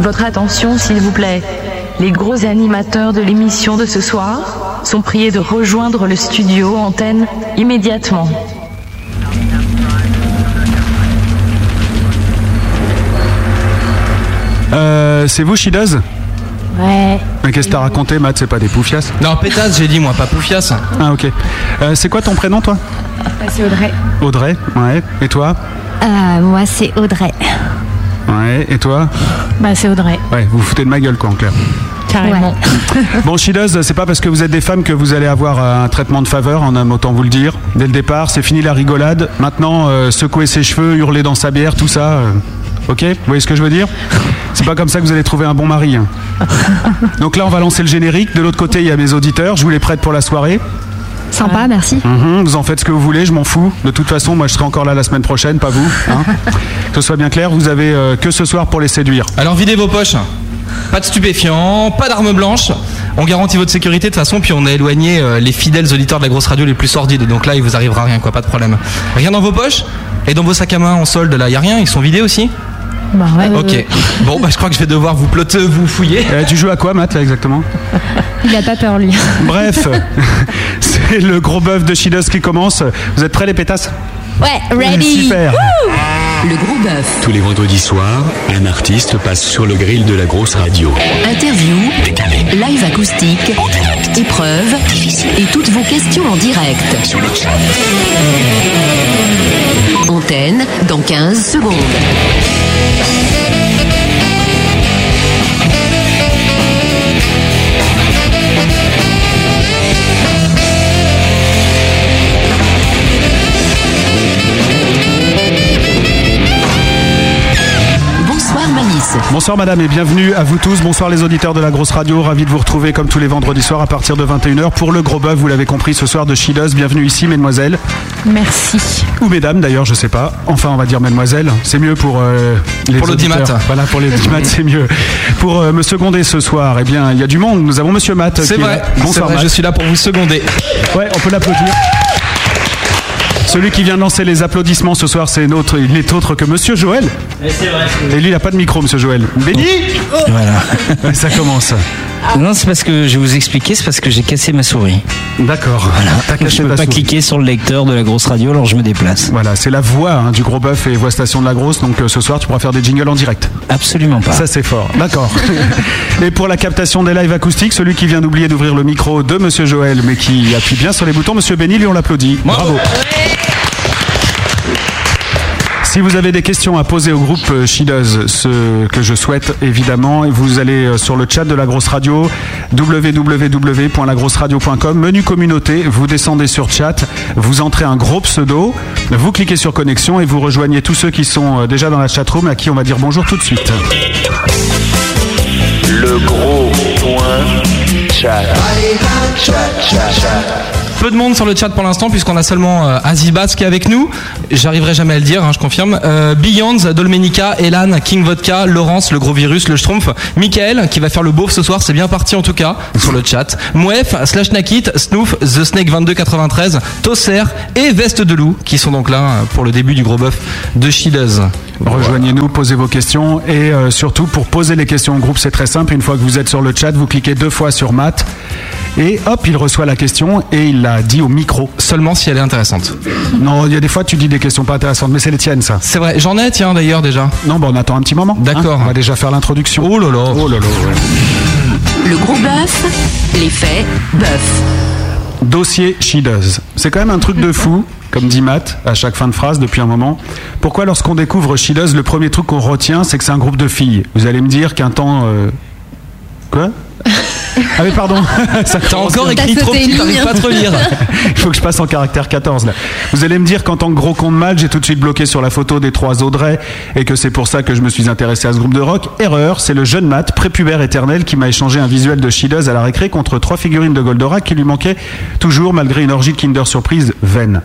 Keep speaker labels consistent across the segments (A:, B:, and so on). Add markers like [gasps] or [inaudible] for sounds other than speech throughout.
A: Votre attention, s'il vous plaît. Les gros animateurs de l'émission de ce soir sont priés de rejoindre le studio antenne immédiatement.
B: Euh, c'est vous, Shidoz
C: Ouais.
B: Mais qu'est-ce que t'as raconté, Matt C'est pas des poufias
D: Non, pétasse, j'ai dit moi, pas poufias.
B: Ah, ok. Euh, c'est quoi ton prénom, toi
E: Bah,
C: c'est Audrey.
B: Audrey Ouais. Et toi
C: Ah, moi, c'est Audrey.
B: Ouais. Et toi
E: Bah, c'est Audrey,
B: Ouais, vous vous foutez de ma gueule, quoi, en clair.
E: carrément.
B: [laughs] Bon, Shidoz, c'est pas parce que vous êtes des femmes que vous allez avoir euh, un traitement de faveur, en un mot, autant vous le dire. Dès le départ, c'est fini la rigolade. Maintenant, euh, secouer ses cheveux, hurler dans sa bière, tout ça. euh, ok Vous voyez ce que je veux dire C'est pas comme ça que vous allez trouver un bon mari. hein. Donc là, on va lancer le générique. De l'autre côté, il y a mes auditeurs. Je vous les prête pour la soirée.
C: Sympa, merci.
B: Mhm, vous en faites ce que vous voulez, je m'en fous. De toute façon, moi, je serai encore là la semaine prochaine, pas vous. hein. que ce soit bien clair, vous avez euh, que ce soir pour les séduire.
D: Alors videz vos poches. Pas de stupéfiants, pas d'armes blanches. On garantit votre sécurité de toute façon, puis on a éloigné euh, les fidèles auditeurs de la grosse radio les plus sordides. Donc là, il vous arrivera rien, quoi, pas de problème. Rien dans vos poches et dans vos sacs à main en solde, là, y a rien, ils sont vidés aussi
E: Bah, ouais.
D: Ok. Bon, bah je crois que je vais devoir vous ploter, vous fouiller.
B: Euh, tu joues à quoi, Matt, là, exactement
C: Il a pas peur, lui.
B: Bref, [laughs] c'est le gros bœuf de Shidos qui commence. Vous êtes prêts, les pétasses
C: Ouais, ready.
B: Super
F: Le gros bœuf.
G: Tous les vendredis soirs, un artiste passe sur le grill de la grosse radio.
F: Interview,
G: Décalé.
F: live acoustique,
G: En direct.
F: épreuve et toutes vos questions en direct.
G: Sur le chat.
F: Antenne dans 15 secondes. Bonsoir Malice.
B: Bonsoir madame et bienvenue à vous tous. Bonsoir les auditeurs de la grosse radio. Ravi de vous retrouver comme tous les vendredis soirs à partir de 21h pour le gros bœuf, vous l'avez compris, ce soir de Shidos. Bienvenue ici mesdemoiselles.
E: Merci.
B: Ou mesdames d'ailleurs, je sais pas. Enfin, on va dire mesdemoiselles. C'est mieux pour euh, les
D: Pour l'audimat.
B: auditeurs. Voilà,
D: [laughs]
B: pour les audimat, c'est mieux. Pour euh, me seconder ce soir, eh bien, il y a du monde. Nous avons monsieur Matt.
D: C'est
B: qui est
D: vrai,
B: là.
D: c'est
B: Bonsoir
D: vrai,
B: Matt.
D: je suis là pour vous seconder.
B: Ouais, on peut l'applaudir. Celui qui vient de lancer les applaudissements ce soir, c'est notre, il n'est autre que Monsieur Joël. Et lui, il n'a pas de micro, Monsieur Joël. Béni
H: Voilà. Ah.
B: Ouais, [laughs] Ça commence.
H: Non, c'est parce que je vais vous expliquer, c'est parce que j'ai cassé ma souris.
B: D'accord. T'as
H: Je
B: caché
H: peux
B: ta
H: pas
B: souris.
H: cliquer sur le lecteur de la grosse radio, alors je me déplace.
B: Voilà, c'est la voix hein, du gros bœuf et voix station de la grosse. Donc euh, ce soir, tu pourras faire des jingles en direct.
H: Absolument pas.
B: Ça, c'est fort. D'accord. [laughs] et pour la captation des lives acoustiques, celui qui vient d'oublier d'ouvrir le micro de Monsieur Joël, mais qui appuie bien sur les boutons, Monsieur Béni, lui, on l'applaudit. Bravo. Si vous avez des questions à poser au groupe euh, Shidoz, ce que je souhaite évidemment, vous allez euh, sur le chat de la grosse radio www.lagrosseradio.com, menu communauté, vous descendez sur chat, vous entrez un gros pseudo, vous cliquez sur connexion et vous rejoignez tous ceux qui sont euh, déjà dans la chatroom à qui on va dire bonjour tout de suite.
I: Le gros point chat.
D: Peu de monde sur le chat pour l'instant, puisqu'on a seulement euh, Azibas qui est avec nous. J'arriverai jamais à le dire, hein, je confirme. Euh, Beyonds, Dolmenica, Elan, King Vodka, Laurence, le gros virus, le Schtroumpf, Michael, qui va faire le beauf ce soir, c'est bien parti en tout cas, sur le chat. Mouef, Slash Nakit, Snoof, The Snake 2293, Tosser et Veste de Loup, qui sont donc là euh, pour le début du gros bœuf de Shidoz.
B: Rejoignez-nous, posez vos questions et euh, surtout pour poser les questions au groupe, c'est très simple. Une fois que vous êtes sur le chat, vous cliquez deux fois sur Matt et hop, il reçoit la question et il la dit au micro.
D: Seulement si elle est intéressante.
B: Non, il y a des fois tu dis des questions pas intéressantes, mais c'est les tiennes ça.
D: C'est vrai, j'en ai, tiens d'ailleurs déjà.
B: Non, bah on attend un petit moment.
D: D'accord.
B: on va déjà faire l'introduction.
D: Oh là là.
B: Oh là là, ouais.
F: Le gros bœuf, l'effet bœuf.
B: Dossier She Does. C'est quand même un truc de fou, comme dit Matt à chaque fin de phrase depuis un moment. Pourquoi lorsqu'on découvre She Does, le premier truc qu'on retient, c'est que c'est un groupe de filles Vous allez me dire qu'un temps... euh, Quoi Ah mais
D: [laughs]
B: pardon, ça
D: T'as
B: commence
D: encore
B: bien.
D: écrit trop
C: sauté une
D: petit,
C: ligne.
D: t'arrives pas à te relire.
B: [laughs] Il faut que je passe en caractère 14 là. Vous allez me dire qu'en tant que gros con de mal, j'ai tout de suite bloqué sur la photo des trois Audrey et que c'est pour ça que je me suis intéressé à ce groupe de rock. Erreur, c'est le jeune Matt, prépubère éternel, qui m'a échangé un visuel de Shidoz à la récré contre trois figurines de Goldorak qui lui manquaient toujours malgré une orgie de Kinder Surprise vaine.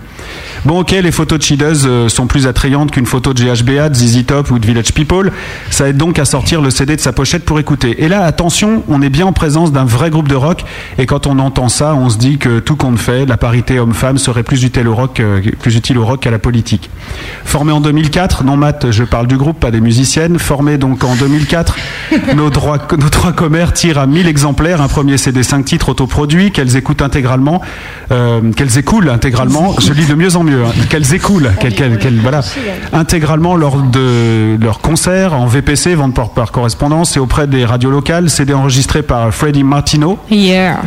B: Bon, ok, les photos de Cheedos euh, sont plus attrayantes qu'une photo de GHBA, de ZZ Top ou de Village People. Ça aide donc à sortir le CD de sa pochette pour écouter. Et là, attention, on est bien en présence d'un vrai groupe de rock. Et quand on entend ça, on se dit que tout compte fait, la parité homme-femme serait plus utile au rock, euh, plus utile au rock qu'à la politique. Formé en 2004, non Matt, je parle du groupe, pas des musiciennes. Formé donc en 2004, [laughs] nos droits, nos trois commères tirent à 1000 exemplaires un premier CD 5 titres autoproduits qu'elles écoutent intégralement, euh, qu'elles
D: [laughs]
B: écoulent intégralement. Je lis de mieux en mieux. hein, qu'elles écoulent, qu'elles, qu'elles- qu'elles- voilà, intégralement lors de leurs concerts en VPC, vente par, par correspondance et auprès des radios locales. CD enregistré par Freddy Martino,
E: [laughs] Yeah.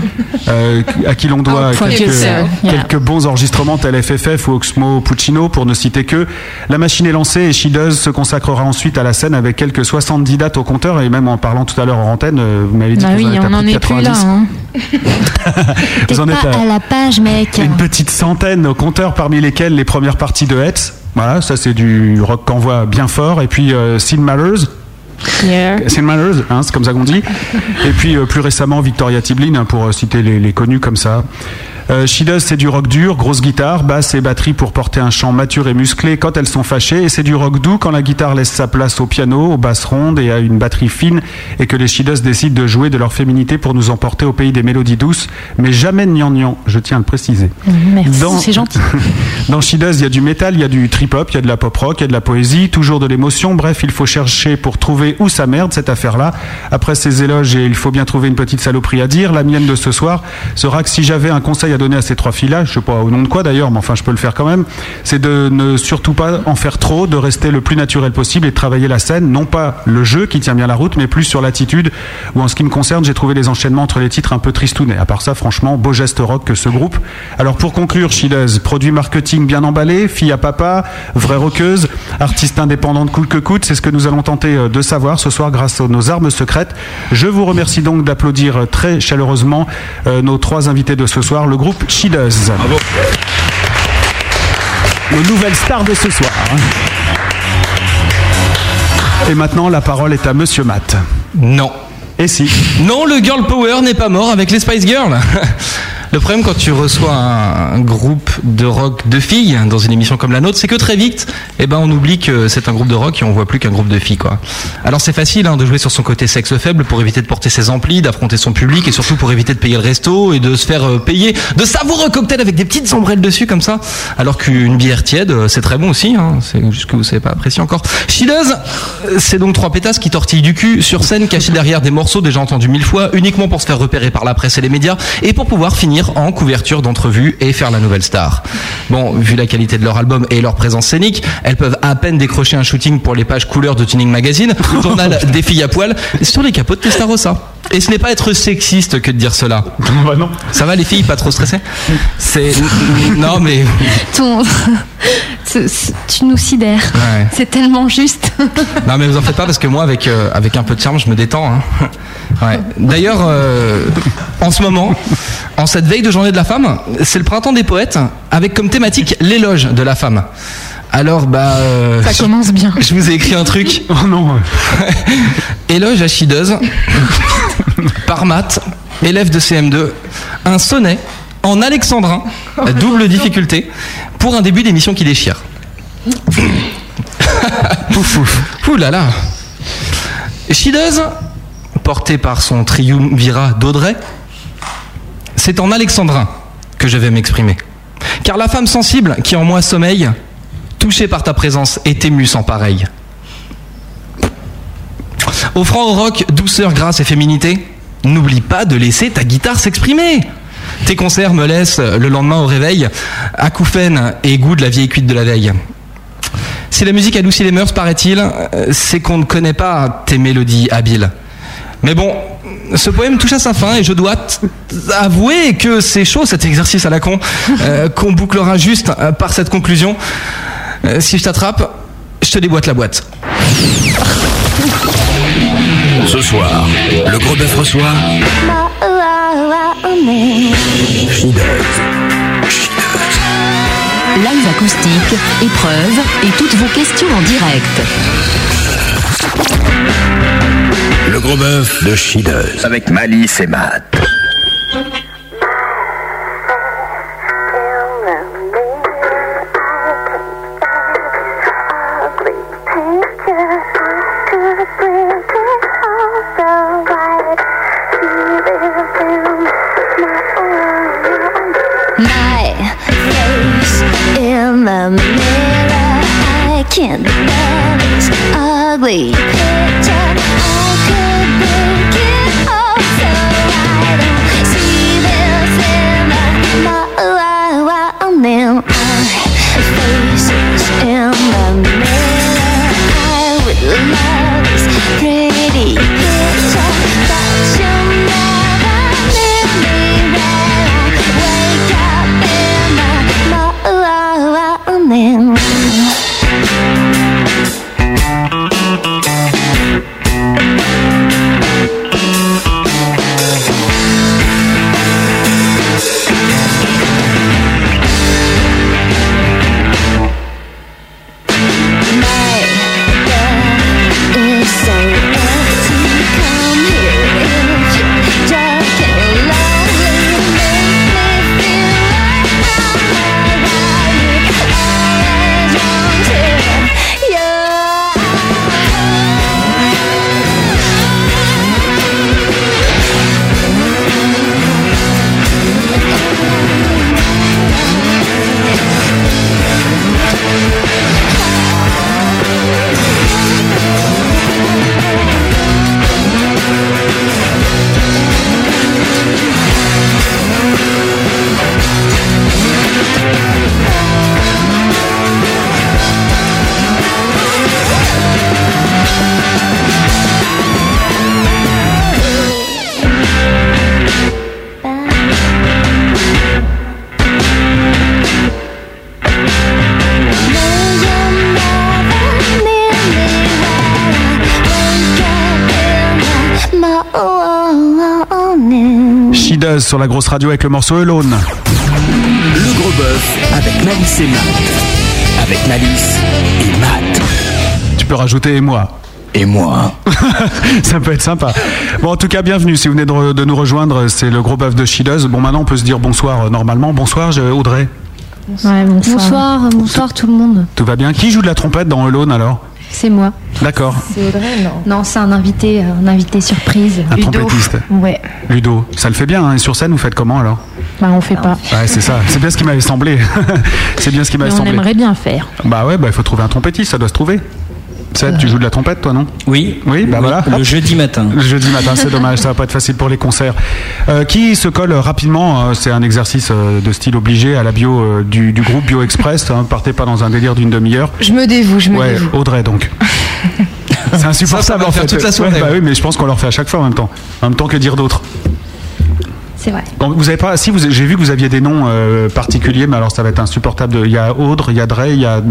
B: euh, à qui l'on doit
E: Oh, fuck
B: quelques,
E: yourself. Yeah.
B: quelques bons enregistrements tel FFF ou Oxmo Puccino pour ne citer que. La machine est lancée et Shidoz se consacrera ensuite à la scène avec quelques 70 dates au compteur et même en parlant tout à l'heure en antenne, euh, vous m'avez dit
E: Bah
B: que
E: oui,
B: vous en êtes à
E: on
B: plus
E: en
B: de
E: est plus
B: 90.
E: là. hein.
C: T'es
B: [laughs] Vous en êtes
C: pas
B: à-
C: à la page, mec.
B: Une petite centaine au compteur, parmi lesquels les premières parties de Hetz. Voilà, ça c'est du rock qu'on voit bien fort. Et puis euh, Sid Matters.
E: Yeah.
B: Sid Matters, hein, c'est comme ça qu'on dit. Et puis euh, plus récemment Victoria Tiblin, hein, pour euh, citer les, les connus comme ça. Euh, She Does, c'est du rock dur, grosse guitare, basse et batterie pour porter un chant mature et musclé quand elles sont fâchées. Et c'est du rock doux quand la guitare laisse sa place au piano, aux basses rondes et à une batterie fine et que les She Does décident de jouer de leur féminité pour nous emporter au pays des mélodies douces, mais jamais de gnangnan, je tiens à le préciser.
E: Merci,
B: Dans-
E: c'est
B: [laughs]
E: gentil.
B: Dans She Does, il y a du métal, il y a du trip-hop, il y a de la pop-rock, il y a de la poésie, toujours de l'émotion. Bref, il faut chercher pour trouver où ça merde, cette affaire-là. Après ces éloges, et il faut bien trouver une petite saloperie à dire, la mienne de ce soir sera que si j'avais un conseil à donner à ces trois filles-là, je sais pas au nom de quoi d'ailleurs, mais enfin je peux le faire quand même, c'est de ne surtout pas en faire trop, de rester le plus naturel possible et de travailler la scène, non pas le jeu qui tient bien la route, mais plus sur l'attitude, où en ce qui me concerne, j'ai trouvé les enchaînements entre les titres un peu tristounets. À part ça, franchement, beau geste rock que ce groupe. Alors pour conclure, Chileuse, produit marketing bien emballé, fille à papa, vraie roqueuse, artiste indépendante cool que coûte, c'est ce que nous allons tenter euh, de savoir ce soir grâce à nos armes secrètes. Je vous remercie donc d'applaudir euh, très chaleureusement euh, nos trois invités de ce soir, le groupe Chileuse. Bravo. Nos nouvelles stars de ce soir. Et maintenant, la parole est à Monsieur Matt.
D: Non.
B: Et si
D: Non, le girl power n'est pas mort avec les Spice Girls. Le problème quand tu reçois un, un groupe de rock de filles dans une émission comme la nôtre, c'est que très vite, eh ben on oublie que c'est un groupe de rock et on voit plus qu'un groupe de filles quoi. Alors c'est facile hein, de jouer sur son côté sexe faible pour éviter de porter ses amplis, d'affronter son public et surtout pour éviter de payer le resto et de se faire euh, payer de savoureux cocktails avec des petites ombrelles dessus comme ça. Alors qu'une bière tiède, euh, c'est très bon aussi. Hein. C'est juste que vous savez pas apprécier encore. Chileuse, euh, c'est donc trois pétasses qui tortillent du cul sur scène, cachées derrière des morceaux déjà entendus mille fois, uniquement pour se faire repérer par la presse et les médias, et pour pouvoir finir en couverture d'entrevue et faire la nouvelle star. Bon, vu la qualité de leur album et leur présence scénique, elles peuvent à peine décrocher un shooting pour les pages couleurs de Tuning Magazine, le journal des filles à poil, sur les capots de Testarossa. Et ce n'est pas être sexiste que de dire cela.
B: [laughs] Bah non.
D: Ça va les filles, pas trop stressées C'est... Non mais...
C: [laughs] Ton- ce- ce- tu nous sidères.
D: Ouais.
C: C'est tellement juste.
D: Non mais vous en faites pas parce que moi avec euh, avec un peu de charme je me détends. hein. [laughs] Ouais. D'ailleurs euh, en ce moment, en cette veille de journée de la femme, c'est le printemps des poètes avec comme thématique l'éloge de la femme. Alors bah euh,
E: Ça commence bien.
D: je vous ai écrit un truc.
B: [laughs] Oh non.
D: [laughs] Éloge à Chideuse, par maths, élève de CM2, un sonnet en alexandrin,
E: Oh,
D: à double difficulté, pour un début d'émission qui déchire. pouf, pouf. Ouh là là. Chideuse, portée par son triumvirat d'Audrey, c'est en alexandrin que je vais m'exprimer. Car la femme sensible qui en moi sommeille, touchée par ta présence, est émue sans pareil. Offrant au rock douceur, grâce et féminité, n'oublie pas de laisser ta guitare s'exprimer. Tes concerts me laissent le lendemain au réveil, acouphène et goût de la vieille cuite de la veille. Si la musique adoucit les mœurs, paraît-il, euh, c'est qu'on ne connaît pas tes mélodies habiles. Mais bon, ce poème touche à sa fin et je dois t- avouer que c'est chaud cet exercice à la con, euh, qu'on bouclera juste euh, par cette conclusion. Euh, si je t'attrape, je te déboîte la boîte.
G: Ce soir, le gros bœuf reçoit
F: Live acoustique, épreuve et toutes vos questions en direct.
G: le gros bœuf de Chideuse.
I: Avec Malice et Matt.
J: Thank ugly.
B: She Does sur la grosse radio avec le morceau Alone.
K: Le gros bœuf avec Malice et Matt. Avec Malice et Matt.
B: Tu peux rajouter et moi.
K: Et moi.
B: [laughs] ça peut être sympa. Bon, en tout cas, bienvenue. Si vous venez de, re- de nous rejoindre, c'est le gros bœuf de She Does. Bon, maintenant, on peut se dire bonsoir euh, normalement. Bonsoir, je- Audrey.
C: Ouais, bonsoir. bonsoir, bonsoir tout le monde.
B: Tout va bien Qui joue de la trompette dans Alone alors
C: C'est moi.
B: D'accord.
C: C'est Audrey, non Non, c'est un invité, euh, un invité surprise.
B: Un trompettiste.
C: Ouais.
B: Ludo, ça le fait bien. hein. Et sur scène, vous faites comment alors
E: Bah, on fait pas.
B: Ouais, c'est ça. C'est bien ce qui m'avait semblé. [laughs] c'est bien ce qui
E: Mais
B: m'avait
E: on
B: semblé.
E: aimerait bien faire.
B: Bah ouais, bah il faut trouver un trompettiste, ça doit se trouver. Seb,
L: Euh.
B: tu joues de la trompette, toi, non
H: Oui.
B: Oui, bah
H: Le-
B: voilà.
H: Le
B: Hop.
H: jeudi matin.
B: Le jeudi matin,
D: [laughs]
B: c'est dommage, ça va pas être facile pour les concerts. Euh, qui se colle rapidement, euh, c'est un exercice euh, de style obligé à la bio euh, du, du groupe Bio Express. hein, partez pas dans un délire d'une demi-heure.
L: Je me dévoue, je me
B: Ouais,
L: dévoue. [laughs]
B: Audrey donc. C'est insupportable
D: Ça, ça va
B: en
D: faire
B: fait.
D: toute la
B: Ouais,
D: soirée.
B: bah oui, mais je pense qu'on leur fait à chaque fois en même temps. En même temps que dire d'autres.
C: C'est vrai.
B: Bon, vous avez pas si vous j'ai vu que vous aviez des noms euh, particuliers mais alors ça va être insupportable. de- Il y a Audre, il y a Dre, il y a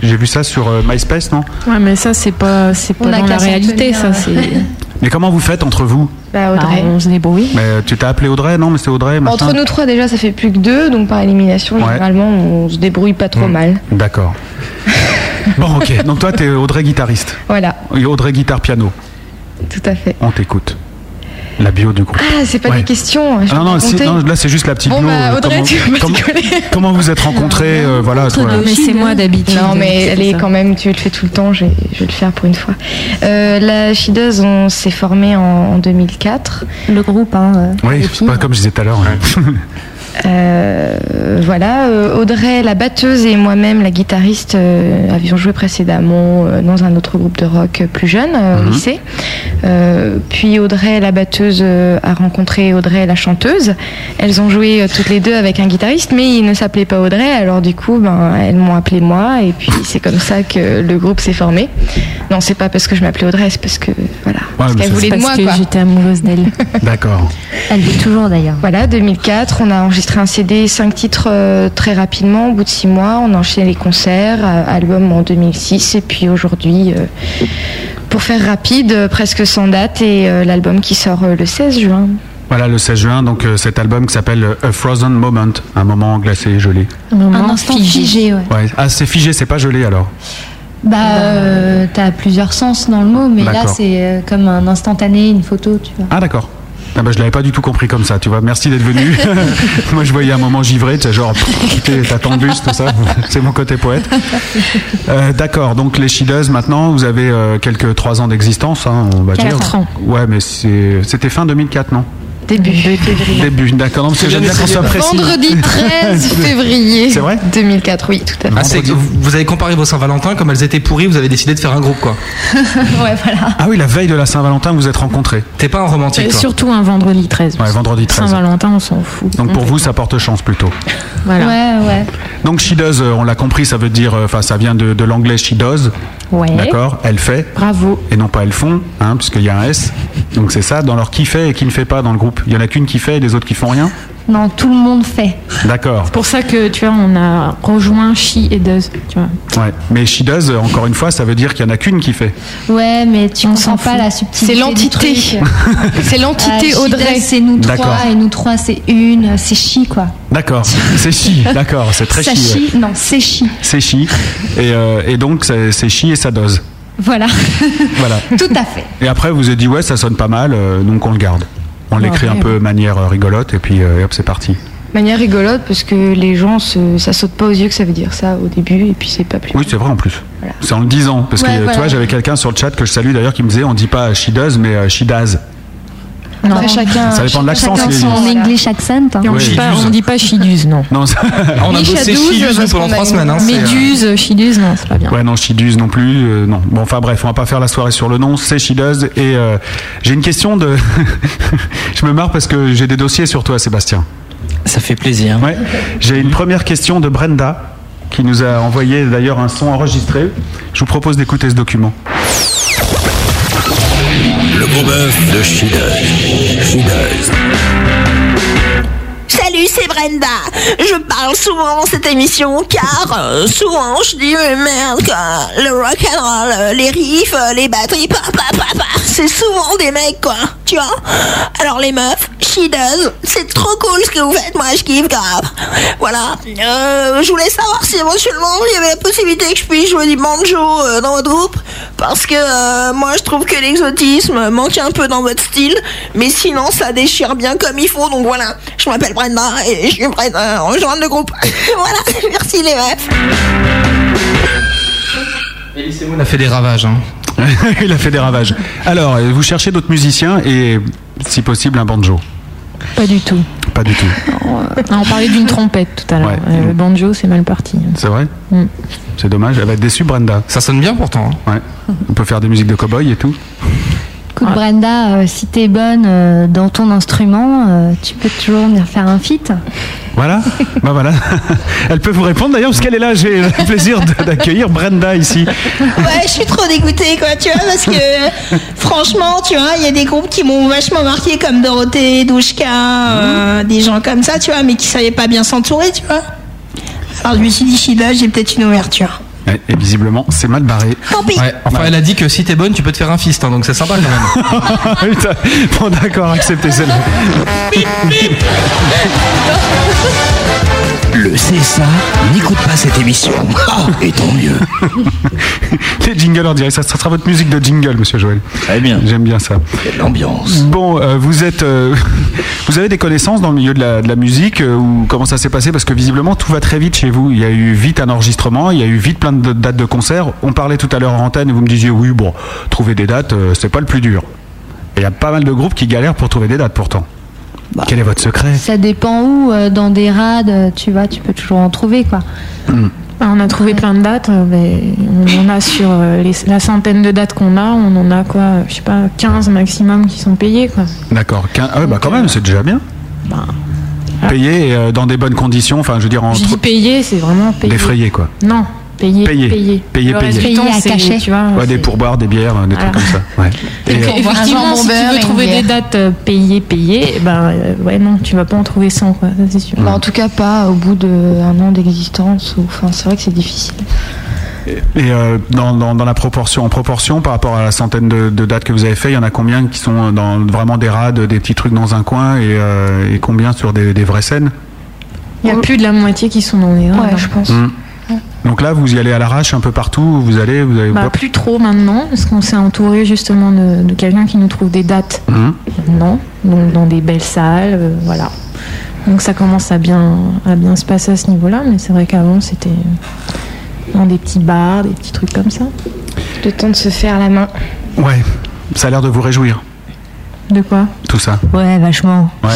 B: j'ai vu ça sur euh, MySpace, non
E: Ouais, mais ça, c'est pas, c'est pas
L: On a
E: dans
L: qu'à
E: la
L: s'en
E: réalité,
L: tenir,
E: ça.
L: euh,
E: C'est. [laughs]
B: Mais comment vous faites entre vous
L: Bah, Audrey.
E: Bah, on se débrouille.
B: Mais euh, tu t'es appelé Audrey Non, mais c'est Audrey. machin.
L: Entre nous trois, déjà, ça fait plus que deux, donc par élimination,
B: Ouais. Mm.
L: généralement, on se débrouille pas trop mal. [laughs]
B: Hmm. D'accord. bon, ok. Donc toi, t'es Audrey guitariste.
L: Voilà,
B: Et Audrey guitare piano.
L: tout à fait.
B: On t'écoute. La bio du groupe.
L: Ah, c'est pas
B: Ouais.
L: des questions. Je
B: Ah non,
L: peux
B: non, si-
L: raconter.
B: non, là c'est juste la petite
L: Bon,
B: bio,
L: bah,
B: euh,
L: Audrey,
B: comment,
L: tu vas pas
B: comment-
L: décoller.
B: comment vous êtes rencontrés euh, Voilà.
E: Entre
B: voilà.
E: deux. Mais c'est moi d'habitude.
L: Non, mais
E: c'est
L: elle est
E: ça.
L: quand même, tu le fais tout le temps, je vais, je vais le faire pour une fois. Euh, la Shidoz, on s'est formé en, en 2004.
C: Le groupe, hein. euh,
B: Oui,
C: les
B: c'est
C: filles.
B: pas comme je disais tout à l'heure. hein.
L: Euh, voilà, euh, Audrey, la batteuse, et moi-même, la guitariste, euh, avions joué précédemment euh, dans un autre groupe de rock euh, plus jeune, euh, au
B: Mhm.
L: lycée. Euh, puis Audrey, la batteuse, euh, a rencontré Audrey, la chanteuse. Elles ont joué euh, toutes les deux avec un guitariste, mais il ne s'appelait pas Audrey, alors du coup, ben, elles m'ont appelé moi, et
B: [laughs]
L: puis c'est comme ça que le groupe s'est formé. Non, c'est pas parce que je m'appelais Audrey, c'est parce que, voilà, parce
B: mais
L: qu'elles
B: c'est-
L: voulaient de
E: Parce
L: moi,
E: que
L: quoi.
E: j'étais
L: [laughs]
E: amoureuse d'elle.
B: D'accord.
C: Elle l'est toujours d'ailleurs.
L: Voilà, 2004, on a enregistré un CD, 5 titres euh, très rapidement, au bout de 6 mois, on a enchaîné les concerts, euh, album en 2006, et puis aujourd'hui, euh, pour faire rapide, euh, presque sans date, et euh, l'album qui sort euh, le 16 juin.
B: Voilà le 16 juin, donc euh, cet album qui s'appelle euh, A Frozen Moment, un moment glacé et gelé.
C: Un instant figé, ouais.
B: Ouais. Ah, c'est figé, c'est pas gelé alors.
C: Bah, euh, t'as plusieurs sens dans le mot, mais là,
B: D'accord.
C: c'est euh, comme un instantané, une photo, tu vois.
B: Ah d'accord. Ah bah, je l'avais pas du tout compris comme ça, tu vois. Merci d'être venu. [laughs] Moi, je voyais un moment givré, tu sais, genre, pff, t'es- t'attends le bus, tout ça. C'est mon côté poète. Euh, d'accord, donc les Chideuses, maintenant, vous avez euh, quelques 3 ans d'existence, hein, on va dire.
E: Quatre ans.
B: Ouais, mais c'est- c'était fin 2004, non
L: Début février.
B: Début, d'accord. Non, parce que
L: C'est
B: j'aime
L: bien
B: bien qu'on soit
L: essayé.
B: précis.
L: Vendredi
B: [laughs]
L: 13 février.
B: C'est vrai Bah,
L: 2004, oui, tout à fait.
D: Ah, c'est que vous vous avez comparé vos Saint-Valentin, comme elles étaient pourries, vous avez décidé de faire un groupe quoi.
L: ouais, voilà.
B: Ah oui, la veille de la Saint-Valentin, vous vous êtes rencontrés.
D: T'es pas un romantique
E: Et surtout un vendredi 13.
B: Ouais, vendredi 13.
E: Saint-Valentin, on s'en fout.
B: Donc pour vous, ça porte chance plutôt.
E: Voilà.
L: Ouais, ouais.
B: Donc she does, euh, on l'a compris, ça veut dire, euh, enfin ça vient de, de l'anglais she does.
E: Ouais.
B: D'accord, elle fait.
E: Bravo.
B: Et non pas elles font, hein, puisqu'il y a un S. Donc c'est ça, dans leur qui fait et qui ne fait pas dans le groupe. Il y en a qu'une qui fait et les autres qui font rien.
E: Non, tout le monde fait.
B: D'accord.
E: C'est pour ça que, tu vois, on a rejoint She et Does, tu vois.
B: Ouais. Mais she does, euh, encore une fois, ça veut dire qu'il y en a qu'une qui fait.
J: Ouais, mais tu comprends pas la subtilité.
L: C'est l'entité.
J: du truc.
L: C'est l'entité
J: Ah,
L: Audrey.
J: Shida, C'est nous
B: D'accord.
J: trois et nous trois c'est une. C'est chi quoi.
B: D'accord. C'est chi, d'accord, c'est très
J: Ça
B: chi. ouais.
J: chie, non, c'est chi.
B: C'est chi. Et, euh, et donc c'est c'est chi et ça dose.
J: Voilà.
B: Voilà.
J: Tout à fait.
B: Et après, vous avez dit, ouais, ça sonne pas mal, euh, donc on le garde. On l'écrit
L: Ouais.
B: un peu manière euh, rigolote, et puis euh, et hop, c'est parti.
L: Manière rigolote parce que les gens, se, ça saute pas aux yeux que ça veut dire ça au début et puis c'est pas plus.
B: Oui, c'est vrai en plus. C'est en le disant. Parce
L: Ouais,
B: que, tu
L: voilà.
B: vois, j'avais quelqu'un sur le chat que je salue d'ailleurs qui me disait, on dit pas she does, mais euh, she does.
J: Après,
B: chacun- Ça dépend de l'accent,
J: Chacun
B: s'il est
J: son
B: juste.
J: English accent. hein.
E: Et on
B: Ouais.
E: dit pas-
B: Méduse.
E: on dit pas She Does, non.
B: Non, ça-
D: [laughs] On a
E: Ni
D: bossé
E: Shadows,
D: She Does
E: parce
D: pendant
E: qu'on a
D: trois
E: une-
D: semaines, hein, c'est,
E: Méduse, She Does, non, c'est pas bien.
B: Ouais, non, she does non plus. euh, non. Bon, enfin bref, on va pas faire la soirée sur le nom, c'est she does. Et euh, j'ai une question de. [laughs] je me marre parce que j'ai des dossiers sur toi, Sébastien.
H: Ça fait plaisir.
B: Ouais. J'ai une première question de Brenda qui nous a envoyé d'ailleurs un son enregistré. Je vous propose d'écouter ce document.
G: Le gros bœuf de Shidoz. Shidoz.
M: Salut, c'est Brenda. Je parle souvent dans cette émission car euh, souvent je dis mais merde quoi. Le rock and roll, euh, les riffs, euh, les batteries, pa, pa, pa, pa. c'est souvent des mecs quoi. Tu vois Alors les meufs, she does. C'est trop cool ce que vous faites. Moi je kiffe grave. Voilà. Euh, je voulais savoir si éventuellement il y avait la possibilité que je puisse jouer du banjo euh, dans votre groupe parce que euh, moi je trouve que l'exotisme manque un peu dans votre style, mais sinon ça déchire bien comme il faut. Donc voilà, je m'appelle Brenda et je suis prête à rejoindre le groupe. [laughs] voilà, merci les meufs.
D: On a fait des ravages. hein.
B: [laughs] Il a fait des ravages. Alors, euh, vous cherchez d'autres musiciens et, si possible, un banjo.
E: Pas
L: [laughs]
E: du tout.
B: Pas du tout.
E: Non, on parlait d'une trompette tout à l'heure.
B: Ouais.
E: Euh, Le banjo, c'est mal parti.
B: C'est vrai
E: Mm.
B: C'est dommage. Elle va être déçue, Brenda.
D: Ça sonne bien pourtant. hein.
B: Ouais. On peut faire des musiques de cow-boy et tout.
J: Écoute, Brenda, euh, si t'es bonne euh, dans ton instrument, euh, tu peux toujours venir faire un
B: [laughs]
J: feat.
D: [laughs]
B: Voilà. bah voilà. [laughs] Elle peut vous répondre d'ailleurs parce qu'elle est là. J'ai le plaisir de- d'accueillir Brenda ici.
M: Ouais, je suis trop dégoûtée, quoi, tu vois, parce que franchement, tu vois, il y a des groupes qui m'ont vachement marqué, comme Dorothée, Douchka,
K: Mhm.
M: euh, des gens comme ça, tu vois, mais qui savaient pas bien s'entourer, tu vois. Alors je me suis dit, Shida, j'ai peut-être une
K: [laughs]
M: ouverture.
B: Ouais, Et visiblement, c'est mal barré.
M: Tant pis.
D: Ouais, enfin, elle a dit que si t'es bonne, tu peux te faire un fist, hein, donc c'est sympa quand même.
B: [laughs] Putain. Bon, d'accord, acceptez celle-là.
K: Le CSA n'écoute pas cette émission. Ah, et tant mieux.
B: Les jingles, on dirait. Ça ça sera votre musique de jingle, monsieur Joël.
K: Très bien.
B: J'aime bien ça.
K: Il y a de l'ambiance.
B: Bon, euh, vous êtes, euh, [laughs] vous avez des connaissances dans le milieu de la, de la musique euh, ou comment ça s'est passé Parce que visiblement tout va très vite chez vous. Il y a eu vite un enregistrement, il y a eu vite plein de dates de concerts. On parlait tout à l'heure en antenne et vous me disiez oui, bon, trouver des dates, euh, c'est pas le plus dur. Et il y a pas mal de groupes qui galèrent pour trouver des dates pourtant. Quel est votre secret
J: Ça dépend où, euh, dans des rades, euh, tu vois, tu peux toujours en trouver quoi.
K: Hmm.
E: Ah, On a trouvé plein de dates, euh, mais on en a sur euh, les- la centaine de dates qu'on a, on en a quoi, euh, je sais pas, 15 maximum qui sont payées quoi.
B: D'accord. Qu'un- Ah ouais, bah quand même, c'est déjà bien. Payé euh, dans des bonnes conditions, enfin je veux dire
E: Je dis
B: entre
E: payé, c'est vraiment payé.
B: défrayé quoi.
E: Non, payé,
B: Payé.
E: payé.
B: Payé,
E: Le reste
B: payé.
E: du temps,
J: Payé à
E: c'est-
J: cachet.
E: Tu vois,
B: Ouais, des pourboires, des bières, des
E: Voilà.
B: trucs comme
E: [laughs]
B: ça. Ouais. Et, euh,
E: Donc, effectivement,
L: Un jambon
E: si tu
L: beurre et
E: veux
L: une
E: trouver
L: bière.
E: des dates euh, payées, payées, ben euh, ouais, non, tu vas pas en trouver 100, quoi, ça c'est sûr.
L: Bah, en tout cas, pas au bout d'un an d'existence. ou- Enfin, c'est vrai que c'est difficile.
B: Et euh, dans, dans, dans la proportion, en proportion, par rapport à la centaine de, de dates que vous avez fait, il y en a combien qui sont dans vraiment des rades, des petits trucs dans un coin, et, euh, et combien sur des, des vraies scènes
E: Il y a plus de la moitié qui sont dans les rades,
L: Ouais,
E: hein.
L: je pense.
D: Mmh.
B: Mm. Donc là, vous y allez à l'arrache un peu partout. Vous allez, vous allez.
E: Bah,
B: hop.
E: plus trop maintenant, parce qu'on s'est entouré justement de, de quelqu'un qui nous trouve des dates
B: Mhm.
E: maintenant, donc dans des belles salles, euh, voilà. Donc ça commence à bien, à bien se passer à ce niveau-là, mais c'est vrai qu'avant c'était dans des petits bars, des petits trucs comme ça.
L: Le temps de se faire la main.
B: Ouais. Ça a l'air de vous réjouir.
E: De quoi
B: Tout ça.
J: Ouais, vachement.
B: Ouais.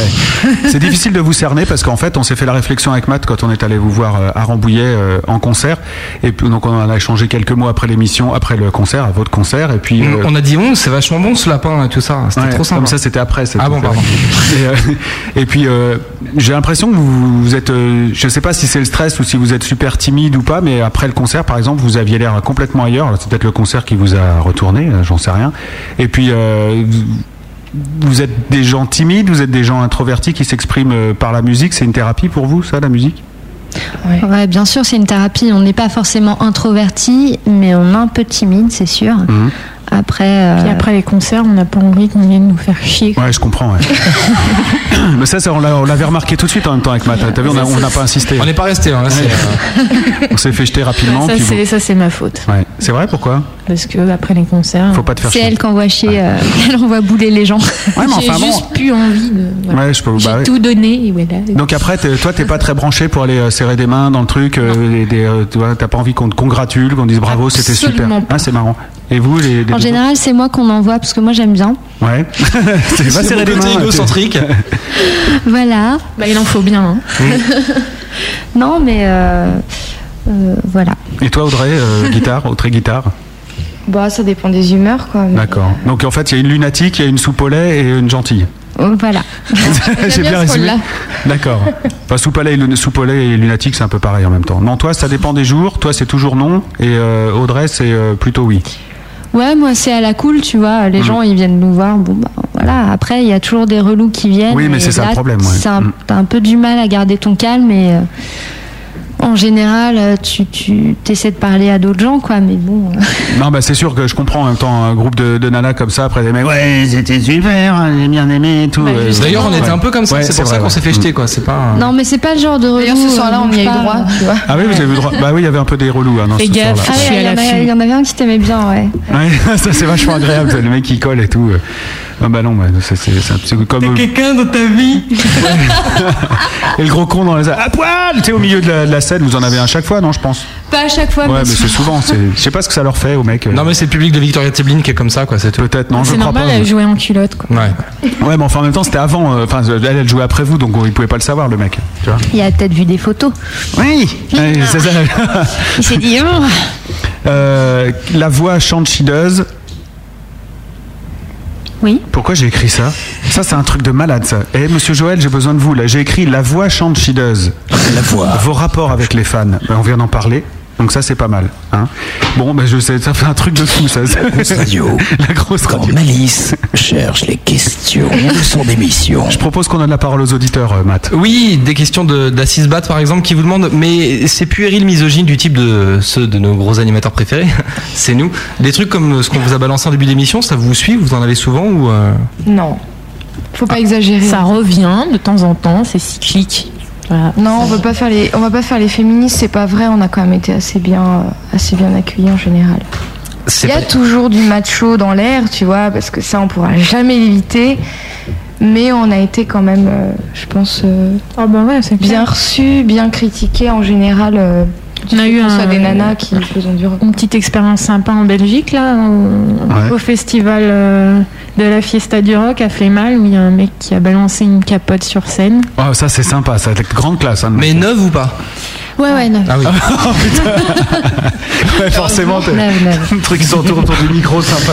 B: C'est difficile de vous cerner parce qu'en fait, on s'est fait la réflexion avec Matt quand on est allé vous voir euh, à Rambouillet euh, en concert. Et puis, donc, on en a échangé quelques mots après l'émission, après le concert, à votre concert. Et puis. euh,
D: On a dit, oh, c'est vachement bon ce lapin et tout ça. C'était
B: ouais,
D: trop sympa.
B: Comme ça, c'était après. c'était
D: Ah bon,
B: fait.
D: pardon.
B: Et, euh, et puis, euh, j'ai l'impression que vous, vous êtes. euh, je sais pas si c'est le stress ou si vous êtes super timide ou pas, mais après le concert, par exemple, vous aviez l'air complètement ailleurs. Alors, C'est peut-être le concert qui vous a retourné, euh, j'en sais rien. Et puis. euh, vous- vous êtes des gens timides, vous êtes des gens introvertis qui s'expriment euh, par la musique. C'est une thérapie pour vous, ça, la musique
J: Ouais. bien sûr, c'est une thérapie. On n'est pas forcément introverti, mais on est un peu timide, c'est sûr.
D: Mhm.
J: Après. euh,
E: Puis après les concerts, on n'a pas envie qu'on vienne nous faire chier.
B: Ouais, je comprends. ouais. [laughs] mais ça, ça, on l'a- on l'avait remarqué tout de suite en même temps avec Matt. hein. T'as vu, on a- on n'a pas insisté.
D: On n'est pas resté. Hein, là, c'est, euh,
B: On s'est fait jeter rapidement.
E: ça,
B: puis
E: c'est, ça, c'est ma faute.
B: bon. Ouais. C'est vrai, pourquoi
E: Parce que après les concerts,
B: Faut pas te faire
J: C'est
B: chier.
J: elle qui envoie chier, euh, [laughs] elle envoie bouler les gens.
B: mais
E: j'ai
B: enfin bon.
E: juste plus envie de. voilà.
B: Ouais, je peux vous
E: J'ai
B: barrer.
E: tout donné. et voilà.
B: Donc après, t'es- toi, t'es pas très branché pour aller euh, serrer des mains dans le truc. euh, les- des, euh, tu vois, t'as pas envie qu'on te congratule, qu'on dise bravo, c'était super.
J: Absolument pas.
B: Ah, c'est marrant. Et vous, les, les-
J: En général, c'est moi qu'on envoie parce que moi j'aime bien.
B: ouais. T'es- Va
D: C'est
B: serrer
D: mon
B: des
D: côté
B: mains.
D: égocentrique.
J: Voilà.
E: Bah, il en faut bien. hein.
J: [laughs] non, mais euh, euh, voilà.
B: [laughs] Et toi, Audrey, euh, guitare, Audrey guitare.
L: Bah, ça dépend des humeurs, quoi. mais-
B: D'accord. Donc en fait, il y a une lunatique, il y a une soupolée et une gentille.
J: Oh,
L: [laughs]
J: voilà.
B: J'ai bien
J: bien ce
B: résumé.
J: rôle-là.
B: D'accord. Enfin, soupolée et, lun- soupolée et lunatique, c'est un peu pareil en même temps. Non, toi, ça dépend des jours. Toi, c'est toujours non. Et euh, Audrey, c'est euh, plutôt oui.
J: Ouais, moi c'est à la cool, tu vois.
B: Mm.
J: Les gens ils viennent nous voir. Bon, bah, voilà. Après, il y a toujours des relous qui viennent.
B: Oui, mais
J: et
B: c'est ça le
J: là,
B: problème, ouais.
J: c'est un-
B: Mm.
J: T'as un peu du mal à garder ton calme et. euh, en général, euh, tu, tu essaies de parler à d'autres gens, quoi, mais bon. euh,
B: Non, bah c'est sûr que je comprends en même temps un groupe de, de nanas comme ça après des mecs. Ouais, c'était super, j'ai bien aimé et tout. Euh, Ouais,
D: D'ailleurs, on
B: ouais.
D: était un peu comme ça.
B: Ouais,
D: c'est pour
B: vrai,
D: ça qu'on
B: ouais.
D: s'est fait jeter, quoi. C'est pas.
J: Non, mais c'est pas le genre de relou.
L: D'ailleurs, ce soir-là,
J: euh,
L: on y a eu
J: pas,
L: droit,
J: euh,
L: tu vois.
B: Ah oui, vous avez eu droit. Bah oui, il y avait un peu des relous hein, dans
J: Fais
B: ce
J: gaffe, ah
B: soir-là.
J: ouais, il y en a- il y en avait un qui t'aimait bien, ouais.
B: [laughs] Ouais, ça c'est vachement agréable, ça, le mec qui colle et tout. Ah bah non, bah, ça, c'est c'est un- c'est comme. euh,
D: Quelqu'un dans ta vie
B: Et le gros con dans les. À poil Tu sais, au milieu de la, de la scène, vous en avez un chaque fois, non, je pense
J: Pas à chaque fois,
B: Ouais, mais c'est souvent. c'est- Je sais pas ce que ça leur fait aux mecs. euh,
D: Non, mais c'est le public de Victoria Teblin qui est comme ça, quoi. C'est tout.
B: Peut-être, non, je
E: c'est
B: crois
E: normal,
B: pas.
E: elle jouait en culotte. Quoi.
D: Ouais.
B: Ouais, mais enfin, en même temps, c'était avant. euh, Enfin, elle, elle jouait après vous, donc on- il pouvait pas le savoir, le mec. Tu vois
J: Il a peut-être vu des photos. [laughs]
B: Oui Ouais, c'est ça.
J: Il s'est dit, oh,
B: Euh, la voix chante chideuse.
J: Oui.
B: Pourquoi j'ai écrit ça Ça, c'est un truc de malade, ça. Eh, monsieur Joël, j'ai besoin de vous, là. J'ai écrit La voix chante chideuse. La voix. Vos rapports avec les fans. Ben, on vient d'en parler. Donc ça, c'est pas mal. Hein bon, ben, je sais, ça fait un truc de fou, ça. La
K: grosse radio.
B: [laughs] La grosse
K: Quand
B: radio.
K: Malice cherche les questions de son émission.
B: Je propose qu'on donne la parole aux auditeurs, euh, Matt.
D: Oui, des questions de- d'Assis Bat par exemple qui vous demandent mais c'est puéril misogyne du type de ceux de nos gros animateurs préférés, [laughs] c'est nous. Des trucs comme ce qu'on vous a balancé en début d'émission, ça vous suit Vous en avez souvent ou euh,
L: Non. Faut pas exagérer.
E: Ça revient de temps en temps, c'est cyclique. Voilà.
L: Non, on va pas faire les, on va pas faire les féministes, c'est pas vrai. On a quand même été assez bien, euh, assez bien accueillis en général.
D: c'est
L: Il y a
D: pas-
L: toujours du macho dans l'air, tu vois, parce que ça, on pourra jamais l'éviter. Mais on a été quand même, euh, je pense, euh,
E: Ah bah ouais, c'est
L: bien
E: bien.
L: reçus, bien critiqués en général. euh, du
E: On a
L: fait
E: eu
L: qu'on
E: un-
L: soit des nanas qui faisons du rock.
E: Une petite expérience sympa en Belgique, là, au-
B: Ouais.
E: au festival euh, de la Fiesta du Rock à Flémal, où il y a un mec qui a balancé une capote sur scène.
B: Oh, ça, c'est sympa. Ça grande classe. Hein, de-
D: Mais neuve ou pas
J: Ouais, ouais, non.
D: Ah [laughs]
B: [laughs]
D: oui. [laughs]
B: Ouais, forcément, t'es-
J: Neuve, neuve.
B: le truc qui s'entoure autour du micro, sympa.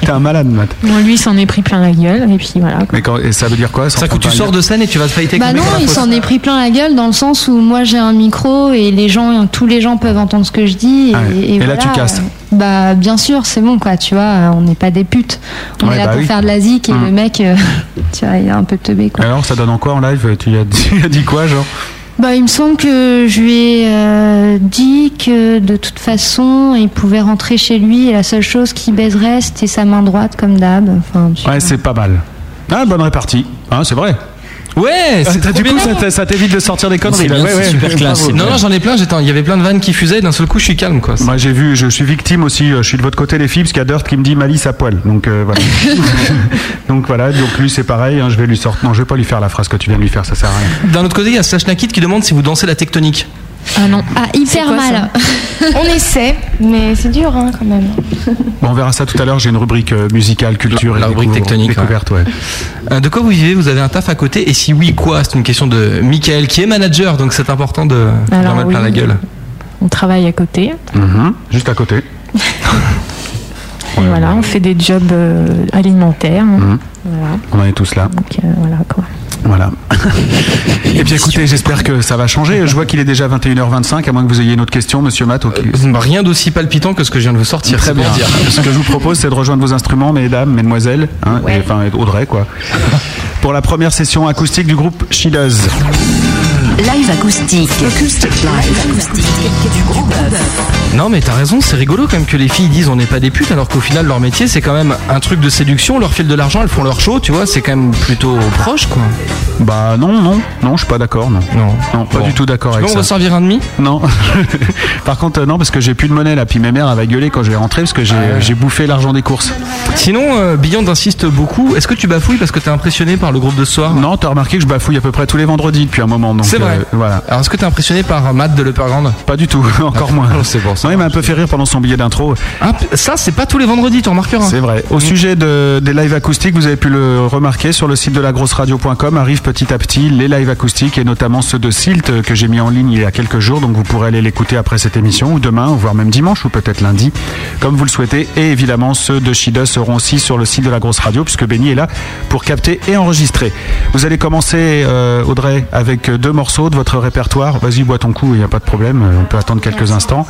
B: T'es un malade, Matt.
E: Bon, lui, il s'en est pris plein la gueule, et puis voilà. quoi.
B: Mais quand, et ça veut dire quoi
D: Ça coup tu sors de scène et tu vas te fighter
J: Bah
D: avec le
J: non,
D: mec dans la
J: il
D: fosse.
J: s'en est pris plein la gueule dans le sens où moi j'ai un micro et les gens, tous les gens peuvent entendre ce que je dis. Et,
B: Ah ouais. Et là,
J: voilà.
B: tu casses.
J: Bah bien sûr, c'est bon quoi, tu vois, on n'est pas des putes. On
B: Ouais,
J: est là
B: bah
J: pour
B: oui.
J: faire de la zik et
B: Mm.
J: le mec, euh, [laughs] tu vois, il est un peu teubé quoi.
B: Alors, ça donne en quoi en live tu as, dit, tu as dit quoi, genre
J: Bah il me semble que je lui ai euh, dit que de toute façon il pouvait rentrer chez lui et la seule chose qui baiserait c'était sa main droite comme d'hab. Enfin, tu vois.
B: Ouais, c'est pas mal. Ah, bonne répartie. Hein, c'est vrai.
D: Ouais, c'est
B: Ah,
D: trop
B: du coup,
D: bien.
B: ça t'é- ça t'évite de sortir des conneries.
H: C'est
B: là.
H: bien,
B: Ouais,
H: c'est
B: ouais.
H: super
B: Bravo.
H: classe, c'est
D: Non, non, j'en ai plein, j'étais en- il y avait plein de vannes qui fusaient et d'un seul coup je suis calme quoi.
B: Moi, j'ai vu, je suis victime aussi. euh, Je suis de votre côté, les filles, parce qu'il y a Dirt qui me dit malice à poil. Donc euh, voilà. donc voilà. Donc lui, c'est pareil. hein, je vais lui sortir. Non, je vais pas lui faire la phrase que tu viens de lui faire. Ça sert à rien.
D: D'un autre côté, il y a Slash Nakid qui demande si vous dansez la tectonique.
J: Ah non. Ah, hyper
L: C'est quoi,
J: mal.
L: On essaie, mais c'est dur hein, quand même.
B: Bon, on verra ça tout à l'heure. J'ai une rubrique euh, musicale, culture
D: La
B: et
D: rubrique
B: découvre-
D: tectonique,
B: découverte. Ouais.
D: Euh, De quoi vous vivez Vous avez un taf à côté Et si oui, quoi C'est une question de Michael qui est manager, donc c'est important de d'en
E: Alors,
D: mettre plein
E: oui.
D: la gueule.
E: On travaille à côté.
B: Mhm. Juste à côté.
E: Et voilà, on fait des jobs euh, alimentaires.
B: Mhm.
E: Voilà.
B: On en est tous là.
E: Donc, euh, voilà quoi.
B: Voilà. [laughs] Et bien écoutez, j'espère que ça va changer. Je vois qu'il est déjà 21h25, à moins que vous ayez une autre question, monsieur Matt. ok.
D: Euh, bah, Rien d'aussi palpitant que ce que je viens de vous sortir.
B: Très
D: c'est pour
B: bien.
D: Dire.
B: [laughs] Ce que je vous propose, c'est de rejoindre vos instruments, mesdames, mesdemoiselles, hein, et, enfin et Audrey, quoi, pour la première session acoustique du groupe Chileuse.
F: Live acoustique. Acoustic live. Acoustique du gros bœuf.
D: Non mais t'as raison, c'est rigolo quand même que les filles disent on n'est pas des putes alors qu'au final leur métier c'est quand même un truc de séduction, on leur file de l'argent, elles font leur show, tu vois, c'est quand même plutôt proche quoi.
B: Bah non, non, non, je suis pas d'accord, non.
D: Non,
B: pas
D: Bon.
B: du tout d'accord
D: Tu
B: avec
D: veux, on
B: ça.
D: va servir un demi
B: Non. [laughs] Par contre, euh, non, parce que j'ai plus de monnaie là. Puis ma mère elle va gueuler quand je vais rentrer parce que j'ai j'ai bouffé l'argent des courses.
D: Ah Sinon, euh, Beyond insiste beaucoup. Est-ce que tu bafouilles parce que t'es impressionné par le groupe de ce soir
B: Non, t'as remarqué que je bafouille à peu près tous les vendredis depuis un moment. donc,
D: C'est
B: euh,
D: vrai.
B: voilà.
D: Alors est-ce que t'es impressionné par Matt de L'Eupergrande
B: Pas du tout, [laughs] encore moins.
D: Oh, C'est pour ça.
B: Non, il m'a un peu fait rire pendant son billet d'intro.
D: Ah, ça, c'est pas tous les vendredis, tu remarqueras. hein.
B: C'est vrai. Au sujet de- des lives acoustiques, vous avez pu le remarquer sur le site de lagrosseradio.com arrivent petit à petit les lives acoustiques et notamment ceux de Silt euh, que j'ai mis en ligne il y a quelques jours. Donc vous pourrez aller l'écouter après cette émission ou demain, voire même dimanche ou peut-être lundi, comme vous le souhaitez. Et évidemment, ceux de Shida seront aussi sur le site de la Grosse Radio puisque Benny est là pour capter et enregistrer. Vous allez commencer, euh, Audrey, avec deux morceaux de votre répertoire. Vas-y, bois ton coup, il n'y a pas de problème. euh, On peut attendre quelques instants.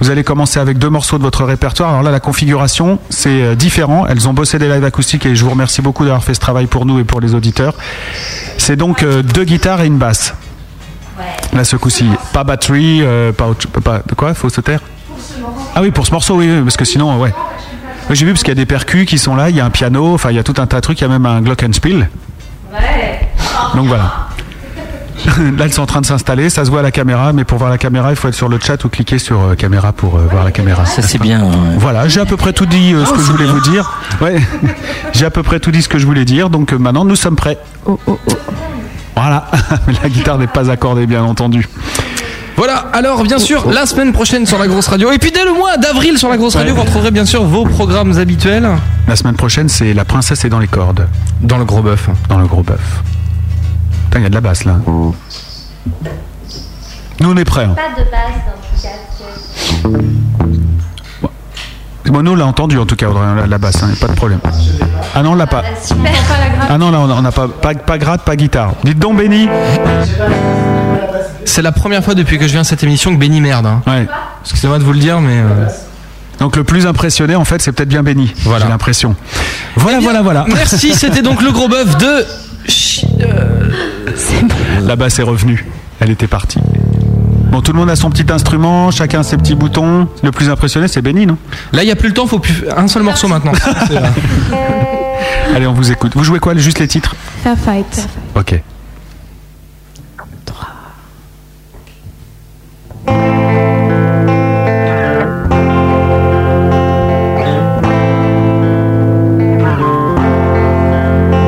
B: Vous allez commencer avec deux morceaux de votre répertoire. Alors là, la configuration, c'est euh, différent. Elles ont bossé des lives acoustiques et je vous remercie beaucoup d'avoir fait ce travail pour nous et pour les auditeurs. C'est donc euh, deux guitares et une basse. Là, ce coup-ci, pas batterie, euh, pas, autre- pas- de quoi Faut se taire Ah oui, pour ce morceau, oui, oui, parce que sinon, euh, ouais. Oui, J'ai vu parce qu'il y a des percus qui sont là, il y a un piano, enfin il y a tout un tas de trucs, il y a même un glockenspiel. Donc voilà. [laughs] Là, elles sont en train de s'installer, ça se voit à la caméra, mais pour voir la caméra, il faut être sur le chat ou cliquer sur euh, caméra pour euh, voir la caméra. Ça, c'est bien. hein, Voilà, j'ai à peu près tout dit euh, ce que je voulais vous dire. [laughs] Ouais, j'ai à peu près tout dit ce que je voulais dire, donc euh, maintenant nous sommes prêts. Voilà, [laughs] la guitare n'est pas accordée, bien entendu.
D: Voilà, Ah, alors
B: Oh,
D: bien sûr, la semaine prochaine sur la grosse radio, et puis dès le mois d'avril sur la grosse radio, vous retrouverez bien sûr vos programmes habituels.
B: La semaine prochaine, c'est La princesse est dans les cordes.
D: Dans le gros bœuf. hein.
B: Dans le gros bœuf. Putain, il y a de la basse là. Nous, on est prêts. hein.
N: Pas de basse dans tout cas.
B: Bon, nous, on l'a entendu en tout cas, Audrey, la, la basse, hein, pas de problème. Ah non, on l'a pas.
N: Super.
B: Ah non, là, on a- on n'a pas, pas, pas gratte, pas guitare. Dites donc, Benny.
D: C'est la première fois depuis que je viens à cette émission que Benny merde. hein. Excusez-moi de vous le dire, mais. euh,
B: Donc, le plus impressionné, en fait, c'est peut-être bien Benny. Voilà. J'ai l'impression. Voilà, voilà, voilà.
D: Eh
B: [laughs]
D: Merci, c'était donc le gros bœuf de.
B: La basse est revenue. Elle était partie. Bon, tout le monde a son petit instrument, chacun ses petits boutons. Le plus impressionné, c'est hein. Benny, non
D: Là, il n'y a plus le temps, faut plus. Un seul morceau maintenant. C'est, euh,
B: [laughs] Allez, on vous écoute. Vous jouez quoi Juste les titres
E: Fair fight.
B: Ok.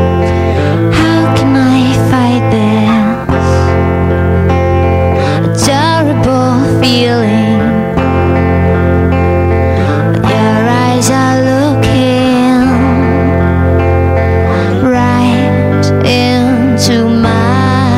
N: How can I fight this terrible feeling? Your eyes are looking right into my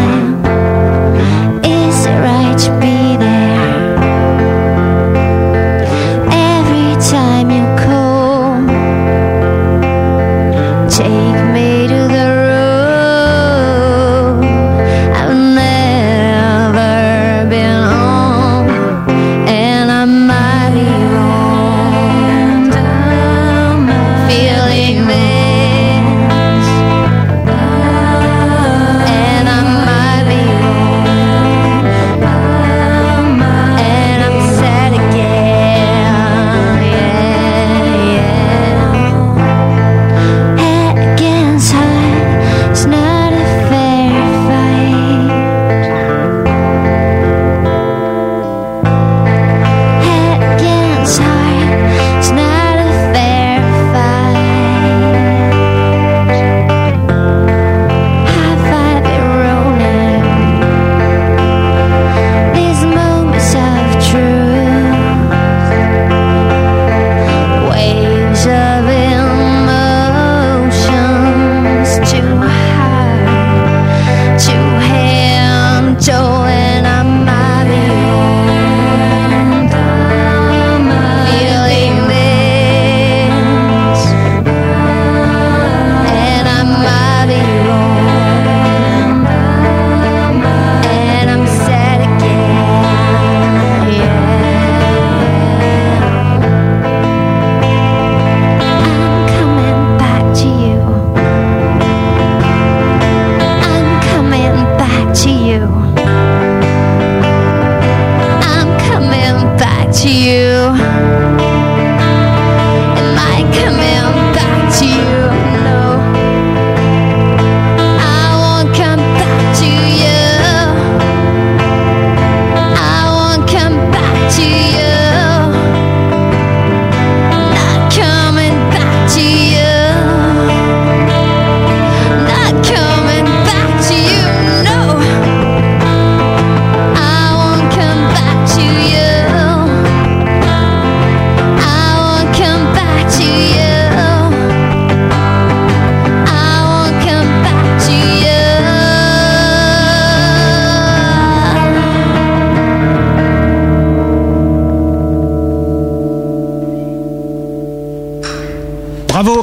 B: Bravo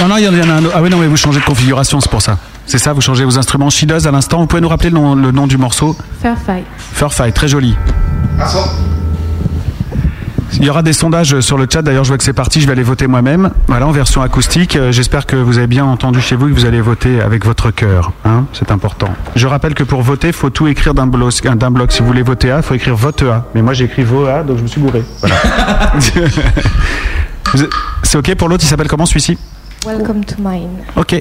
B: non, non, il y en a un autre. Ah oui, non, mais vous changez de configuration, c'est pour ça. C'est ça, vous changez vos instruments. She Does, à l'instant, vous pouvez nous rappeler le nom, le nom du morceau
E: Fair fight.
B: Fur Fight, très joli.
E: [gasps]
B: Il y aura des sondages sur le chat, d'ailleurs je vois que c'est parti, je vais aller voter moi-même. Voilà, en version acoustique. Euh, J'espère que vous avez bien entendu chez vous et que vous allez voter avec votre cœur. hein, c'est important. Je rappelle que pour voter, il faut tout écrire d'un bloc, euh, d'un bloc. Si vous voulez voter A, il faut écrire vote A. Mais moi j'ai écrit vote A, donc je me suis gouré. Voilà. Vous êtes- c'est ok pour l'autre, il s'appelle comment celui-ci
L: Welcome to mine.
B: Ok.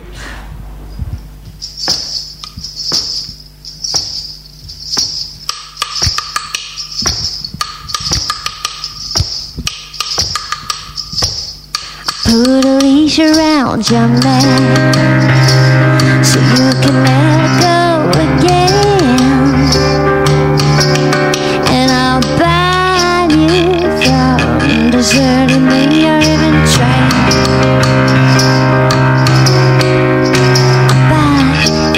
N: Put a leash around your neck so you can let go again. And I'll ban you from deserting me or even trying.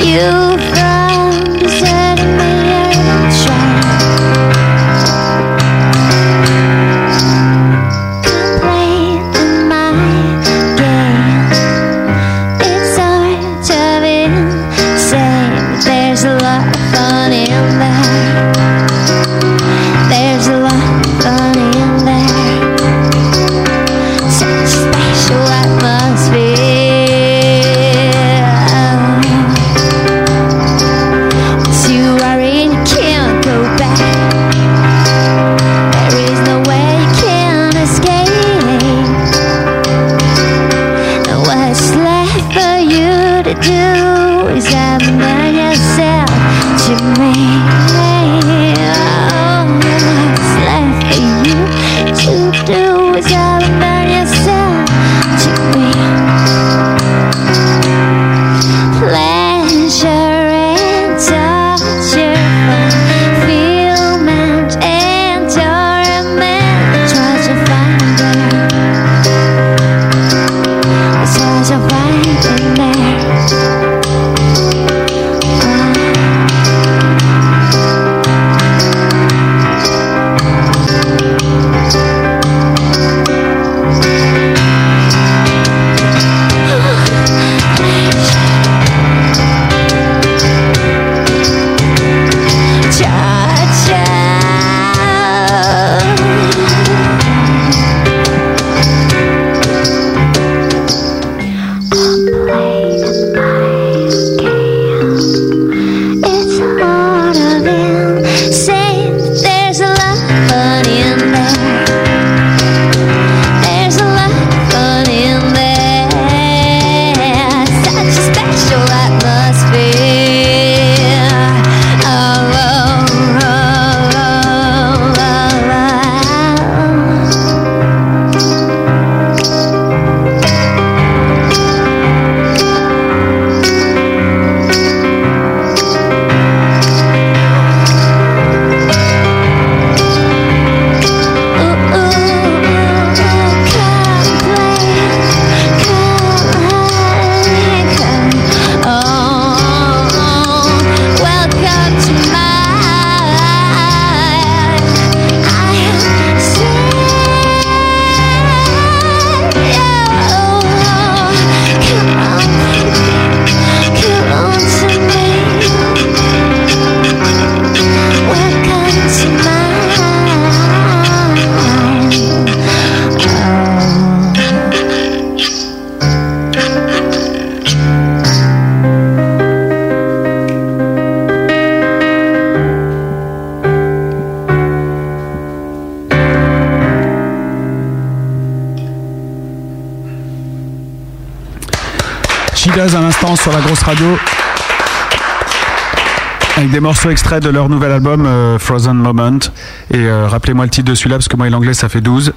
N: You from deserting me or even trying. Play my game. It's sort of insane. There's a lot of fun in there. There's a lot of fun in there. Such a special atmosphere. Once you are in, you can't go back. There is no way you can escape. And what's left for you to do is admire yourself to me. Oh, what's left for you to do is admire yourself to me. Pleasure and torture, fulfillment and torment. Try to find there. Try to find it there. It's hard of insane. There's a lot of fun in there. There's a lot of fun in there. Such a special atmosphere. Oh, oh, oh, oh, oh, oh.
B: She Does à l'instant sur la grosse radio. Avec des morceaux extraits de leur nouvel album euh, Frozen Moment. Et euh, rappelez-moi le titre de celui-là parce que moi et l'anglais ça fait 12.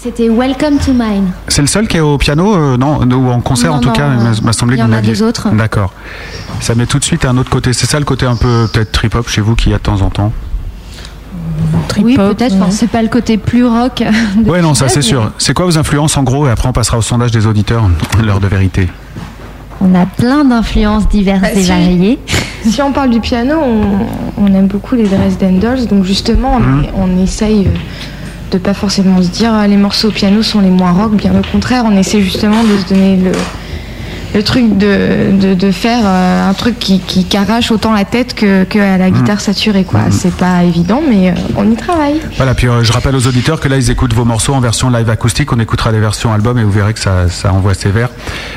N: C'était Welcome to Mine.
B: C'est le seul qui est au piano euh, Non, ou en concert
N: Non,
B: en tout
N: non,
B: cas,
N: euh,
B: il m'a- m'a semblé
N: il y
B: que vous
N: en a
B: l'aviez.
N: des autres.
B: D'accord. Ça met tout de suite à un autre côté. C'est ça le côté un peu peut-être trip-hop chez vous qui a de temps en temps
J: oui, peut-être. Enfin, c'est pas le côté plus [laughs] rock. de
B: Ouais, non, ça
J: Fidel,
B: c'est
J: mais
B: sûr. C'est quoi vos influences en gros Et après on passera au sondage des auditeurs, [laughs] l'heure de vérité.
J: On a plein d'influences diverses
L: Bah,
J: et
L: si.
J: variées.
L: Si on parle du Hein piano, on, on aime beaucoup les Dresden Dolls, donc justement on, on essaye euh, de pas forcément se dire ah, les morceaux au piano sont les moins rock, bien au contraire, on essaie justement de se donner le, le truc de, de, de faire euh, un truc qui, qui, qui arrache autant la tête que, que à la guitare saturée quoi. C'est pas évident mais euh, on y travaille.
B: Voilà, puis euh, je rappelle aux auditeurs que là, ils écoutent vos morceaux en version live acoustique. On écoutera les versions album et vous verrez que ça, ça envoie sévère.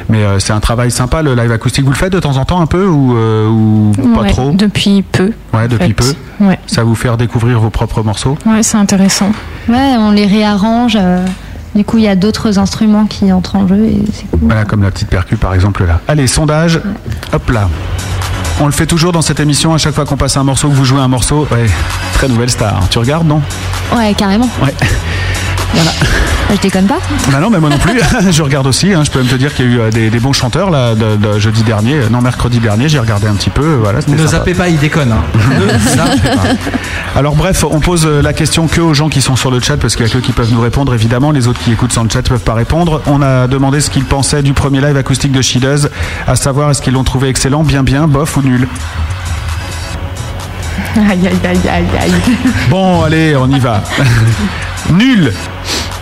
B: Mais euh, c'est un travail sympa, le live acoustique. Vous le faites de temps en temps un peu ou, euh, ou pas
C: Ouais,
B: trop
C: Depuis peu.
B: Ouais, depuis
C: fait.
B: peu.
C: Ouais.
B: Ça va vous faire découvrir vos propres morceaux
C: Ouais, c'est intéressant.
J: Ouais, on les réarrange. euh, du coup, il y a d'autres instruments qui entrent en jeu et c'est cool.
B: Voilà, comme la petite percu par exemple là. Allez, sondage. Hop là. On le fait toujours dans cette émission, à chaque fois qu'on passe un morceau, que vous jouez un morceau. Ouais, très nouvelle star. Tu regardes, non
J: Ouais, carrément.
D: [laughs]
J: Ah,
B: Ouais. Voilà.
J: Je déconne pas.
B: Bah non, mais moi non plus. [laughs] je regarde aussi. hein. Je peux même te dire qu'il y a eu euh, des, des bons chanteurs là, de, de jeudi dernier. Euh, Non, mercredi dernier, j'ai regardé un petit peu. euh, Voilà, c'était
D: Ne
B: sympa.
D: zappez pas, il déconne.
B: [laughs]
D: hein. Ne zappez pas.
B: Alors bref, on pose euh, la question que aux gens qui sont sur le chat parce qu'il y a que qui peuvent nous répondre. Évidemment, les autres qui écoutent sans le chat peuvent pas répondre. On a demandé ce qu'ils pensaient du premier live acoustique de Shideuse, à savoir est-ce qu'ils l'ont trouvé excellent, bien bien, bof ou nul.
L: [laughs] Aïe aïe aïe aïe aïe.
B: Bon, allez, on y va. nul.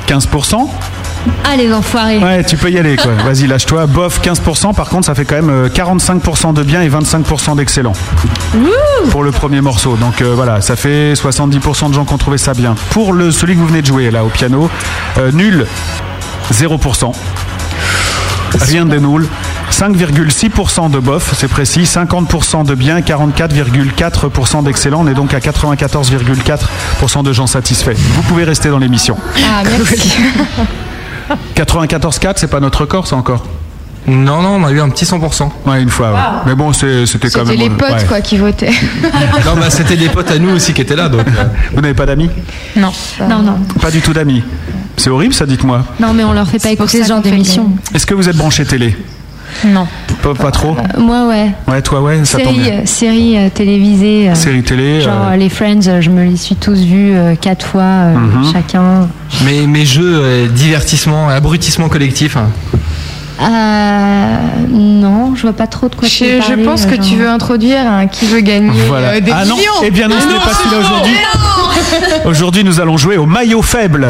B: 15%.
J: Ah, les enfoirés.
B: Ouais, tu peux y aller, quoi. Vas-y, lâche-toi. Bof, 15%. Par contre, ça fait quand même euh, 45% de bien et 25% d'excellent. Pour le premier morceau. Donc euh, voilà, ça fait 70% de gens qui ont trouvé ça bien. Pour le, celui que vous venez de jouer, là, au piano, euh, nul, 0%. Rien de nul. 5,6% de bof, c'est précis, 50% de bien, 44,4% d'excellent. On est donc à 94,4% de gens satisfaits. Vous pouvez rester dans l'émission.
L: Ah merci.
B: 94,4, c'est pas notre record, ça encore
D: Non, non, on a eu un petit 100%.
B: Ouais, une fois, ouais.
L: Wow.
B: Mais bon, c'est- c'était quand
L: [laughs]
B: même. euh,
L: C'était les potes
B: ouais.
L: quoi qui [laughs] votaient.
D: [laughs] Non, bah c'était des potes à nous aussi qui étaient là. Donc, euh.
B: Vous n'avez pas d'amis
J: Non. Non, non.
B: Pas du tout d'amis. C'est horrible, ça, dites-moi.
J: Non, mais on leur fait pas écouter ce genre d'émission.
B: Est-ce que vous êtes branché télé
J: Non.
B: pas, pas trop
J: Euh, Moi, ouais.
B: Ouais, toi, ouais, ça tombe
J: Série,
B: bien.
J: euh, série euh, télévisée. euh,
B: Série télé.
J: Genre
B: euh,
J: euh, les Friends, euh, je me les suis tous vus euh, quatre fois euh,
D: Mhm.
J: chacun.
D: Mais mes jeux, euh, divertissement, abrutissement collectif. hein.
J: Euh, non, je vois pas trop de quoi tu veux
L: Je, je
J: parler,
L: pense
J: euh,
L: que tu
J: genre.
L: veux introduire un qui veut gagner
B: Voilà.
L: euh, des
B: Ah non,
L: millions.
B: eh bien non, ce n'est pas celui-là aujourd'hui.
J: euh.
B: Aujourd'hui, nous allons jouer au maillot faible.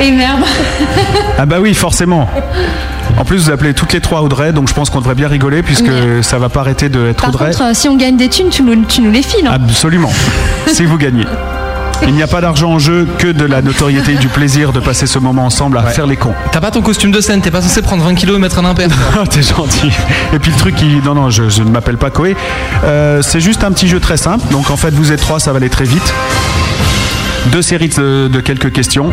J: Et merde.
B: Ah, bah oui, forcément. En plus, vous appelez toutes les trois Audrey, donc je pense qu'on devrait bien rigoler puisque ça va pas arrêter d'être
J: Par
B: Audrey.
J: contre, euh, si on gagne des thunes, tu nous, tu nous les files. hein.
B: Absolument. si vous gagnez. Il n'y a pas d'argent en jeu, que de la notoriété et du plaisir de passer ce moment ensemble à faire les cons.
D: T'as pas ton costume de scène, t'es pas censé prendre 20 kilos et mettre un impair.
B: Ah, [laughs] T'es gentil. Et puis le truc qui. Non, non, je, je ne m'appelle pas Koé. Euh, c'est juste un petit jeu très simple. Donc en fait, vous êtes trois, ça va aller très vite. Deux séries de, de quelques questions.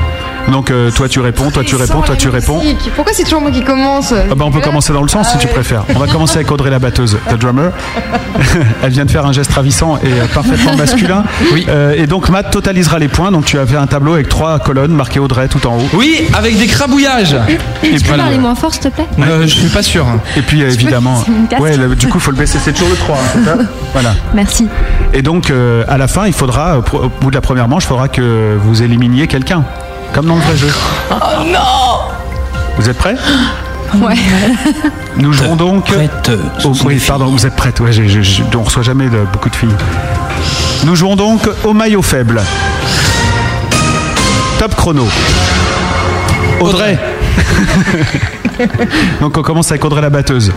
B: Donc euh, toi tu réponds, toi tu réponds, toi tu réponds.
L: Pourquoi c'est toujours moi qui commence Hein Ah
B: Ah bah, on peut commencer dans le sens si tu préfères. On va commencer avec Audrey la batteuse, The
L: [laughs]
B: Drummer. Elle vient de faire un geste ravissant et euh, parfaitement masculin.
D: Oui.
B: Euh, et donc Matt totalisera les points. Donc tu as fait un tableau avec trois colonnes marquées Audrey tout en haut.
D: Oui, avec des crabouillages.
B: bah,
J: Tu
B: Et
J: peux
B: puis,
J: parler moins fort, s'il te plaît
D: Euh, je suis pas sûr.
B: et puis euh, évidemment,
J: c'est mon casque.
B: ouais, le- du coup, il faut le baisser, c'est toujours le 3, hein, c'est
D: [laughs]
B: ça Voilà.
J: Merci.
B: Et donc, euh, à la fin, il faudra, euh, pro- au bout de la première manche, il faudra que vous éliminiez quelqu'un, comme dans le vrai jeu.
M: Oh non
L: Oh
B: Vous êtes prêts
M: Ouais.
L: [laughs]
B: Nous jouons donc. Oh, oui, pardon, vous êtes prêtes. Ouais, j'ai- j'ai- j'ai- on reçoit jamais de- beaucoup de filles. Nous jouons donc au maillot faible. Top chrono. Audrey. [laughs] donc on commence avec Audrey la batteuse.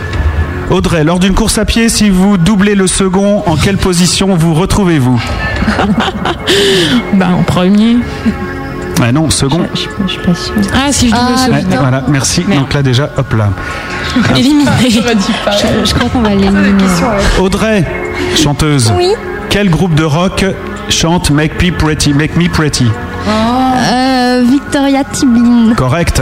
B: Audrey, lors d'une course à pied, si vous doublez le second, en quelle position
C: [laughs]
B: vous retrouvez-vous
C: Bah, en premier.
B: Ah non, second.
J: Je suis pas sûre.
C: Ah, si je dis le
B: Ouais,
C: second.
B: voilà, merci. Donc là déjà, hop là.
J: [laughs]
C: Éliminé.
J: Je, je crois qu'on va l'éliminer.
B: Audrey, chanteuse.
J: Oui.
B: Quel groupe de rock chante Make Me Pretty Make Me Pretty.
L: Oh.
J: Euh, Victoria Tibin.
B: Correct.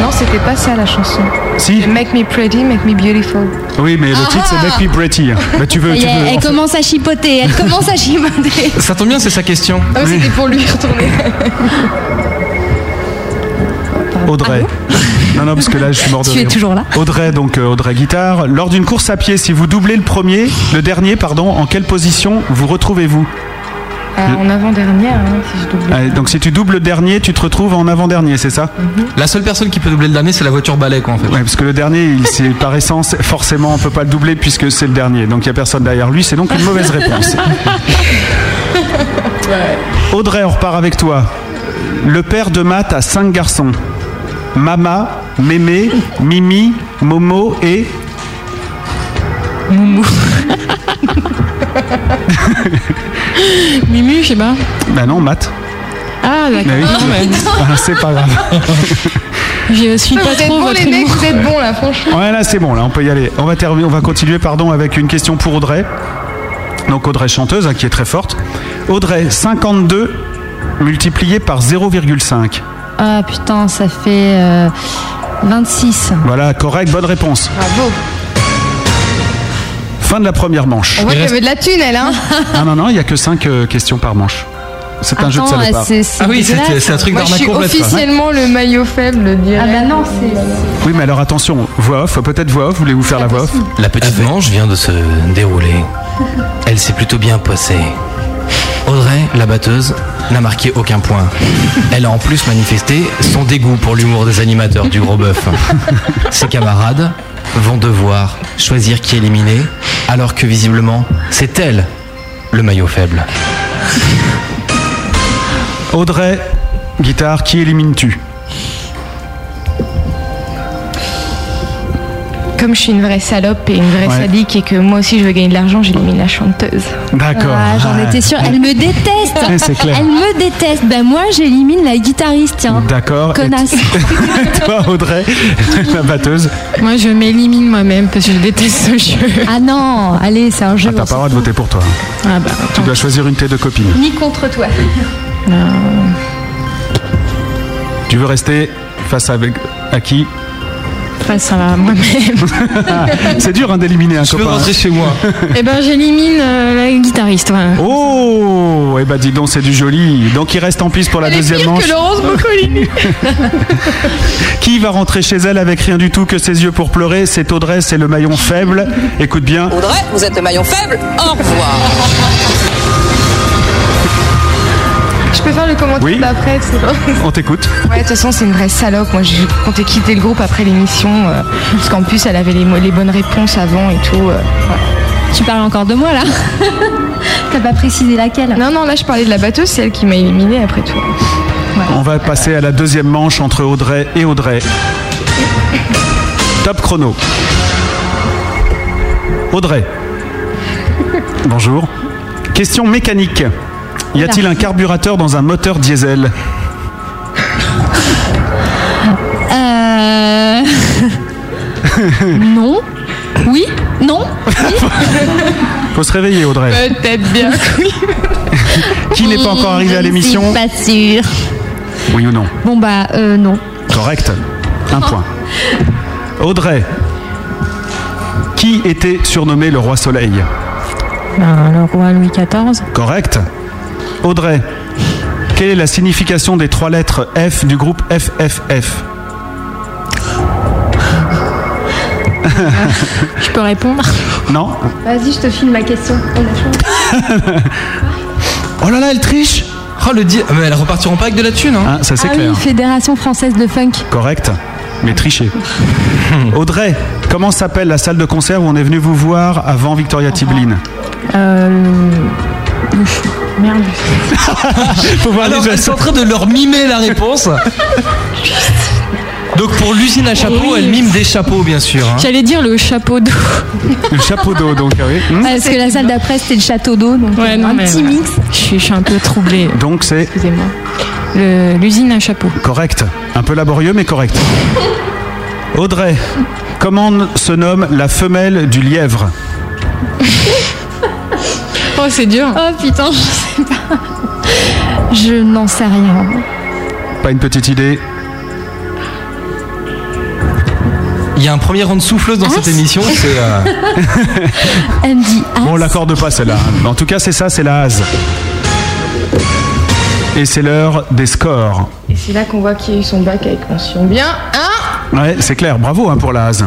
L: Non, c'était pas ça la chanson.
B: Si.
L: Make me pretty, make me beautiful.
B: Oui, mais le
J: Ah,
B: titre c'est Make Me Pretty. Bah, tu veux,
J: Ça y
B: tu
J: est,
B: veux.
J: elle
B: en fait-
J: commence à chipoter, elle commence à [laughs] chipoter.
D: Ça tombe bien, c'est sa question.
L: Ah, mais c'était pour lui retourner.
B: Audrey. Non, non, parce que là, je suis mort de
J: Tu es
B: rire.
J: toujours là
B: Audrey, donc euh, Audrey guitare. Lors d'une course à pied, si vous doublez le premier, le dernier, pardon, en quelle position vous retrouvez-vous
L: Ah, en avant-dernière, hein, si je double.
B: Allez, Donc, si tu doubles le dernier, tu te retrouves en avant-dernier, c'est ça
D: La seule personne qui peut doubler le dernier, c'est la voiture balai, quoi, en fait.
B: Ouais, parce que le dernier, il, c'est par essence, forcément, on peut pas le doubler [laughs] puisque c'est le dernier. Donc, il y a personne derrière lui. C'est donc une mauvaise réponse. Audrey, on repart avec toi. Le père de Matt a cinq garçons. Mama, Mémé, Mimi, Momo et...
O: Moumou. Mimu, je sais pas.
B: Ben non, Matt.
O: Ah, d'accord.
B: Mais oui.
O: Non,
L: [laughs]
O: mais-
B: [laughs] Ah, c'est pas grave.
O: Je suis pas
L: Vous êtes
O: trop
L: bons,
O: votre
L: les mecs,
O: humour.
L: vous êtes bons là, franchement.
B: Ouais, là c'est bon, là on peut y aller. On va, terminer, on va continuer pardon, avec une question pour Audrey. Donc Audrey chanteuse, hein, qui est très forte. Audrey, 52 multiplié par 0,5.
J: Ah putain, ça fait euh, 26.
B: Voilà, correct, bonne réponse.
L: Bravo.
B: Fin de la première manche.
L: On voit
B: Il
L: qu'elle
B: reste-
L: veut de la thune, elle, [laughs] hein.
B: Ah non, non, il n'y a que 5 questions par manche. C'est un jeu de
L: Attends,
B: salopard.
L: c'est- c'est Ah oui, c'est- dégueulasse. c'est un truc
B: truc
L: Moi, je suis officiellement le maillot faible, dirais. Ah bah non, c'est.
B: Oui, mais alors attention, voix off, peut-être voix off, voulez-vous faire la voix off
H: La petite manche vient de se dérouler. Elle s'est plutôt bien passée. Audrey, la batteuse, n'a marqué aucun point. Elle a en plus manifesté son dégoût pour l'humour des animateurs du gros bœuf. Ses camarades vont devoir choisir qui éliminer, alors que visiblement, c'est elle, le maillot faible.
B: Audrey, guitare, qui élimines-tu
L: Comme je suis une vraie salope et une vraie
B: Ouais.
L: sadique et que moi aussi je veux gagner de l'argent, j'élimine la chanteuse.
B: D'accord.
J: Ah, j'en étais sûre. Elle me déteste.
B: Ouais, c'est clair.
J: Elle me déteste. Ben moi, j'élimine la guitariste, tiens.
B: D'accord. et-
J: Connasse.
B: [laughs] Toi, Audrey, [laughs] la batteuse.
O: Moi, je m'élimine moi-même parce que je déteste ce jeu.
J: Ah non, allez, c'est un jeu.
B: Ah, t'as pas le droit de voter pour toi. hein.
O: Ah bah,
B: Tu dois choisir une de tes deux copines.
J: Ni contre toi.
O: Euh,
B: Tu veux rester face avec à qui
O: face à la- moi-même.
B: Ah, [laughs] C'est dur hein, d'éliminer un
D: Je
B: copain.
D: veux rentrer chez moi.
O: Eh ben, j'élimine euh, la guitariste. voilà.
B: Oh, eh ben dis donc, c'est du joli. Donc il reste en piste pour la deuxième manche.
O: Laurence [laughs] Boccolini.
B: [laughs] Qui va rentrer chez elle avec rien du tout que ses yeux pour pleurer C'est Audrey, c'est le maillon faible. Écoute bien.
P: Audrey, vous êtes le maillon faible. Au revoir.
L: Je peux faire le commentaire
B: Oui.
L: d'après, c'est bon.
B: On t'écoute.
L: Ouais, de toute façon, c'est une vraie salope. Moi, j'ai compté quitter le groupe après l'émission. euh, parce qu'en plus, elle avait les, mo- les bonnes réponses avant et tout. euh,
J: Tu parles encore de moi,
L: [laughs]
J: là T'as pas précisé laquelle
L: Non, non, là, je parlais de la batteuse. C'est elle qui m'a éliminée après tout.
B: On va passer à la deuxième manche entre Audrey et Audrey. Top chrono. Audrey. Bonjour. Question mécanique. Y a-t-il un carburateur dans un moteur diesel
J: Euh... [laughs] non. Oui Non
B: [laughs] Faut se réveiller, Audrey.
J: Peut-être bien.
B: Qui n'est pas encore arrivé à l'émission
J: Pas sûr.
B: Oui ou non
J: Bon bah euh, non.
B: Correct. Un point. Audrey. Qui était surnommé le roi soleil
E: Ben, le roi Louis XIV.
B: Correct. Audrey. Quelle est la signification des trois lettres F du groupe FFF
O: Je peux répondre
B: [laughs] Non
J: Vas-y, je te file ma question.
D: [laughs] Oh là là, elle triche Oh le di... Mais elles repartiront pas avec de la thune, hein
B: Hein, Ça c'est
J: ah
B: clair.
J: oui, Fédération française de funk.
B: Correct.
D: [laughs]
B: Mais triché. Audrey, comment s'appelle la salle de concert où on est venu vous voir avant Victoria Tiblin
E: Euh... Merde.
B: Hein Faut voir
D: Alors, elles sont en train de leur mimer la
B: [laughs]
D: réponse. Donc pour l'usine à chapeaux, elle mime des chapeaux, bien sûr. hein.
O: J'allais dire le chapeau d'eau.
B: Le chapeau d'eau, donc, ah oui.
D: [laughs]
B: Hmm
J: Parce que la salle d'après c'était le château d'eau, donc
O: Ouais, non,
J: un
O: mais
J: petit
O: voilà.
J: mix.
O: Je suis, je suis un peu troublée.
B: Donc c'est
O: Excusez-moi. Le- L'usine à
J: [laughs]
O: chapeau.
B: correct. Un peu laborieux, mais correct. Audrey, comment se nomme la femelle du lièvre
O: Oh, c'est dur.
J: Oh putain, je sais pas. Je n'en sais rien.
B: Pas une petite idée
D: Il y a un premier rang de souffleuse dans cette émission, c'est...
B: Ah.
D: euh,
B: [laughs]
J: Andy.
B: Bon, on l'accorde pas celle-là. En tout cas, c'est ça, c'est la hase. Et c'est l'heure des scores.
L: Et c'est là qu'on voit qu'il y a eu son bac avec mention bien. Hein
B: Ouais, c'est clair. Bravo hein, pour la hase.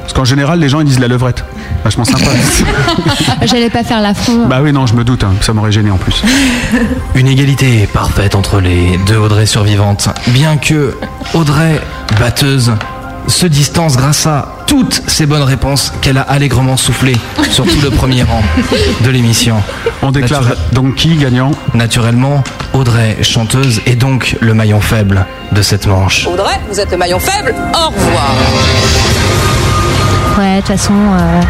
B: Parce qu'en général, les gens ils disent la levrette. Vachement sympa.
J: J'allais pas faire l'affront.
B: bah oui, non, je me doute. hein, ça m'aurait gêné en plus.
H: [laughs] Une égalité parfaite entre les deux Audrey survivantes. Bien que Audrey, batteuse, se distance grâce à toutes ces bonnes réponses qu'elle a allègrement soufflées sur tout le premier rang de l'émission.
B: On déclare donc qui gagnant
H: Naturellement, Audrey, chanteuse, est donc le maillon faible de cette manche.
P: Audrey, vous êtes le maillon faible, au revoir.
J: Ouais, de toute façon, euh,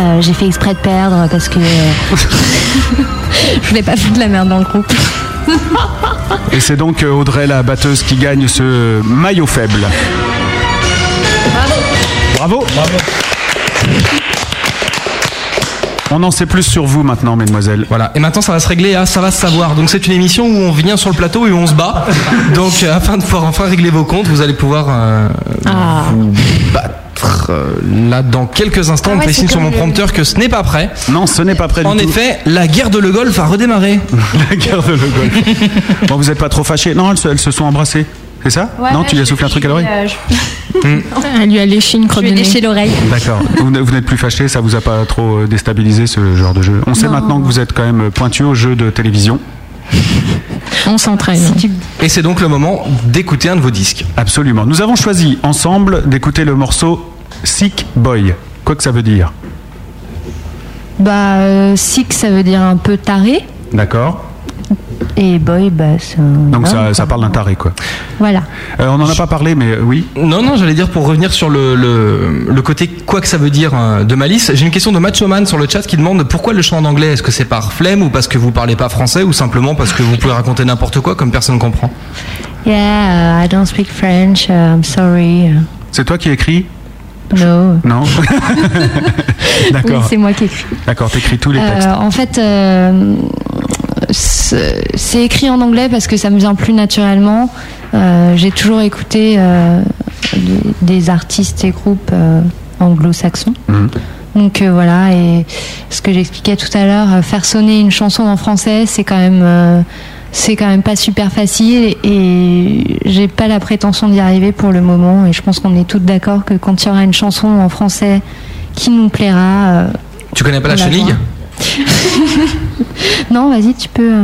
J: euh, j'ai fait exprès de perdre parce que euh, [laughs] je voulais pas foutre de la merde dans le groupe.
B: Et c'est donc euh, Audrey la batteuse qui gagne ce maillot faible. Bravo Bravo On en sait plus sur vous maintenant, mesdemoiselles.
D: Voilà. Et maintenant, ça va se régler à ça va se savoir. Donc, c'est une émission où on vient sur le plateau et où on se
B: [laughs]
D: bat. Donc, euh, afin de pouvoir enfin régler vos comptes, vous allez pouvoir euh,
E: Ah.
D: vous battre euh, là dans quelques instants. on
E: Ah
D: me
E: ouais,
D: fait
E: c'est
D: signe sur
E: comme
D: mon
E: le-
D: prompteur que ce n'est pas prêt.
B: Non, ce n'est pas prêt du
D: En
B: tout.
D: effet, la guerre de Le Gaulle va redémarrer.
B: [laughs] La guerre de Le Gaulle. bon, vous n'êtes pas trop fâchés Non, elles se, elles se sont embrassées. C'est ça Non, tu lui as soufflé un truc à l'oreille Hmm.
O: Elle lui a léché une crotte de nez.
J: l'oreille.
B: D'accord. Vous n- vous n'êtes plus fâché, ça vous a pas trop euh, déstabilisé ce genre de jeu. On sait
O: Non.
B: maintenant que vous êtes quand même euh, pointu au jeu de télévision.
O: On s'entraîne.
D: Et c'est donc le moment d'écouter un de vos disques.
B: Absolument. Nous avons choisi ensemble d'écouter le morceau Sick Boy. Quoi que ça veut dire.
J: Bah, euh, sick, ça veut dire un peu taré.
B: D'accord
J: Et boy, bah, c'est un homme,
B: Donc ça, ça
J: quoi.
B: parle d'un taré, quoi.
J: Voilà.
B: Euh, on n'en a pas parlé, mais euh, oui.
D: Non, non, j'allais dire pour revenir sur le, le, le côté quoi que ça veut dire euh, de Malice. J'ai une question de Macho Man sur le chat qui demande pourquoi le chant en anglais Est-ce que c'est par flemme ou parce que vous parlez pas français ou simplement parce que vous pouvez raconter n'importe quoi comme personne comprend
J: Yeah, uh, I don't speak French, uh, I'm sorry.
B: C'est toi qui écris
J: No. [laughs]
B: Non [laughs]
J: Oui,
B: D'accord.
J: c'est moi qui écris.
B: D'accord, t'écris tous les
J: Euh,
B: textes.
J: en fait, euh, c'est c'est écrit en anglais parce que ça me vient plus naturellement. Euh, J'ai toujours écouté euh, des, des artistes et groupes euh, anglo-saxons.
B: Mhm.
J: Donc euh, voilà, et ce que j'expliquais tout à l'heure, euh, faire sonner une chanson en français, c'est quand même, euh, c'est quand même pas super facile. Et j'ai pas la prétention d'y arriver pour le moment. Et je pense qu'on est toutes d'accord que quand il y aura une chanson en français qui nous plaira, euh,
D: Tu connais pas la
J: On la
D: chenille
J: [laughs] non, vas-y, tu peux. euh,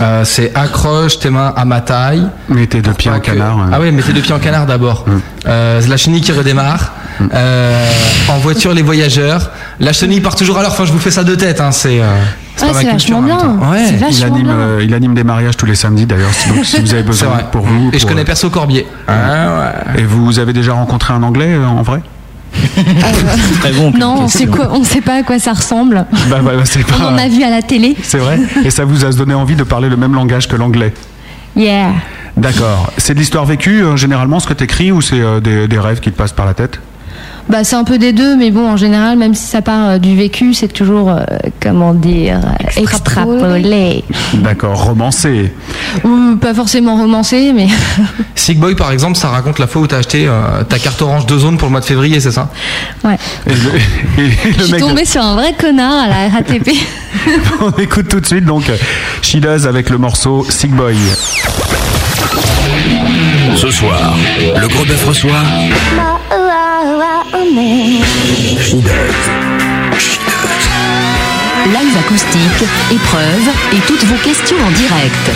D: Euh, C'est accroche tes mains à ma taille.
B: Mettez deux pieds en canard. Mm. hein.
D: Ah oui, mettez deux pieds en canard d'abord. Euh, c'est la chenille qui redémarre.
B: Mm.
D: Euh, en voiture, les voyageurs. La chenille part toujours à l'heure. Enfin, je vous fais ça de tête. Hein, c'est euh, c'est
J: Ouais,
D: pas ma
J: Ah, c'est
D: culture,
J: vachement
D: en même
J: bien.
D: temps. Ouais.
J: C'est
B: il,
J: vachement
B: anime,
J: bien.
B: euh, il anime des mariages tous les samedis d'ailleurs, si- donc si vous avez
D: C'est
B: besoin
D: vrai.
B: pour vous.
D: Et je
B: pour- euh,
D: connais perso Corbier. Ah,
B: Et vous avez déjà rencontré un Anglais euh, en vrai Très bon.
J: Euh, Non, on sait quoi, on sait pas à quoi ça
B: [laughs]
J: ressemble.
B: Bah, bah, bah, c'est
J: On
B: pas.
J: en a vu à la télé.
B: C'est vrai. Et ça vous a donné envie de parler le même langage que l'anglais.
J: [laughs] Yeah.
B: D'accord. C'est de l'histoire vécue euh, généralement ce que t'écris ou c'est euh, des, des rêves qui te passent par la tête [laughs]
J: Bah, c'est un peu des deux, mais bon, en général, même si ça part euh, du vécu, c'est toujours, euh, comment dire, euh, extrapolé.
B: D'accord. Romancé.
J: Ou pas forcément romancé,
B: [laughs]
J: mais [laughs]
D: Sick Boy, par exemple, ça raconte la fois où t'as acheté euh, ta carte orange de zone pour le mois de février, c'est ça
J: ouais.
B: Et le, et
J: Je
B: le
J: suis
B: mec.
J: tombée sur un vrai connard à la RATP.
B: On écoute tout de suite donc Shilas avec le morceau Sick Boy.
K: Ce soir, le gros bœuf reçoit
F: Live acoustique, épreuves et toutes vos questions en direct.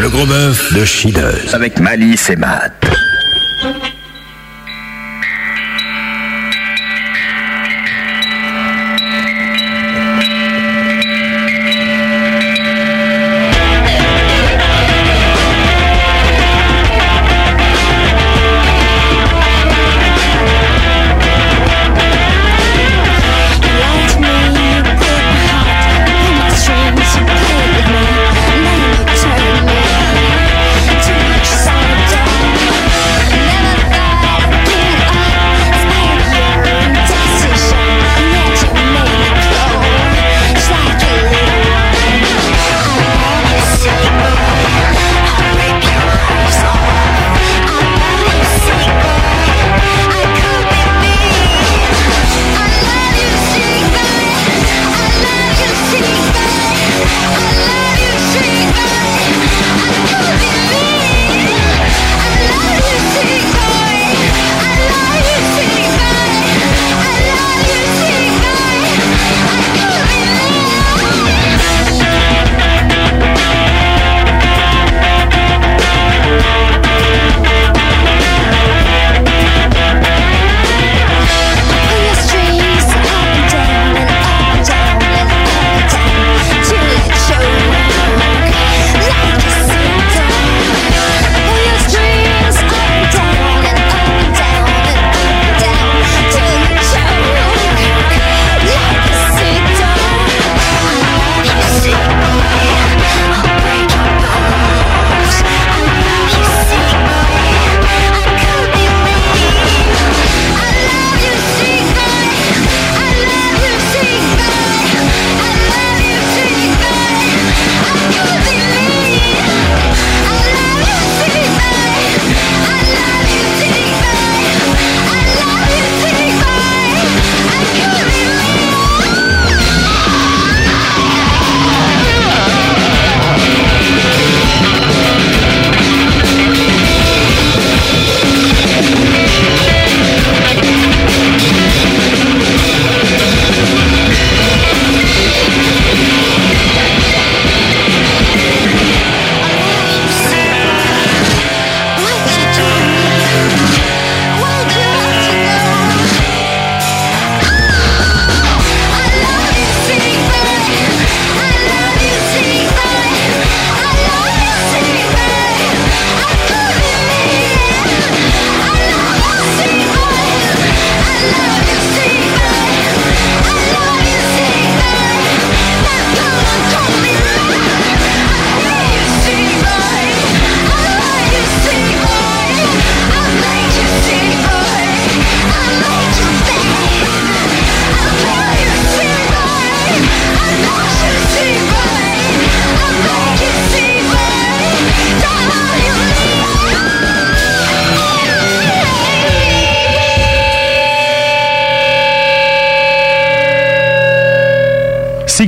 K: le gros bœuf de Chideuse avec Malice et Matt.
N: Too much sound down.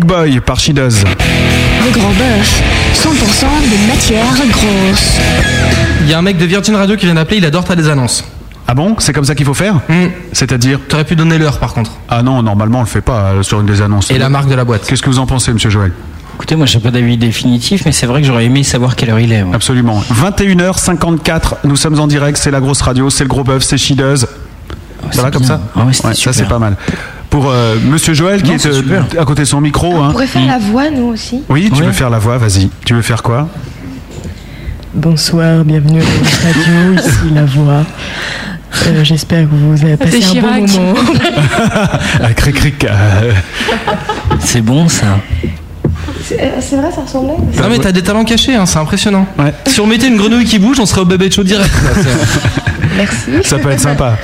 B: Boy par Shidoz.
F: Le gros bœuf, 100% de matière grosse.
D: Il y a un mec de Virgin Radio qui vient d'appeler, il adore ta des annonces. Hmm.
B: Ah bon C'est comme ça qu'il faut faire C'est-à-dire
D: T'aurais pu donner l'heure par contre.
B: Ah non, normalement on le fait pas euh, sur une des annonces.
D: Et la marque de la boîte.
B: Qu'est-ce que vous en pensez, monsieur Joël
Q: Écoutez, moi j'ai pas d'avis définitif, mais c'est vrai que j'aurais aimé savoir quelle heure il est. ouais.
B: Absolument. [laughs] 21h54, nous sommes en direct, c'est la grosse radio, c'est le gros bœuf, c'est Shideuse. voilà, comme ça
Q: Ah ouais, c'était
B: Ça,
Q: super.
B: c'est pas mal. Pour euh, monsieur Joël qui
Q: Non,
B: est,
Q: c'est
B: euh,
Q: super.
B: à côté de son micro. hein.
L: On pourrait faire la voix, nous aussi.
B: Oui, tu veux faire la voix, vas-y. Tu veux faire quoi
R: Bonsoir, bienvenue à la radio,
B: [laughs]
R: ici La Voix. Euh, J'espère que vous avez passé un bon moment.
B: Ah, cric, cric, euh,
Q: C'est bon ça.
L: [laughs] C'est vrai, ça ressemblait
D: Non
B: Euh,
D: mais t'as des talents cachés, hein, c'est impressionnant. Si on mettait une grenouille qui bouge, on serait au bébé de chaud
B: [laughs]
D: direct. là, c'est-
L: Merci.
B: Ça peut être sympa.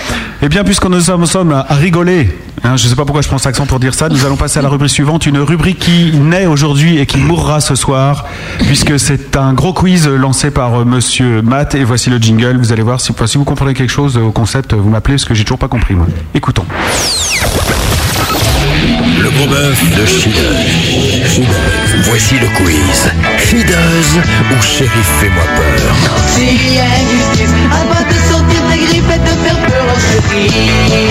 B: Eh bien, puisqu'on nous sommes, nous sommes à rigoler, hein, je ne sais pas pourquoi je prends cet accent pour dire ça, nous allons passer à la rubrique suivante, une rubrique qui naît aujourd'hui et qui mourra ce soir, puisque c'est un gros quiz lancé par euh, monsieur Matt, et voici le jingle. Vous allez voir, si, si vous comprenez quelque chose au concept, vous m'appelez, parce que j'ai toujours pas compris, moi. Écoutons.
K: Le gros bœuf de Chidoz. Voici le quiz. Chidoz ou Shérif fais-moi peur.
F: Avant de sortir ta grippe et de faire peur aux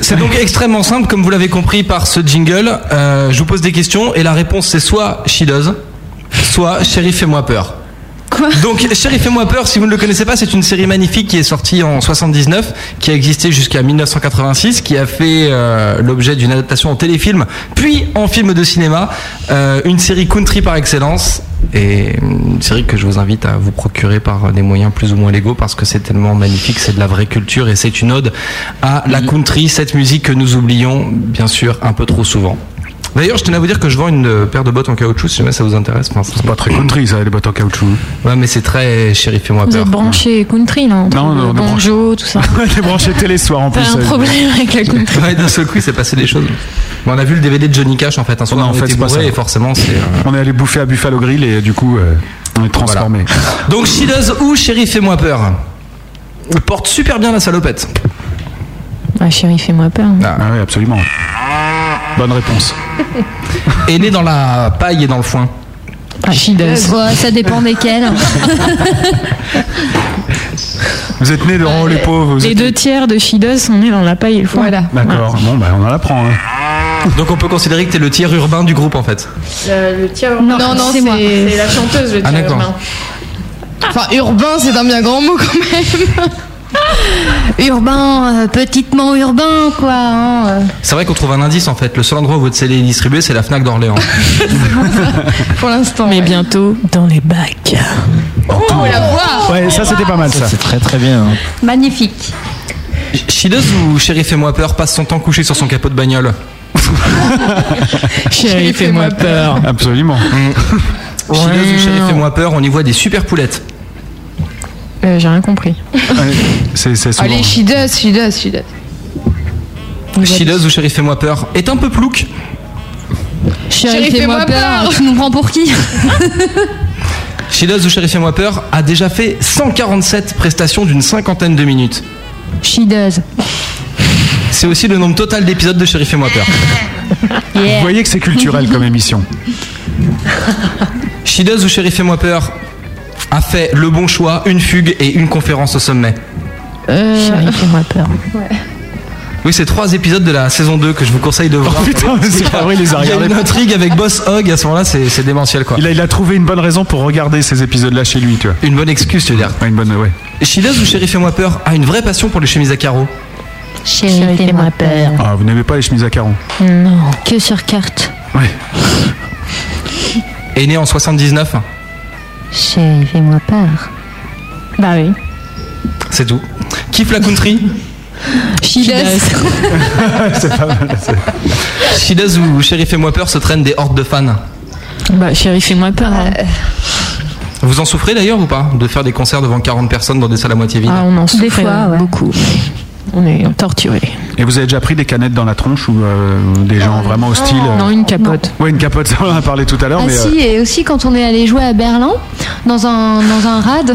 D: C'est donc extrêmement simple, comme vous l'avez compris par ce jingle. Euh, je vous pose des questions et la réponse c'est soit she does, soit Chérie fais-moi peur. Quoi donc Chérie fais-moi peur, si vous ne le connaissez pas, c'est une série magnifique qui est sortie en 79, qui a existé jusqu'à 1986, qui a fait euh, l'objet d'une adaptation en téléfilm, puis en film de cinéma, Euh, une série country par excellence. Et une série que je vous invite à vous procurer par euh, des moyens plus ou moins légaux parce que c'est tellement magnifique, c'est de la vraie culture et c'est une ode à la country, cette musique que nous oublions bien sûr un peu trop souvent. D'ailleurs, je tenais à vous dire que je vends une euh, paire de bottes en caoutchouc si jamais ça vous intéresse. C'est
B: pas très country ça, les bottes en caoutchouc. hein.
D: Ouais, mais c'est très chéri,
B: Ah
D: fais-moi
C: Vous
B: bah,
D: peur.
C: êtes branché country, non
D: Non, non, on est
C: Banjo, tout
B: [laughs]
C: ça.
B: T'es branché télé soir en
C: T'as un problème avec la country.
D: Ouais, d'un seul coup, il s'est passé des choses. Bon, on a vu le DVD de Johnny Cash en fait. Un soir,
B: Non, en
D: on
B: fait,
D: était
B: c'est pas
D: bourrés
B: ça.
D: et forcément, c'est. euh,
B: On est allé bouffer à Buffalo Grill et du coup, euh, on est transformé.
D: Donc She Does ou Chérie Fais-moi Peur Porte super bien la salopette.
C: Ah, chérie, fais-moi peur.
B: Ah oui, absolument. Bonne réponse.
D: Est née dans la paille et dans le foin.
C: Ah, she does.
J: Bon, ça
B: [laughs]
J: dépend desquels.
B: Vous êtes nés dans oh, les pauvres. vous
C: Les
B: êtes-
C: deux tiers de she does sont nés dans la paille et le foin. Voilà.
B: D'accord, bon, bah, on en apprend. hein.
D: Donc on peut considérer que t'es le tiers urbain du groupe en fait.
L: Euh,
R: le tiers Non, non,
C: c'est
R: c'est
C: moi.
R: c'est la chanteuse, le
D: Ah,
R: tiers
D: d'accord.
R: urbain.
L: Enfin, urbain, c'est un bien grand mot quand même.
J: urbain, euh, petitement urbain, quoi. hein, euh.
D: C'est vrai qu'on trouve un indice en fait. Le seul endroit où votre CD est distribué, c'est la Fnac d'Orléans.
C: Pour l'instant. Mais bientôt, dans les bacs.
J: Oh, la voix
B: Ouais, ça c'était pas mal ça.
Q: C'est très très bien.
E: hein.
J: Magnifique.
D: She Does ou Chérie Fais-moi Peur passe son temps couché sur son capot de bagnole.
C: Chérie, fais-moi peur.
B: Absolument.
D: She Does ou Mm. Chérie Fais-moi Peur, on y voit des super poulettes.
C: Euh, J'ai rien compris.
B: Ouais, c'est c'est souvent.
L: Allez, she does, she does, she does.
D: She Does ou Chérie Fais-moi Peur est un peu plouc.
J: Chérie,
L: Chérie,
J: fais-moi
L: fais-moi
J: peur.
L: peur.
J: Tu nous prends pour qui
D: She Does ou Chérie Fais-moi Peur a déjà fait 147 prestations d'une cinquantaine de minutes.
J: She does.
D: C'est aussi le nombre total d'épisodes de Chérie Fais-moi Peur.
B: Vous voyez que c'est culturel
D: [laughs]
B: comme émission.
D: She Does ou Chérie Fais-moi Peur a fait le bon choix, une fugue et une conférence au sommet.
C: Chérie, fais-moi peur.
D: Oui, c'est trois épisodes de la saison 2 que je vous conseille de voir.
B: Oh, putain, mais
D: [laughs]
B: c'est pas vrai, il les a
D: Il y a
B: regardés.
D: une intrigue avec Boss Hogg à ce moment-là, c'est c'est démentiel quoi.
B: Il a, il a trouvé une bonne raison pour regarder ces épisodes-là chez lui, tu vois.
D: Une bonne excuse, tu veux dire.
B: Ouais, une bonne, ouais.
D: She Does ou Chérie Fais-moi Peur a une vraie passion pour les chemises à carreaux.
J: Chérie, fais-moi peur.
B: Ah, vous n'aimez pas les chemises à carreaux
J: Non. Que sur carte.
B: Ouais.
D: Est née en 79,
J: Chérie, fais-moi peur.
C: Bah oui.
D: c'est tout. Kiffe la country
C: She, does.
B: [laughs] c'est pas mal. c'est-
D: She Does ou Chérie Fais-moi Peur se traînent des hordes de fans.
C: [laughs] Bah, chérie, fais-moi peur. hein.
D: Vous en souffrez d'ailleurs ou pas De faire des
E: Ah,
D: concerts devant 40 personnes dans des salles à moitié vides
C: Ah, on en
J: Des
C: souffrait
J: fois, ouais.
C: beaucoup. On est torturés.
B: Et vous avez déjà pris des canettes dans la tronche ou euh, des gens vraiment hostiles euh
O: Non, une capote.
B: Ouais, une capote, [laughs] ça on en a parlé tout à l'heure.
J: Ah
B: mais, euh,
J: si, et aussi quand on est allé jouer à Berlin, dans un, dans un rad,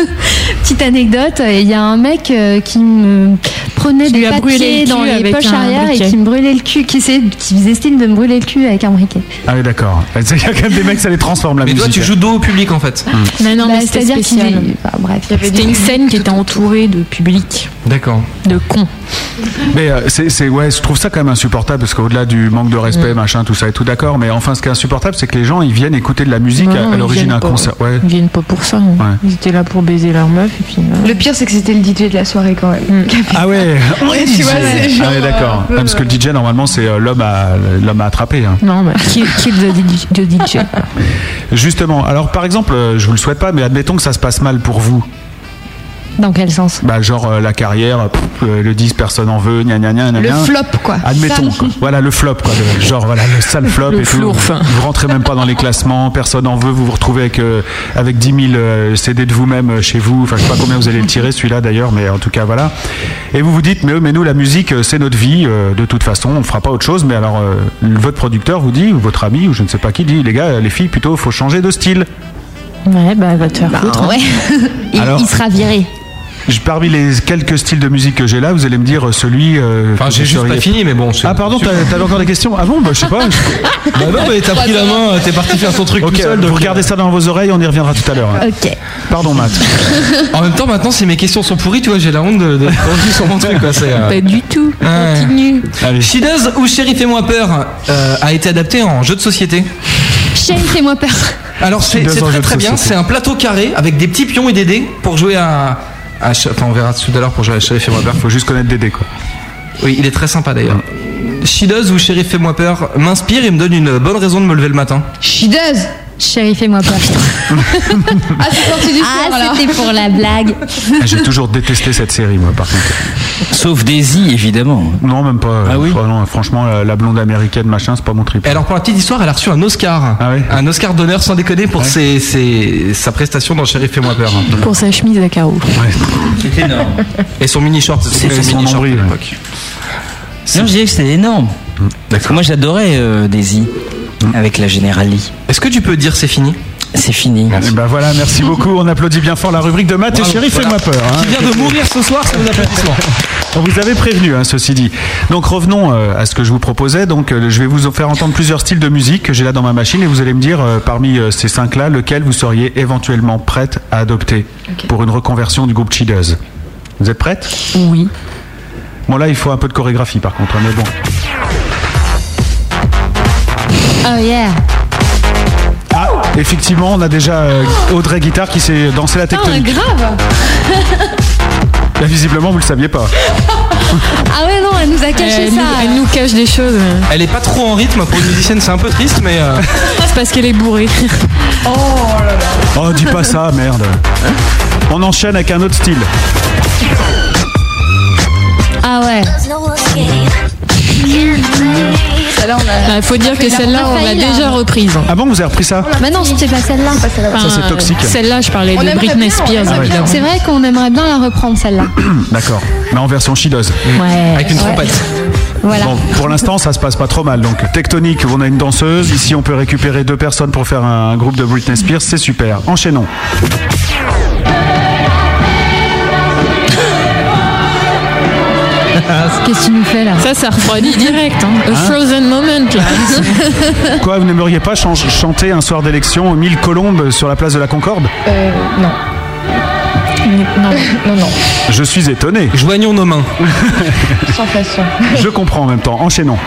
J: [laughs] petite anecdote, il y a un mec euh, qui me prenait
O: Qui lui
J: des
O: a brûlé
J: papiers
O: le cul
J: dans les
O: avec
J: poches
O: un
J: arrière et
O: briquet.
J: qui me brûlait le cul, qui, essayait- qui faisait style de me brûler le cul avec un briquet.
B: Ah oui, d'accord. [laughs] Il y a quand même des mecs, ça les transforme la
D: Mais
B: musique. Hmm.
D: toi, tu joues dos au public en fait.
O: Mais non,
J: Bah,
O: mais c'était
J: c'est-à-dire qu'il
O: spécial.
J: est- enfin, bref, il y avait
O: C'était
J: du-
O: une scène qui était entourée de public,
D: D'accord.
O: de cons.
B: Mais euh, c'est, c'est- ouais, je trouve ça quand même insupportable parce qu'au-delà du manque de
L: Mm.
B: respect, machin, tout ça et tout d'accord. Mais enfin, ce qui est insupportable, c'est que les gens ils viennent écouter de la musique
R: Non,
B: à-
R: non,
B: à
R: ils
B: l'origine
R: viennent
B: d'un
R: pas.
B: concert. Ouais.
R: Ils viennent pas pour ça. hein.
B: Ouais.
R: Ils étaient là pour baiser leur meuf et puis.
O: euh,
R: voilà.
L: Le pire, c'est que c'était le DJ de la soirée quand
O: Mm.
L: même.
B: Ah ouais.
L: [laughs] Ouais, tu vois, c'est genre,
B: ah ouais, d'accord.
L: euh, un peu,
B: Ah, parce que le DJ normalement c'est euh, l'homme à l'homme à attraper. hein.
O: Non, mais qui, qui est le DJ, le DJ
B: Justement. Alors par exemple, euh, je vous le souhaite pas, mais admettons que ça se passe mal pour vous.
J: Dans quel sens
B: Bah genre euh, la carrière, pff, euh, le 10 personne en veut, gna gna gna gna
J: Le
B: gna.
J: flop, quoi.
B: Admettons
J: Ça.
B: quoi. Voilà le flop quoi. Le- genre voilà
O: [laughs]
B: le sale flop
O: Le
B: et tout.
O: flourf.
B: Vous rentrez même pas dans les classements, personne en veut, vous vous retrouvez avec euh, avec 10 000 euh, CD de vous-même euh, chez vous. Enfin je sais pas combien vous allez le tirer celui-là d'ailleurs, mais en tout cas voilà. Et vous vous dites mais mais nous la musique euh, c'est notre vie, euh, de toute façon on fera pas autre chose. Mais alors euh, votre producteur vous dit ou votre ami ou je ne sais pas qui dit les gars les filles plutôt faut changer de style.
R: Ouais, bah, va te faire foutre.
J: Ouais.
O: [laughs]
J: il,
B: Alors-
J: il sera viré.
B: Je- Parmi les quelques styles de musique que j'ai là, vous allez me dire euh, celui. euh,
D: Enfin,
B: que
D: j'ai
B: vous
D: juste
B: seriez-
D: pas fini, mais bon. c'est-
B: Ah pardon, t'as- t'avais encore des questions Ah bon, bah je sais pas.
D: [laughs]
B: je-
D: Bah non, mais t'as pris la main, t'es parti faire ton truc
B: Ok,
D: tout seul.
B: vous
D: donc- euh.
B: regardez ça dans vos oreilles, on y reviendra tout à l'heure. hein.
J: Ok.
B: Pardon Matt.
D: En même temps, maintenant, si mes questions sont pourries, tu vois, j'ai la honte
B: [laughs]
D: de, de de- sur mon truc. Quoi, c'est, euh,
O: Pas du tout.
D: Ouais.
O: Continue.
B: Allez.
D: Shidoz ou Sheriff et moi peur euh, a été adapté en jeu de société.
J: Chérie, fais-moi peur.
D: Alors c'est
B: Shidoz
D: c'est
B: en
D: très
B: jeu de
D: très bien,
B: société.
D: c'est un plateau carré avec des petits pions et des dés pour jouer à... à Sh- enfin on verra tout à l'heure pour jouer à Sheriff et moi peur.
B: Faut juste connaître Dédé quoi.
D: Oui, il est très sympa d'ailleurs. Shidoz ou Sheriff fais moi peur m'inspire et me donne une bonne raison de me lever le matin.
J: Chideuse Chérie, fais-moi peur.
O: [laughs]
J: [laughs]
P: Ah, c'est sorti du
J: ah,
P: four, alors.
J: c'était pour la blague.
B: Ah, J'ai toujours détesté cette série moi par contre.
Q: Sauf Daisy, évidemment.
B: Non même pas. euh,
Q: Ah oui
B: fr- non, franchement, la, la blonde américaine machin, c'est pas
Q: [laughs]
B: mon trip.
D: Et alors pour la petite histoire, elle a reçu un Oscar.
B: Ah oui
D: Un Oscar d'honneur sans déconner pour ses- ses- sa prestation dans Sheriff et moi peur.
O: Pour sa chemise à carreaux.
Q: C'est énorme.
D: Et son mini short,
B: son nombril, ouais.
Q: Non, je dirais que c'était énorme. Parce que moi, j'adorais euh, Daisy avec la Generali.
D: Est-ce que tu peux dire c'est fini
Q: C'est fini.
B: Et ben voilà, merci beaucoup. On applaudit bien fort la rubrique de Matt et
D: Bravo, [laughs]
B: Sheriff
D: voilà.
B: fais-moi peur. hein.
D: Qui vient de mourir ce soir, c'est nos applaudissements.
B: On vous avait prévenu, hein, ceci dit. Donc revenons euh, à ce que je vous proposais. Donc euh, je vais vous faire entendre plusieurs styles de musique que j'ai là dans ma machine et vous allez me dire euh, parmi euh, ces cinq-là lequel vous seriez éventuellement prête à adopter pour une reconversion du groupe Cheaters. Vous êtes prête
O: Oui.
B: Bon là il faut un peu de chorégraphie par contre, hein, mais bon.
O: [laughs]
J: Oh yeah.
B: Ah effectivement on a déjà euh, Audrey Guitare qui s'est dansé la
J: Putain,
B: tectonique.
J: grave.
B: Là, visiblement vous le saviez pas.
J: Ah ouais, non, elle nous a caché
O: elle,
J: ça.
O: nous, elle nous cache des choses. hein. mais
D: Elle est pas trop en rythme pour une musicienne, c'est un peu triste, mais euh,
B: Ah
O: C'est parce qu'elle est bourrée. [laughs]
B: Oh dis pas ça, merde.
J: Hein
B: On enchaîne avec un autre style.
J: Ah ouais.
P: Celle-là, on a.
O: Il Bah, faut dire que celle-là, on l'a
J: failli, là.
O: déjà reprise. hein.
B: Ah bon vous avez repris ça
J: Mais non, c'était pas celle-là.
B: Ça c'est
O: Enfin,
B: toxique.
O: Celle-là, je parlais
L: On
O: de
L: aimerait
O: Britney
L: bien, on
O: Spears.
L: aimerait
B: Ah ouais.
O: évidemment.
J: C'est vrai qu'on aimerait bien la reprendre
O: [laughs]
J: celle-là.
B: Hmm, D'accord. Mais en version chideuse.
J: Ouais.
D: avec une
J: ouais.
D: trompette.
J: Voilà.
B: Bon, pour l'instant, ça se passe pas trop mal. Donc, tectonique, on a une danseuse. Ici, on peut récupérer deux personnes pour faire un groupe de Britney Spears. C'est super.
L: [laughs]
B: Enchaînons.
J: Qu'est-ce que tu nous fais là
O: Ça, ça refroidit direct. hein. A frozen moment, là.
B: [laughs] Quoi, vous n'aimeriez pas chan- chanter un soir d'élection 1000 colombes sur la place de la Concorde
L: Euh, non. Non, non,
B: Je suis étonné.
D: Joignons nos mains.
L: sans façon.
B: Je comprends en même temps. Enchaînons.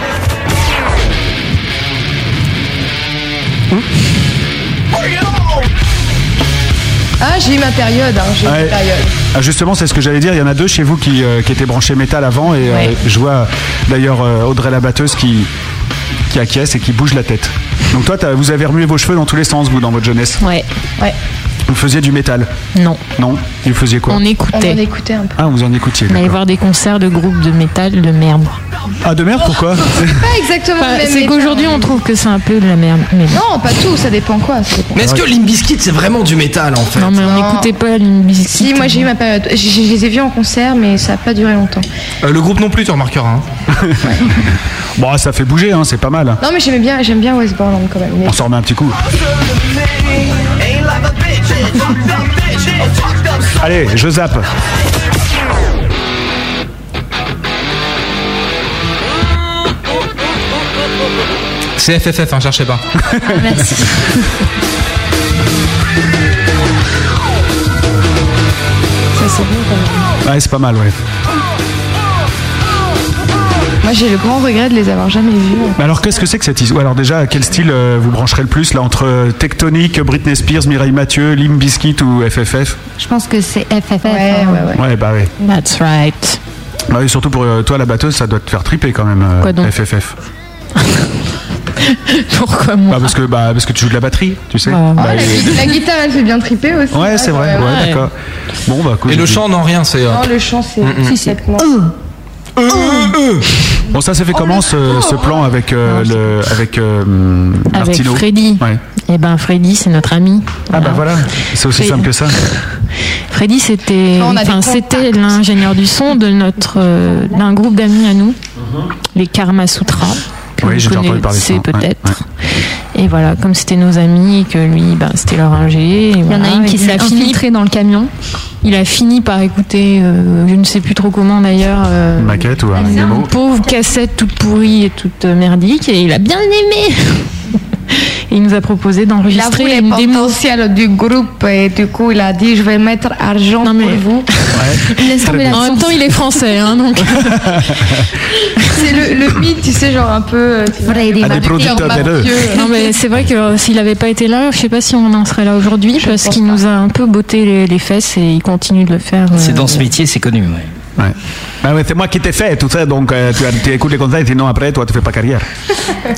L: Ah, j'ai eu ma période, hein, j'ai eu
B: Ouais.
L: ma période.
B: Ah, Justement, c'est ce que j'allais dire. Il y en a deux chez vous qui, euh, qui étaient branchés métal avant. Et euh, je vois euh, d'ailleurs euh, Audrey la batteuse qui, qui acquiesce et qui bouge la tête. Donc, toi, t'as- vous avez remué vos cheveux dans tous les sens, vous, dans votre jeunesse.
O: Ouais.
L: Ouais.
B: Vous faisiez du métal
E: Non.
B: Non Vous faisiez quoi
E: On écoutait.
L: On en écoutait un peu.
B: Ah, vous en écoutiez.
E: On allait
B: d'accord.
E: voir des concerts de groupes de métal de merde.
B: Ah, de merde, pourquoi
L: Pas exactement
E: Enfin,
L: le même
E: c'est
L: métal.
E: qu'aujourd'hui on trouve que c'est un peu de la merde. Mais non.
L: Non, pas tout, ça dépend quoi. ça dépend.
H: Mais est-ce que Limbiskit c'est vraiment du métal en fait
E: Non, mais on
Q: Ah.
L: Non.
E: n'écoutait pas une
L: Si, moi j'ai eu ma période. Je, je les ai vus en concert, mais ça n'a pas duré longtemps.
D: Euh, le groupe non plus, tu remarqueras. hein.
B: [laughs] Bon, ça fait bouger, hein, c'est pas mal.
L: Non, mais j'aimais bien, j'aime bien West Borland quand même. mais-
B: On s'en remet un petit coup. Allez, je zappe.
D: C'est FFF, hein, cherchez pas.
E: Ah,
D: [laughs]
N: Merci.
E: Ça c'est bon quand même.
B: Ouais, c'est pas mal, ouais.
L: Moi j'ai le grand regret de les avoir jamais vus.
B: Mais alors, qu'est-ce que c'est que cette histoire Alors, déjà, quel style euh, vous brancherez le plus là entre euh, Tectonic, Britney Spears, Mireille Mathieu, Lim Biscuit ou FFF
J: Je pense que c'est FFF.
L: Ouais,
J: hein.
L: ouais, ouais.
B: Ouais, bah ouais.
E: That's right.
B: Bah oui, surtout pour euh, toi, la batteuse, ça doit te faire triper quand même, euh,
E: Quoi donc
B: FFF.
E: Pourquoi moi
B: Bah, parce que, bah, parce que tu joues de la batterie, tu sais.
E: Ah.
B: Bah,
L: La,
B: et-
L: gui- la guitare elle fait bien triper aussi.
B: Ouais, c'est vrai, ouais,
L: quand même.
B: d'accord. Bon, bah, cool.
D: Et le chant, non, rien, c'est. euh,
L: Non, le chant c'est.
D: Mm, mm.
L: Si, c'est complètement-
E: Euh.
B: Euh. Bon, ça, ça fait comment ce, ce plan avec, euh, le, avec, euh,
E: Avec
B: Martino
E: Freddy.
B: Ouais.
E: Eh ben Freddy c'est notre ami.
B: Ah, bah voilà, c'est aussi
E: Fred-
B: simple que ça.
E: Freddy, c'était,
L: On a des
E: enfin,
L: contacts.
E: c'était l'ingénieur du son de notre, euh, d'un groupe d'amis à nous, les Karma Sutra. Que
B: Mm-hmm. Oui,
E: vous
B: j'ai déjà entendu parler de
E: connaissez
B: ça, ouais,
E: peut-être. Et voilà, comme c'était nos amis et que lui, ben, c'était leur ingé.
J: Il y en a
O: Ah,
J: une qui s'est
E: fini,
J: infiltrée dans le camion.
E: Hein il a fini par écouter, euh, je ne sais plus trop comment d'ailleurs, euh,
B: Une maquette ou un
E: une
B: démo
E: pauvre cassette toute pourrie et toute euh, merdique et il a bien aimé. [laughs] Et il nous a
L: Il a
E: proposé
L: vu
E: d'enregistrer
L: les
E: une démo.
L: potentiels du groupe et du coup il a dit je vais mettre argent
E: Non, mais-
L: pour vous.
J: Laisse tomber
E: En même
J: l'accent.
E: temps, il est français, hein, donc. [laughs]
Q: [laughs]
L: C'est le, le mythe, tu sais, genre un peu. euh, tu vois,
J: Freddy
B: Ah, des
J: Mercury.
B: producteurs véreux.
L: mafieux.
E: Non mais c'est vrai que euh, s'il n'avait pas été là, je sais pas si on en serait là aujourd'hui parce
L: pense
E: qu'il
L: pas.
E: nous a un peu botté les, les fesses et il continue de le faire. euh,
Q: C'est dans
L: Mmh.
Q: ce métier, c'est connu. ouais.
B: Ouais. Bah ouais, c'est moi qui t'ai fait tout ça, donc euh, tu, as- tu écoutes les conseils, sinon après, toi, tu fais pas carrière.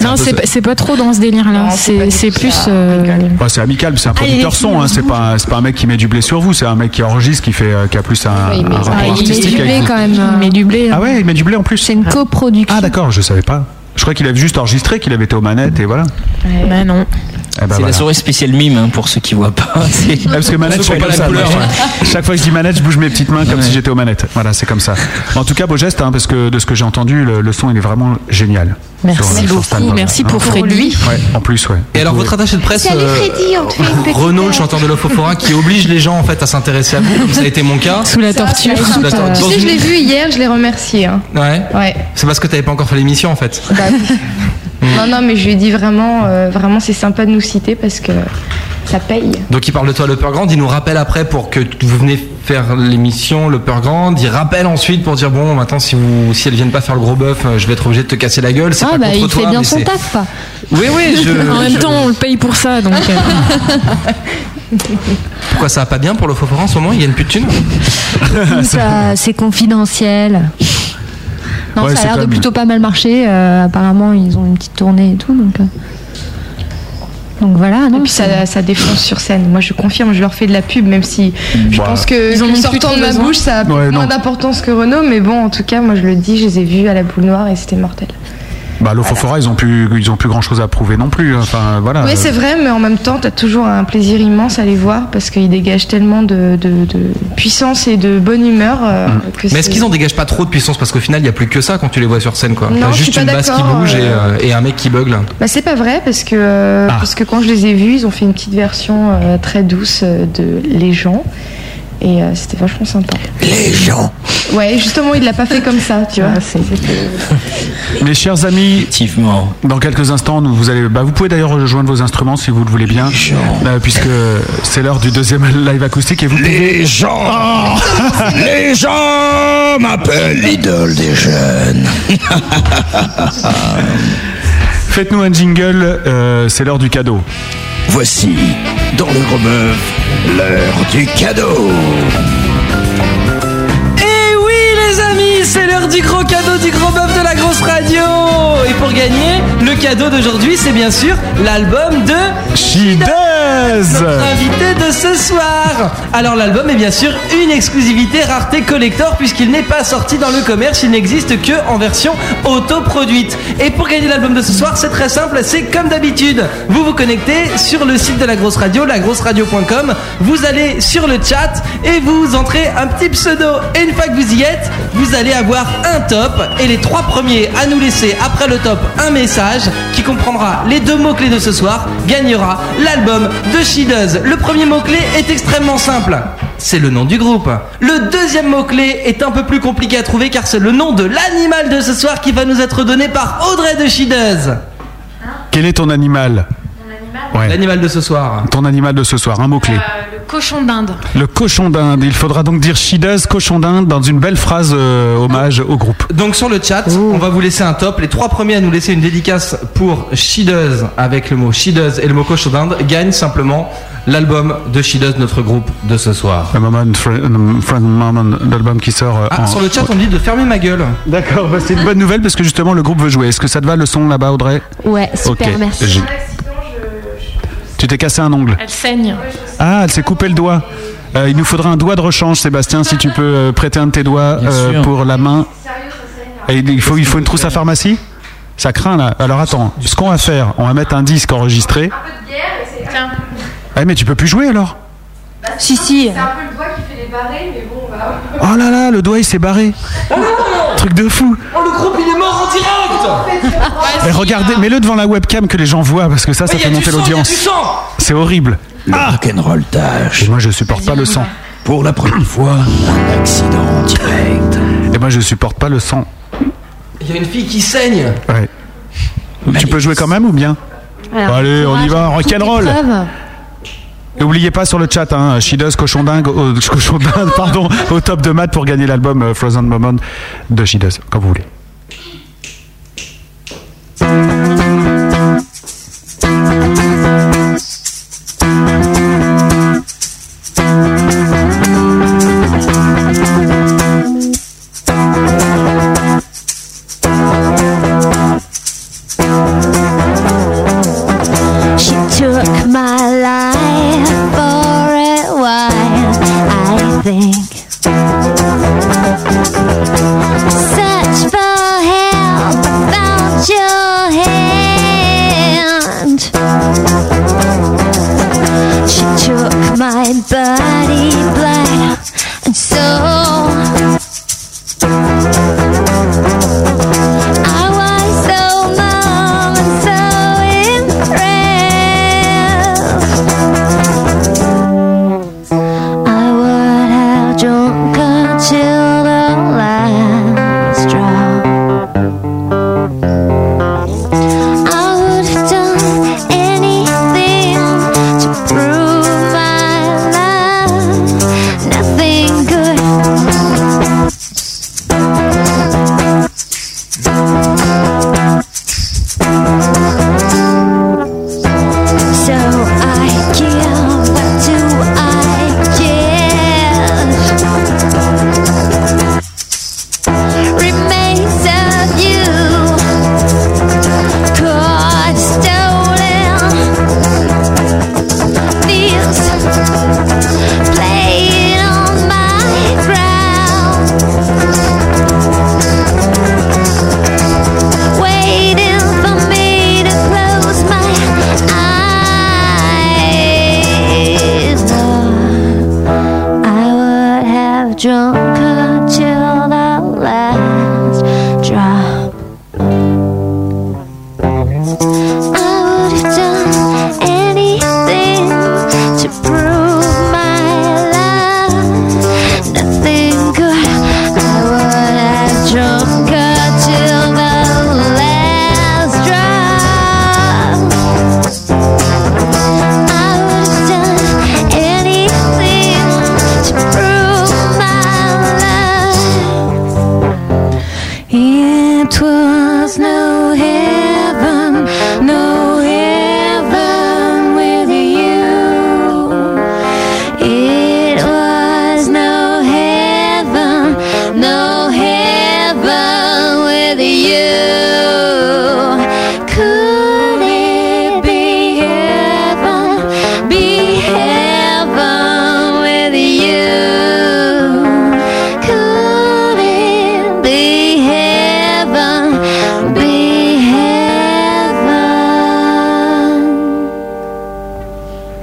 E: Non, c'est pas- c'est pas trop dans ce délire-là.
L: Non, c'est pas
E: C'est
L: du
E: c'est
L: tout
E: plus.
L: ça,
E: euh,
B: Bah, c'est amical,
J: Ah,
B: c'est un producteur son, hein, c'est pas, c'est pas un mec qui met du blé sur vous, c'est un mec qui enregistre, qui, fait, euh, qui a plus un,
L: il met-
B: un
L: ah,
B: rapport
J: Ah, il met
B: artistique
J: du
B: avec
J: blé
B: vous.
J: quand même.
E: il met
J: hein.
E: du blé.
B: Ah ouais, il met du blé en
J: C'est
B: plus
J: une coproduction.
B: Ah d'accord, je savais pas. Je crois qu'il avait juste enregistré, qu'il avait été aux manettes, et voilà.
E: Bah non.
B: Eh ben,
Q: c'est
B: voilà.
Q: la soirée spéciale mime hein, pour ceux qui voient
B: [laughs]
Q: pas. C'est-
B: Ouais, parce que manette, je
D: Ceux qui
B: fais
D: ont pas
B: comme
D: la
B: ça. moi,
D: couleur,
B: je- hein. Chaque fois que je dis manette, je bouge mes petites mains comme
Q: Ouais.
B: si j'étais aux manettes. Voilà, c'est comme ça. En tout cas, beau geste, hein, parce que de ce que j'ai entendu, le, le son, il est vraiment génial. Sur- euh,
E: Merci
B: sur cet
E: beaucoup.
B: album,
E: Merci
B: hein.
E: pour Freddy.
B: Ouais, en plus, ouais.
D: Et alors, votre attaché de presse.
P: Salut
D: euh,
P: Freddy, on te fait une petite.
D: Renaud, le chanteur de l'Ophophora, qui oblige les gens en fait à s'intéresser à vous, comme ça a été mon cas.
E: Sous la torture.
D: Sous la torture.
L: Tu
D: Dans
L: sais, je
D: une-
L: l'ai vu hier, je l'ai remercié. hein.
D: Ouais.
L: Ouais.
D: C'est parce que t'avais pas encore fait l'émission en fait.
L: Bah, non, non, mais je lui ai dit vraiment, euh, vraiment, c'est sympa de nous citer parce que ça paye.
D: Donc il parle de toi, le Peur Grand. Il nous rappelle après pour que vous venez faire l'émission, le Peur Grand. Il rappelle ensuite pour dire bon, maintenant si vous, si elles viennent pas faire le gros bœuf, euh, je vais être obligé de te casser la gueule. C'est
J: Ah
D: pas
J: bah
D: contre
J: il
D: toi,
J: fait bien
D: mais
J: son
D: c'est-
J: taf. quoi.
D: Oui,
E: [laughs]
D: oui. Je,
E: En même
D: je-
E: temps, on le paye pour ça, donc. euh,
D: Pourquoi ça va pas bien pour l'Ophophora en ce moment Il y a une plus de thunes. [laughs]
J: [laughs]
B: [laughs]
J: Ça, euh, C'est confidentiel. Non,
B: Ouais,
J: ça
B: c'est
J: a l'air
B: quand
J: de
B: même-
J: plutôt pas mal marcher. euh, apparemment, ils ont une petite tournée et tout. Donc, euh. donc voilà.
L: Et
J: Non,
L: puis ça, ça défonce sur scène. Moi, je confirme, je leur fais de la pub, même si je
B: Voilà.
L: pense que
E: Ils en
L: que
E: ont plus
L: sortant
E: trop
L: de ma
E: besoin.
L: bouche, ça a
B: Ouais,
L: moins
B: non.
L: d'importance que Renaud. Mais bon, en tout cas, moi, je le dis, je les ai vus à la boule noire et c'était mortel.
B: Bah, l'Ophophora, ils ont plus, ils ont plus grand chose à prouver non plus. hein. Enfin, voilà.
L: Oui, c'est vrai, mais en même temps, t'as toujours un plaisir immense à les voir parce qu'ils dégagent tellement de, de- de puissance et de bonne humeur. euh, que
D: Mm. Mais est-ce
L: c'est-
D: qu'ils en dégagent pas trop de puissance Parce qu'au final, il y a plus que ça quand tu les vois sur scène, quoi.
L: Non,
D: T'as
L: je suis
D: juste
L: pas
D: une basse qui
L: d'accord,
D: bouge et,
L: euh,
D: euh, et un mec qui bugle.
L: Bah, c'est pas vrai parce que, euh,
B: Ah.
L: parce que quand je les ai vus, ils ont fait une petite version euh, très douce euh, de Les gens. Et euh, c'était vachement sympa.
K: Les gens.
L: Ouais, justement, il l'a pas fait comme ça, tu vois. C'était-
B: Mes chers amis,
Q: Effectivement.
B: Dans quelques instants, nous, vous, allez, bah, vous pouvez d'ailleurs rejoindre vos instruments si vous le voulez bien, euh, puisque c'est l'heure du deuxième [laughs] live acoustique et vous pouvez...
K: Les gens.
L: Oh.
K: [laughs] Les gens m'appellent l'idole
Q: [laughs]
K: des jeunes.
B: Faites-nous un jingle, euh, c'est l'heure du cadeau.
K: Voici, dans le gros bœuf, l'heure du cadeau.
F: Eh oui les amis, c'est l'heure du gros cadeau du gros bœuf de la grosse radio
H: Et pour gagner, le cadeau d'aujourd'hui, c'est bien sûr l'album de
B: Chider Fidèze
D: Notre invité de ce soir. Alors l'album est bien sûr une exclusivité rareté collector puisqu'il n'est pas sorti dans le commerce, il n'existe que en version autoproduite. Et pour gagner l'album de ce soir, c'est très simple, c'est comme d'habitude. Vous vous connectez sur le site de la grosse radio, lagrosseradio.com, vous allez sur le chat et vous entrez un petit pseudo. Et une fois que vous y êtes, vous allez avoir un top et les trois premiers à nous laisser après le top un message qui comprendra les deux mots-clés de ce soir gagnera l'album de She Does. Le premier mot-clé est extrêmement simple. C'est le nom du groupe. Le deuxième mot-clé est un peu plus compliqué à trouver car c'est le nom de l'animal de ce soir qui va nous être donné par Audrey de She Does.
B: Quel est ton animal Ouais.
D: L'animal de ce soir. Euh,
B: Ton animal de ce soir, un mot-clé.
C: Le cochon d'Inde.
B: Le cochon d'Inde. Il faudra donc dire Shidas cochon d'Inde dans une belle phrase euh, hommage au groupe.
D: Donc sur le chat, on va vous laisser un top. Les trois premiers à nous laisser une dédicace pour She Does avec le mot She Does et le mot cochon d'Inde gagnent simplement l'album de She Does, notre groupe de ce soir.
B: Le moment, Fre- euh, Friend Moment, l'album qui sort. euh,
D: Ah,
B: en-
D: sur le chat, on me dit de fermer ma gueule.
B: D'accord, bah, c'est une bonne nouvelle parce que justement le groupe veut jouer. Est-ce que ça te va le son là-bas, Audrey
C: Ouais, super,
B: Ok,
C: merci.
B: j'ai- Tu t'es cassé un ongle.
O: Elle saigne.
B: Ah, elle s'est coupé le doigt. Euh, il nous faudra un doigt de rechange, Sébastien, si tu peux euh, prêter un de tes doigts euh,
Q: sûr.
B: pour la main. Et il faut, il faut une trousse à pharmacie Ça craint là. Alors attends, ce qu'on va faire, on va mettre un disque enregistré.
C: Tiens.
B: Ah, mais tu peux plus jouer alors
C: Si, si.
B: Oh là là, le doigt il s'est barré. Truc de fou.
D: Oh, le groupe, il est mort en direct
B: Mais regardez, mets-le devant la webcam que les gens voient parce que ça, ça
D: Mais il y a du
B: fait monter
D: sang, il y a
B: l'audience.
D: du sang
B: C'est horrible. Ah.
K: Le rock'n'roll tâche.
B: Et moi, je supporte pas le sang.
K: Pour la première fois, un accident en direct.
B: Et moi, je supporte pas le sang.
D: Il y a une fille qui saigne.
B: Ouais. Tu peux jouer quand même ou bien
C: Alors,
B: Allez, on y
C: courage,
B: va,
C: toute
B: rock'n'roll.
C: épreuve.
B: Et N'oubliez pas sur le chat, hein, Shidos, cochon dingue, au, [laughs] cochon d'Inde, pardon, au top de maths pour gagner l'album euh, Frozen Moment de Shidos, quand vous voulez.
N: She took my life for a while, I think. Search for help, found your hand. She took my body, blood, and soul. I was so numb and so impressed. I would have drunk until the last drop. I would have done anything to prove my love. Nothing good. So I give, what do I give? Remains of you, caught stolen. These playing on my ground waiting for me to close my eyes. Oh, I would have drunk until the last drop. I would have done anything to prove my love. Nothing good. I would have drunk until the last drop. I would have done anything to prove my love. It was no heaven,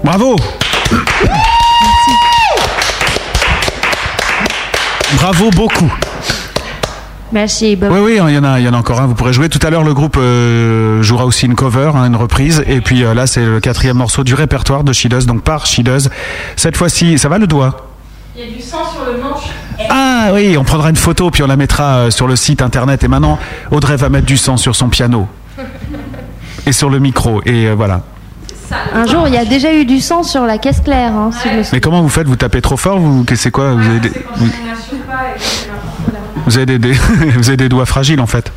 B: Bravo Bravo beaucoup.
S: Merci, Bob.
B: Oui, oui, hein, il y, en a- il y en a encore un, vous pourrez jouer. Tout à l'heure, le groupe euh, jouera aussi une cover, hein, une reprise. Et puis euh, là, c'est le quatrième morceau du répertoire de Shideuse, donc par Shideuse. Cette fois-ci, ça va le doigt
R: Il y a du sang sur le manche.
B: Ah oui, on prendra une photo, puis on la mettra euh, sur le site internet. Et maintenant, Audrey va mettre du sang sur
R: [laughs]
B: son piano. Et sur le micro, et euh, voilà.
S: Un jour, il y a déjà eu du sang sur la caisse claire, hein, si je me souviens.
B: Mais comment vous faites Vous tapez trop fort Vous que- c'est quoi vous
R: Ah,
B: avez, des, vous, vous avez des, [laughs] des- vous avez des doigts fragiles en fait.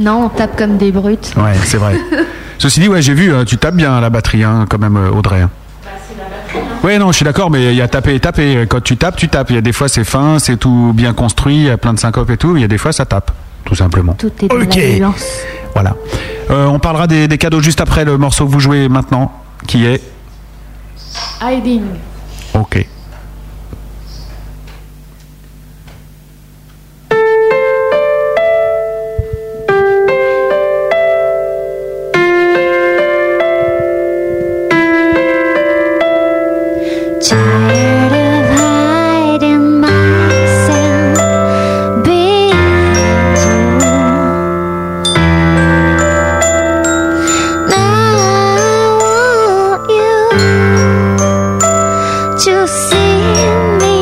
S: Non, on tape comme des brutes.
B: Ouais, c'est vrai. Ceci dit, ouais, j'ai vu, euh, tu tapes bien à la batterie hein, quand même, euh, Audrey. Oui, non, je suis d'accord, mais il y a taper et taper. Quand tu tapes, tu tapes. Il y a des fois, c'est fin, c'est tout bien construit, il y a plein de syncopes et tout. Il y a des fois, ça tape, tout simplement.
S: Tout est dans la violence.
B: Voilà. Euh, on parlera des, des cadeaux juste après le morceau que vous jouez maintenant, qui est
R: Hiding.
B: OK.
N: Tired of hiding myself being blue. Now I want you to see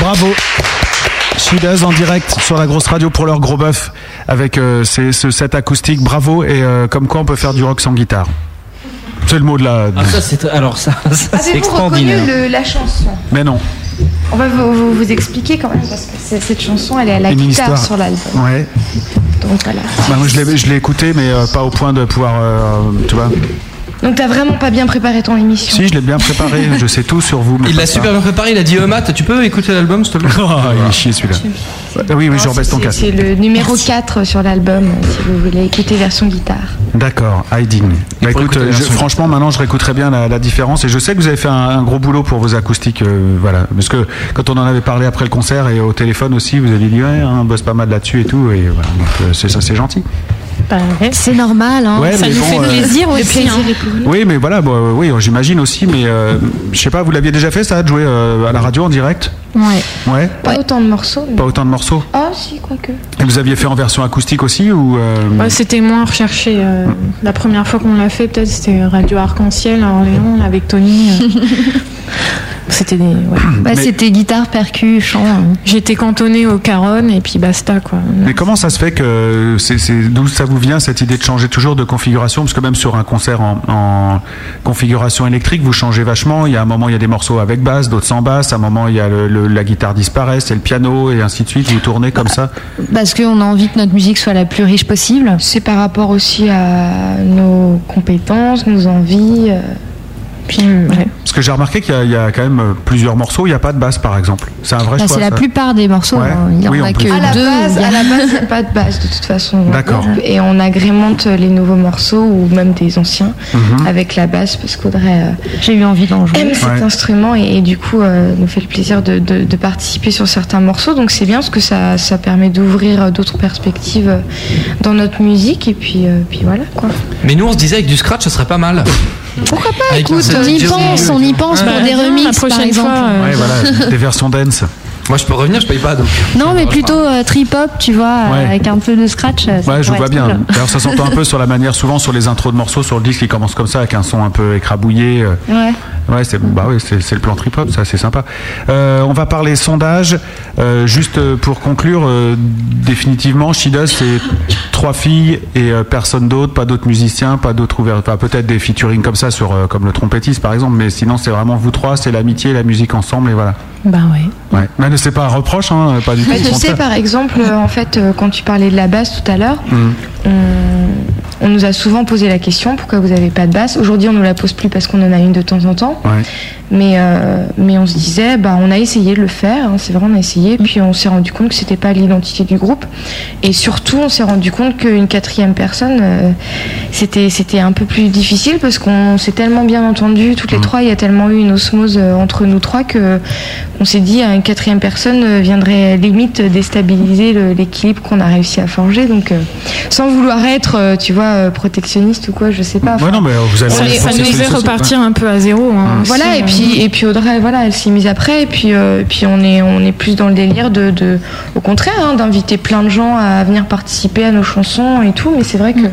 B: Bravo. She Does en direct sur la grosse radio pour leur gros bœuf avec euh, ces- ce set acoustique. Bravo et euh, comme quoi on peut faire du rock sans guitare. C'est le mot de la.
Q: Ah, ça, c'est, alors ça,
B: Ah,
Q: ça, c'est
L: Avez-vous reconnu
Q: extraordinaire.
L: le- la chanson
B: Mais non.
L: On va vous, vous- vous expliquer quand même parce que c'est- cette chanson, elle est à la
B: Une
L: guitare
B: histoire.
L: sur l'album.
B: Ouais.
L: Donc voilà.
B: Bah, moi je l'ai- je l'ai écouté mais euh, pas au point de pouvoir. euh, tu vois.
L: Donc t'as vraiment pas bien préparé ton émission.
B: Si je l'ai bien préparé,
Q: [laughs]
B: je sais tout sur vous. mais
D: Il
B: pas
D: l'a
B: ça.
D: super bien préparé, il a dit euh, Matt, tu peux écouter l'album s'il te plaît
B: [laughs] Oh, il est chier celui-là. Ah Oui, oui, je rebaisse ton
L: C'est-
B: casque.
L: C'est le numéro 4 sur l'album, si vous voulez écouter version guitare.
B: D'accord, Hiding. Bah écoute,
D: écouter la
B: je-
D: version.
B: franchement, maintenant, je réécouterai bien la, la différence. Et je sais que vous avez fait un, un gros boulot pour vos acoustiques, euh, voilà. Parce que quand on en avait parlé après le concert et au téléphone aussi, vous avez dit, ouais, hein, on bosse pas mal là-dessus et tout. Et voilà, donc euh, c'est ça, c'est gentil.
J: C'est normal, hein.
B: Ouais, Ça mais nous bon, fait euh, plaisir
J: aussi. hein.
B: Oui, mais voilà, bon, euh, oui, j'imagine aussi. Mais euh, je sais pas, vous l'aviez déjà fait ça, de jouer euh, à la radio en direct
L: Ouais.
B: Ouais.
L: Pas autant de morceaux. mais-
B: Pas autant de morceaux.
L: Ah si, quoique.
B: Et vous aviez fait en version acoustique aussi ou euh,
E: Ouais, c'était moins recherché. euh, la première fois qu'on l'a fait, peut-être, c'était Radio Arc-en-Ciel à Orléans, là, avec Tony.
D: [laughs]
E: euh. c'était des.
B: [clears throat]
E: ouais.
J: Bah, C'était guitare, percu, chant. hein.
E: J'étais cantonnée au Caronne et puis basta, quoi.
B: Mais comment ça se fait que c'est c'est- d'où ça vous vient cette idée de changer toujours de configuration Parce que même sur un concert en, en configuration électrique, vous changez vachement. Il y a un moment, il y a des morceaux avec basse, d'autres sans basse. À un moment, il y a le- le- la guitare disparaît, c'est le piano et ainsi de suite. Vous tournez comme ça.
J: Parce qu'on a envie que notre musique soit la plus riche possible.
L: C'est par rapport aussi à nos compétences, nos envies. euh,
E: Puis, euh, ouais.
B: Parce que j'ai remarqué qu'il y, a- il y a quand même euh, plusieurs morceaux. Il n'y a pas de basse, par exemple. C'est un vrai
J: Bah,
B: choix.
J: c'est la
B: ça.
J: plupart des morceaux.
B: Ouais.
J: hein. Il n'y en
B: Oui, en
J: a
B: plus.
J: que
L: À la
J: deux.
L: base,
J: il y a-
L: à la base, il n'y a pas de base de toute façon.
B: D'accord.
L: Et on agrémente les nouveaux morceaux ou même des anciens
B: Mhm.
L: avec la basse parce qu'Audrey euh,
J: J'ai eu envie d'en jouer.
L: aime cet
B: Ouais.
L: instrument et, et du coup euh, nous fait le plaisir de, de- de participer sur certains morceaux. Donc c'est bien parce que ça, ça permet d'ouvrir euh, d'autres perspectives euh, dans notre musique et puis, euh, puis voilà quoi.
D: Mais nous on se disait avec du scratch, ce serait pas mal.
L: Pourquoi pas
D: Avec
J: Écoute,
D: un
J: on
D: set
J: y
D: de
J: pense,
D: jazz.
J: on y pense
D: Ouais.
J: pour des remixes,
E: la prochaine
J: par exemple.
E: fois, euh,
B: Ouais, voilà, des versions dance.
D: Moi je peux revenir, je paye pas donc.
J: [laughs] Non, mais plutôt euh, trip-hop, tu vois, euh,
B: Ouais.
J: avec un peu de scratch. euh, ça
B: Ouais, je
J: pourrait
B: vois
J: être
B: bien.
J: cool.
B: D'ailleurs, ça s'entend un peu sur la manière, souvent sur les intros de morceaux, sur le disque qui commence comme ça, avec un son un peu écrabouillé. euh,
J: Ouais.
B: Ouais, c'est bah oui, c'est c'est le plan trip hop, ça c'est sympa. Euh, on va parler sondage. Euh, juste euh, pour conclure, euh, définitivement, Shida c'est trois filles et euh, personne d'autre, pas d'autres musiciens, pas d'autres ouverts, enfin, peut-être des featuring comme ça sur euh, comme le trompettiste par exemple, mais sinon c'est vraiment vous trois, c'est l'amitié, la musique ensemble et voilà.
E: Bah ouais.
B: Ouais. Mais c'est pas un reproche, hein, pas du tout.
L: Mais
B: au
L: Bah, tu sais
B: contraire.
L: par exemple euh, en fait euh, quand tu parlais de la basse tout à l'heure,
B: Mhm.
L: on, on nous a souvent posé la question pourquoi vous n'avez pas de basse. Aujourd'hui on ne la pose plus parce qu'on en a une de temps en temps.
B: Ouais.
L: Mais, euh, mais on se disait, bah, on a essayé de le faire, hein, c'est vrai, on a essayé, puis on s'est rendu compte que c'était pas l'identité du groupe. Et surtout, on s'est rendu compte qu'une quatrième personne, euh, c'était c'était un peu plus difficile parce qu'on s'est tellement bien entendu, toutes les trois, il y a tellement eu une osmose euh, entre nous trois que on s'est dit, à une quatrième personne euh, viendrait limite déstabiliser le- l'équilibre qu'on a réussi à forger. Donc, euh, sans vouloir être, euh, tu vois, euh, protectionniste ou quoi, je sais pas.
B: Ouais, non, mais vous avez
E: Ça,
B: raison,
E: ça
B: c'est-
E: nous
B: c'est-
E: fait
B: c'est-
E: repartir un peu à zéro. hein,
B: Ah,
E: aussi,
L: Voilà, et
E: euh.
L: puis, et puis Audrey, voilà, elle s'est mise après, et puis, euh, et puis on, est, on est plus dans le délire de, de au contraire, hein, d'inviter plein de gens à venir participer à nos chansons et tout, mais c'est vrai que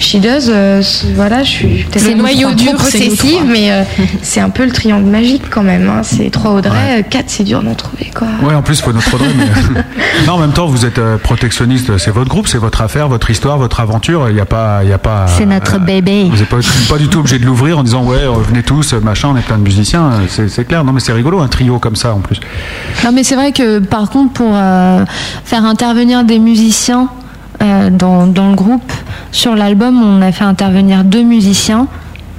L: She Does, euh, c- voilà, je suis peut-être
E: C'est
L: un peu
E: noyau
L: trop
E: dur, c'est nous
L: possessive,
E: trois.
L: mais euh, c'est un peu le triangle magique quand même, hein, c'est trois Audrey, euh, quatre, c'est dur d'en trouver, quoi.
B: Ouais, en plus, faut notre Audrey, [laughs] mais- non, en même temps, vous êtes euh, protectionniste, c'est votre groupe, c'est votre affaire, votre histoire, votre aventure. Il n'y a pas, il y a pas. euh,
J: C'est notre bébé.
B: Vous n'êtes pas, pas du tout obligé de l'ouvrir en disant ouais, venez tous, euh, machin, on est plein de musiciens. euh, C'est c'est clair. Non, mais c'est rigolo, un trio comme ça en plus.
J: Non, mais c'est vrai que par contre, pour euh, faire intervenir des musiciens euh, dans, dans le groupe, sur l'album, on a fait intervenir deux musiciens.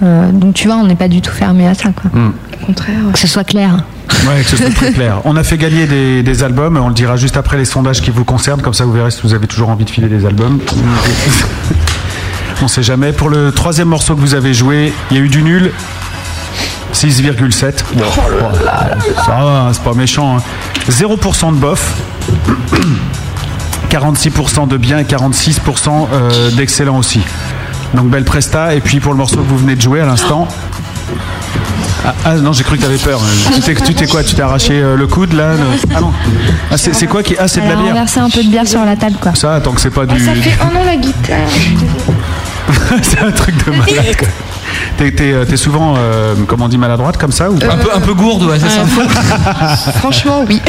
J: Euh, donc tu vois, on n'est pas du tout fermé à ça, quoi.
B: Hmm.
L: Au contraire.
J: Que ce soit clair.
B: Ouais, que ce soit très clair. [laughs] On a fait gagner des, des albums. On le dira juste après les sondages qui vous concernent. Comme ça, vous verrez si vous avez toujours envie de filer des albums. On sait jamais. Pour le troisième morceau que vous avez joué, il y a eu du nul. 6,7. Bon, ça va, c'est pas méchant. hein. 0% de bof. 46% de bien et 46% euh, d'excellent aussi. Donc belle presta. Et puis pour le morceau que vous venez de jouer à l'instant. Ah, ah, non, j'ai cru que t'avais peur. Tu t'es, tu t'es quoi Tu t'es arraché euh, le coude là le- Ah non. Ah, c'est, c'est quoi qui Ah, c'est de
J: Elle
B: la
J: a
B: bière.
J: renversé un peu de bière sur la table, quoi.
B: Ah, [laughs] Ça, tant que c'est pas du.
L: Ça fait un an la guitare.
Q: Ah,
B: c'est un truc de malade. quoi. T'es t'es, euh, t'es souvent, euh, comment on dit, maladroite comme ça ou pas
D: Un peu, un peu gourde, ouais, c'est ça.
L: [laughs] Franchement, oui.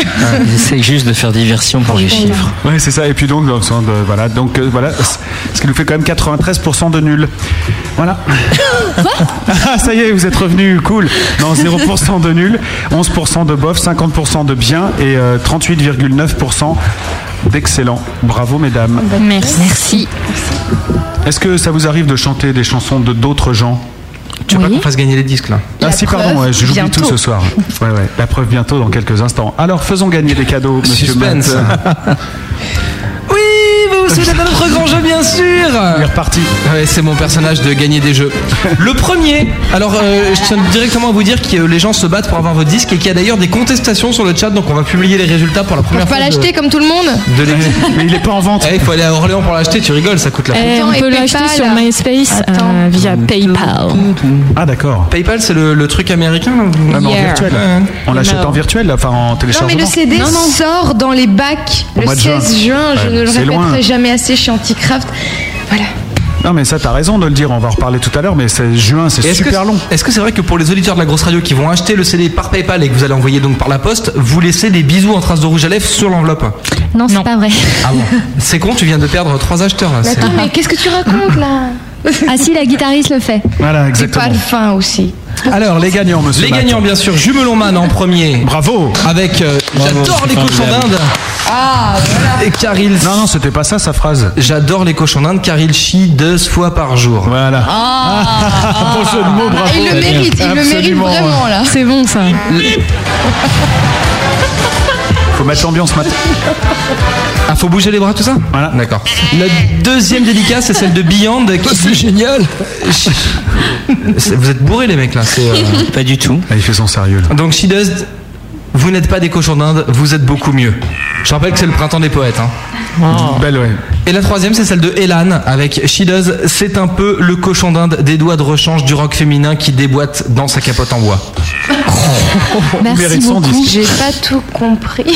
Q: J'essaie juste de faire diversion pour les chiffres.
B: Ouais, c'est ça. Et puis donc, dans le sens de- voilà, donc euh, voilà, c- ce qui nous fait quand même 93% de nuls. Voilà. Ah, [laughs] ça y est, vous êtes revenu, cool. Non, 0% de nuls, 11% de bof, 50% de bien et euh, 38,9% d'excellent. Bravo,
L: Ah,
B: mesdames.
L: bah,
J: Merci. Merci.
B: Est-ce que ça vous arrive de chanter des chansons de d'autres gens
D: Tu veux pas qu'on fasse gagner les disques là
B: ah si, pardon, ouais, je- j'oublie tout
D: bientôt.
B: ce soir. Ouais, ouais. La preuve bientôt dans quelques instants. Alors faisons gagner des cadeaux, monsieur
D: Suspense.
B: Matt.
D: Oui, vous vous souvenez de notre grand jeu, bien sûr Il est
B: reparti.
D: c'est mon personnage de gagner des jeux. Le premier, alors euh, je tiens directement à vous dire que euh, les gens se battent pour avoir votre disque et qu'il y a d'ailleurs des contestations sur le chat, donc on va publier les résultats pour la
L: On
D: première
L: peut
D: fois.
L: pas
D: de-
L: l'acheter comme tout le monde
D: de l'exil.
B: [laughs] Mais il est pas en vente.
D: Il faut aller à Orléans pour l'acheter, tu rigoles, ça coûte la
O: Eh,
D: peau.
O: on
L: et
O: peut
L: PayPal,
O: l'acheter sur
L: là.
O: MySpace euh, via PayPal.
B: Ah d'accord.
D: PayPal, c'est le, le truc américain hein. là, vous-
B: Ah, mais en
O: Yeah.
B: virtuel.
O: Ouais.
B: On l'achète
O: Non.
B: en virtuel, là, enfin en
L: Non,
B: téléchargement.
L: mais le CD
O: Non, non.
L: sort dans les bacs
B: Au
L: le
B: mois de juin.
L: 16 juin. je
B: Ouais,
L: ne le
B: c'est
L: répéterai
B: loin.
L: jamais assez chez Anticraft. Voilà.
B: Non, mais ça, t'as raison de le dire. On va en reparler tout à l'heure, mais c'est juin, c'est
D: Et est-ce
B: super
D: que,
B: long.
D: Est-ce que c'est vrai que pour les auditeurs de la grosse radio qui vont acheter le CD par PayPal et que vous allez envoyer donc par la poste, vous laissez des bisous en trace de rouge à lèvres sur l'enveloppe
J: Non, c'est pas vrai.
D: Ah bon C'est con, tu viens de perdre trois acheteurs là.
L: Mais
D: c'est-
L: attends, mais qu'est-ce que tu racontes là
J: Ah si, la guitariste le fait.
B: Voilà,
L: C'est pas
B: exactement.
L: le fin
J: [laughs]
L: aussi.
B: Alors, les gagnants, monsieur.
D: Les
B: Matt.
D: gagnants, bien sûr, Jumelon Man en premier.
B: Bravo
D: Avec euh, J'adore les cochons d'Inde.
P: Ah, voilà.
D: Et Caril.
B: Non, non, c'était pas ça sa phrase.
D: J'adore les cochons d'Inde car ils chient deux fois par jour.
B: Voilà. [laughs]
P: Ah,
B: Bon jeu de mots, bravo.
P: il le mérite, il le mérite
B: Absolument,
P: vraiment là.
O: C'est bon ça.
B: Faut mettre l'ambiance maintenant.
D: [laughs] Ah, faut bouger les bras, tout ça
B: Voilà.
D: D'accord. La deuxième dédicace, c'est celle de Beyond. Qui... C'est [laughs] génial Vous êtes bourrés, les mecs, là. c'est, euh,
Q: [laughs] Pas du tout.
B: Ah, il fait son sérieux, là.
D: Donc, She Does, vous n'êtes pas des cochons d'Inde, vous êtes beaucoup mieux. Je rappelle que c'est le printemps des poètes. hein.
B: Oh. Belle, ouais.
D: Et la troisième, c'est celle de Elan avec She Does, c'est un peu le cochon d'Inde des doigts de rechange du rock féminin qui déboîte dans sa capote en bois.
J: Merci
B: mérite son
J: beaucoup.
B: disque.
L: J'ai pas tout compris.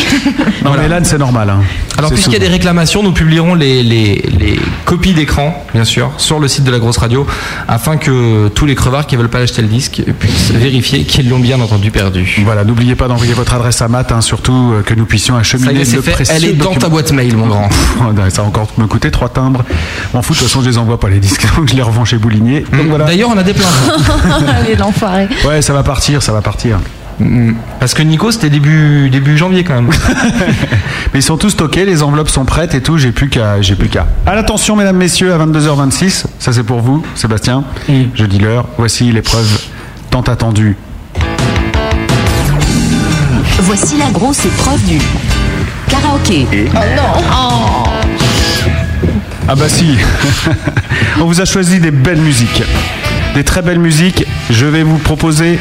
B: Non, mais là, c'est normal. hein.
D: Alors,
B: C'est
D: puisqu'il y a des
B: souvent.
D: réclamations, nous publierons les, les- les copies d'écran, bien sûr, sur le site de la grosse radio, afin que tous les crevards qui veulent pas acheter le disque puissent vérifier qu'ils l'ont bien entendu perdu.
B: Voilà, n'oubliez pas d'envoyer votre adresse à Matt, hein, surtout euh, que nous puissions
D: Ça y
B: acheminer
D: est, c'est
B: le
D: fait.
B: précieux
D: Elle est dans
B: document.
D: ta boîte mail, mon grand.
B: Pff, Ça va encore me coûter trois timbres. M'en fous, de toute façon, je les envoie pas les disques, [laughs] donc je les revends chez Boulinier. Donc voilà.
D: D'ailleurs, on a des plaintes.
J: Allez, l'enfoiré.
B: Ouais, ça va partir, ça va partir. Mm.
D: Parce que Nico, c'était début, début janvier quand même.
B: [laughs] Mais ils sont tous stockés, les enveloppes sont prêtes et tout, j'ai plus qu'à. J'ai plus qu'à. À l'attention, mesdames, messieurs, à 22h26, ça c'est pour vous, Sébastien.
D: Mm.
B: Je dis l'heure, voici l'épreuve tant attendue.
F: Voici la grosse épreuve du karaoké.
L: Oh
B: Ah bah si [laughs] On vous a choisi des belles musiques. Des très belles musiques. Je vais vous proposer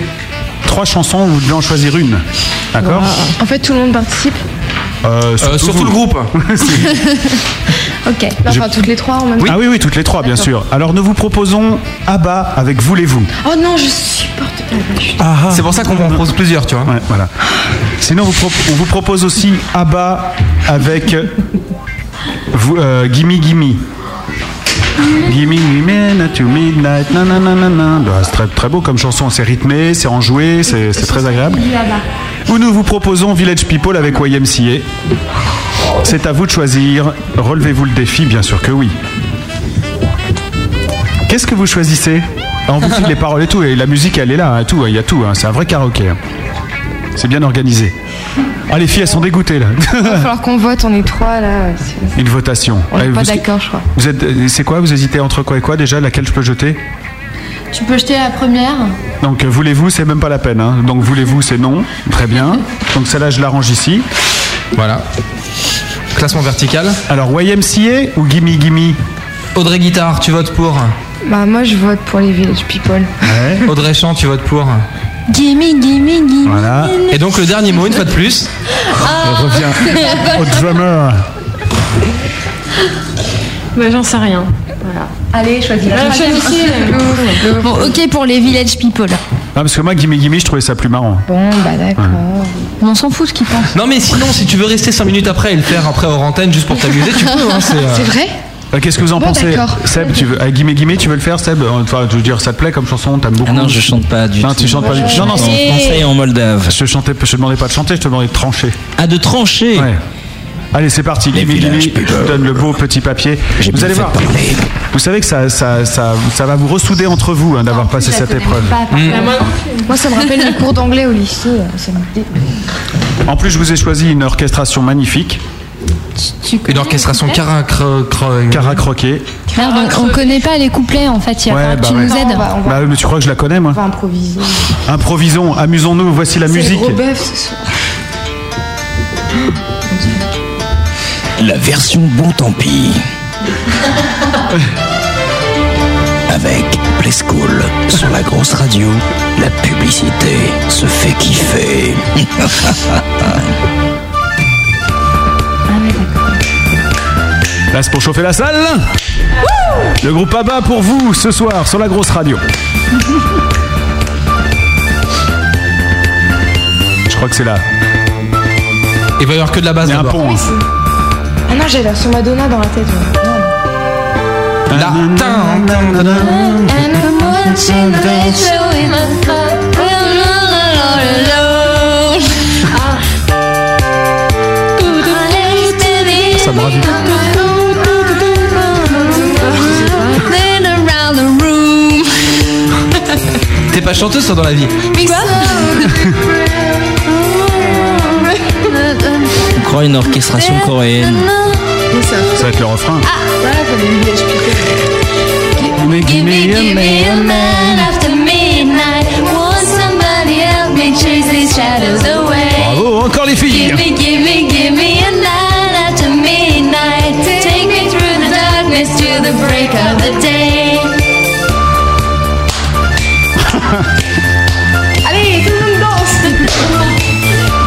B: trois chansons, vous devez en choisir une. D'accord
L: En fait, tout le monde
B: [laughs]
L: participe.
B: Euh, surtout
D: Euh, surtout
B: vous.
D: le
B: [laughs]
D: groupe.
L: Ok. Enfin, toutes les trois en même temps.
B: Ah oui, oui, toutes les trois, bien sûr. Alors nous vous proposons Abba avec Voulez-vous.
L: Oh non, je supporte pas.
D: C'est pour ça qu'on en propose plusieurs, tu vois.
B: Ouais, voilà. Sinon, vous pro- on vous propose aussi Abba avec vous, euh, Gimme Gimme. Gimme Gimme na to Midnight. na na na na na. Bah, c'est très, très beau comme chanson. C'est rythmé, c'est enjoué, c'est c'est très agréable. Ou nous vous proposons Village People avec YMCA. C'est à vous de choisir. Relevez-vous le défi, bien sûr que oui. Qu'est-ce que vous choisissez Ah, On vous file les paroles et tout, et la musique elle est là, hein, tout, hein, il y a tout, hein, c'est un vrai karaoké. hein. C'est bien organisé. Ah les filles elles sont dégoûtées là. [laughs]
L: Il va falloir qu'on vote, on est trois là. C'est-
B: Une votation.
L: On
B: Ouais,
L: est pas
B: Bah, vous-
L: d'accord, je crois.
B: Vous êtes, euh, c'est quoi Vous hésitez entre quoi et quoi déjà Laquelle je peux jeter
S: Tu peux jeter la première
B: Donc euh, voulez-vous, c'est même pas la peine. hein. Donc voulez-vous, c'est non. Très bien. Donc celle-là je l'arrange ici.
D: Voilà. Classement vertical.
B: Alors YMCA ou Gimme Gimme
D: Audrey Guitare, tu votes pour.
L: Bah, moi, je vote pour les Village People.
B: Ouais.
D: Audrey Chant, tu votes pour.
J: Gimme, gimme, gimme.
B: Voilà.
D: Et donc le dernier mot, une fois de plus.
E: Ah. [laughs]
B: On revient au drummer.
E: Bah, j'en sais rien. Voilà.
J: Allez, choisis la Bon, ok pour les village people.
B: Ah, parce que moi Gimme Gimme je trouvais ça plus marrant.
L: Bon, bah d'accord.
J: Mais on s'en fout ce qu'ils pensent.
D: Non mais sinon, si tu veux rester 5 minutes après et le faire après hors antenne juste pour t'amuser, tu peux. hein, c'est, euh,
L: C'est vrai
B: Euh, Qu'est-ce que vous en
L: Bon,
B: pensez
L: d'accord.
B: Seb, tu veux, ah, guillemets, guillemets, tu veux le faire, Seb Enfin, je veux dire, ça te plaît comme chanson T'aimes beaucoup
Q: Ah non, je chante pas du
B: non,
Q: tout.
B: tu chantes pas du
Q: Je
B: tout. Non,
Q: chante
B: non,
Q: en
B: c'est-
Q: français et en moldave.
B: Je te chantais, je te demandais pas de chanter, je te demandais de trancher.
Q: Ah, de trancher
B: Ouais. Allez, c'est parti.
Q: Les
B: Guillemets,
Q: villages
B: guillemets, je te donne le beau petit papier.
Q: J'ai
B: Vous
Q: bien
B: allez
Q: fait
B: voir.
Q: de
B: Vous savez que ça, ça, ça, ça va vous ressouder entre vous hein, d'avoir passé cette épreuve. Mm.
L: Moi, ça me rappelle les cours d'anglais au lycée. euh, Ça me dé-
B: En plus, je vous ai choisi une orchestration magnifique.
D: Une orchestration
B: caracroquée.
J: Merde, on- on connaît pas les couplets en fait. Il y a
B: Ouais,
J: pas-
B: bah
J: Ah, tu
B: ouais.
J: nous aides.
B: Bah oui, mais tu crois que je la connais, moi
L: improviser.
B: Improvisons, amusons-nous, voici la
L: C'est le
B: musique.
L: gros bœuf ce soir.
K: La version bon tant pis. Avec Play School sur la grosse radio, la publicité se fait kiffer. [laughs]
B: Là, c'est pour chauffer la salle. Le groupe ABBA pour vous ce soir sur la grosse radio. Je crois que c'est là.
D: Il va y avoir que de la base.
B: Il y a un pont. hein.
L: Ah non, j'ai la version Madonna dans la tête. ouais. Non.
B: Ah.
D: Là.
N: Ça me ravit.
D: T'es pas chanteuse toi, dans la vie
Q: On croit [laughs] une orchestration coréenne.
B: Ça va être le refrain.
N: Give me, give me a man after midnight. Won't somebody help me chase these shadows away?
B: Bravo, encore les filles.
N: Give me, give me, give me a night after midnight. Take me through the darkness to the break of the day.
L: Allez, tout le monde danse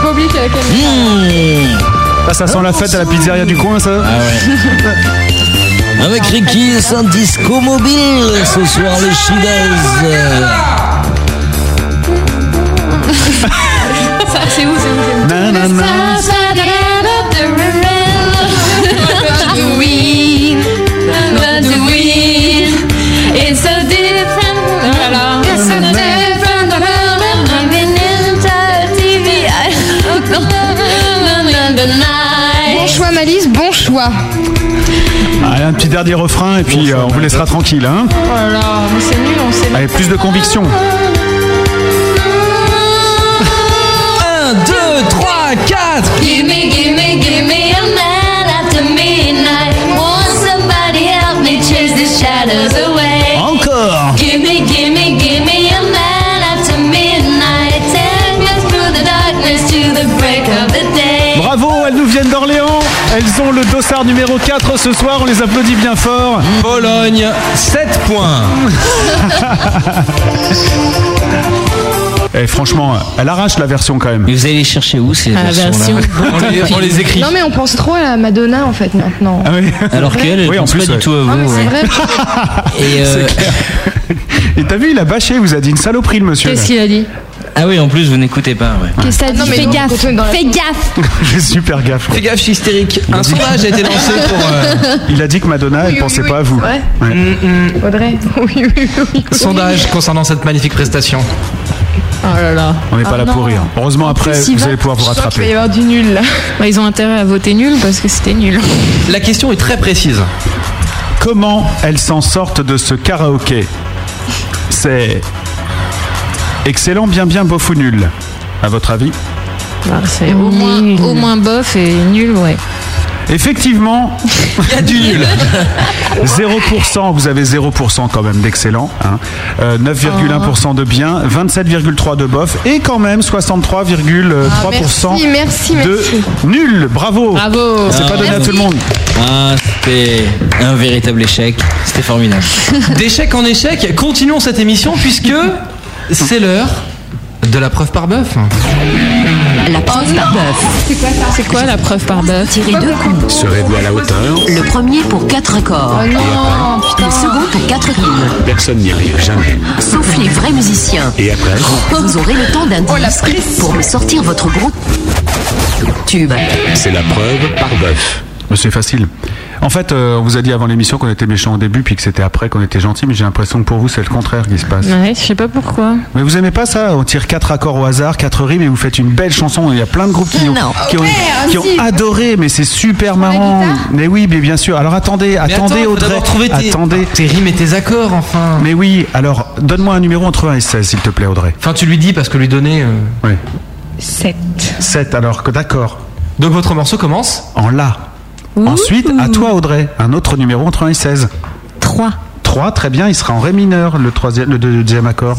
L: Faut oublier qu'il y a la caméra.
B: Mmh. Ah, Ça, ça sent la fête à la pizzeria du coin, ça.
L: [laughs]
B: [laughs]
K: Avec Ricky et son disco mobile ce soir les Chidez.
L: Ça, C'est où, c'est où, c'est où
N: Outside out of the river. The wind, the wind. It's so different. It's so different. I'm in the TV. I look on the night.
L: Bon choix, Malice, bon choix.
B: Allez, un petit dernier refrain et puis euh, on vous laissera tranquille. Hein.
L: Oh là là, mais c'est nul, on sait.
B: Allez, plus de conviction.
D: 1, 2, 3, 4
N: Give me, give me, give me a man after midnight. Won't somebody help me chase the shadows away?
K: Encore.
N: Give me, give me, give me a man after midnight. Take me through the darkness to the break of the day.
B: Bravo, elles nous viennent d'Orléans. Elles ont le dossard numéro 4 ce soir. On les applaudit bien fort.
D: Pologne, 7
B: [laughs]
D: points.
B: Et Eh, franchement, elle arrache la version quand même.
Q: Mais vous allez les chercher où ces
L: Ah, la
Q: versions là [laughs]
D: On les-
L: version.
B: [laughs]
D: on les écrit.
L: Non, mais on pense trop à Madonna en fait maintenant.
B: Ah oui.
Q: Alors qu'elle, elle
B: Oui, en
Q: pense
B: plus,
Q: pas
B: Ah ouais.
Q: du tout à vous.
L: Non, mais c'est
Q: ouais.
B: [laughs]
L: vrai.
Q: Et, euh,
B: Et t'as vu, il a bâché, il vous a dit une saloperie, le monsieur. là.
L: a dit
Q: Ah oui, en plus, vous n'écoutez pas. Ouais.
J: Qu'est-ce que t'as
L: Ah Non,
J: dit
L: mais
J: Fais
L: non,
J: gaffe.
L: continue dans la-
J: Fais gaffe.
B: [laughs] J'ai super gaffe.
D: Fais gaffe, je suis hystérique. Un sondage a été lancé pour. euh,
B: [laughs] Il a dit que Madonna, elle
L: oui,
B: pensait
L: oui.
B: pas à vous.
L: Ouais.
B: Ouais.
E: Mm, [laughs]
L: Audrey. Oui, oui, oui, oui.
D: sondage concernant cette magnifique prestation.
R: Oh là là.
B: On n'est pas
L: Ah
D: Ah,
B: là pour rire. Heureusement, après,
R: plus, il
B: vous
L: bah,
R: va.
B: allez pouvoir vous
R: Je crois qu'il va
B: rattraper.
R: y avoir du nul là.
E: Bah, ils ont intérêt à voter nul parce que c'était nul.
D: La question est très précise.
B: Comment elles s'en sortent de ce karaoké C'est excellent, bien, bien, bof ou nul À votre avis
E: Bah, c'est au moins, au moins bof et nul, ouais.
B: Effectivement,
D: [laughs] Il y a du
B: [laughs]
D: nul.
B: 0%, vous avez 0% quand même d'excellent, hein. Euh, 9,1% de bien, 27,3% de bof et quand même 63,3%
L: Ah, Merci, merci,
B: de
L: merci.
B: nul. Bravo
E: Bravo.
B: C'est pas donné à tout le monde.
Q: Ah, c'était un véritable échec. C'était formidable.
L: [laughs]
D: D'échec en échec, continuons cette émission puisque c'est l'heure de la preuve par bœuf.
F: La preuve par bœuf.
E: C'est quoi ça Oh, C'est quoi la preuve par bœuf
F: Tirez deux coups.
G: Serez-vous à la hauteur
F: Le premier pour quatre accords.
L: Oh
E: Non,
F: Le second pour quatre rimes.
G: Personne n'y arrive jamais.
F: Sauf les vrais musiciens.
G: Et après
F: Vous aurez le temps
L: Oh,
F: d'un disque pour me sortir votre gros tube.
G: C'est la preuve par bœuf.
B: Mais C'est facile. En fait, euh, on vous a dit avant l'émission qu'on était méchant au début, puis que c'était après qu'on était gentil, mais j'ai l'impression que pour vous, c'est le contraire qui se passe.
E: Ouais, je sais pas pourquoi.
B: Mais vous aimez pas ça On tire quatre accords au hasard, quatre rimes, et vous faites une belle chanson. Il y a plein de groupes qui ont, qui ont, qui ont adoré, mais c'est super marrant. Mais oui, mais bien sûr. Alors attendez, attendez,
D: attends, faut
B: Audrey.
D: d'abord trouver tes- Ah,
B: attendez.
D: tes rimes et tes accords, enfin.
B: Mais oui, alors donne-moi un numéro entre 1 et 16, s'il te plaît, Audrey.
D: Enfin, tu lui dis parce que lui donner. euh,
B: Oui.
L: 7.
B: 7, alors que d'accord.
D: Donc votre morceau commence
B: En La. Ensuite, à toi, Audrey, un autre numéro entre 1 et 16.
J: 3.
B: 3, très bien, il sera en Ré mineur, le, troisième, le deuxième accord.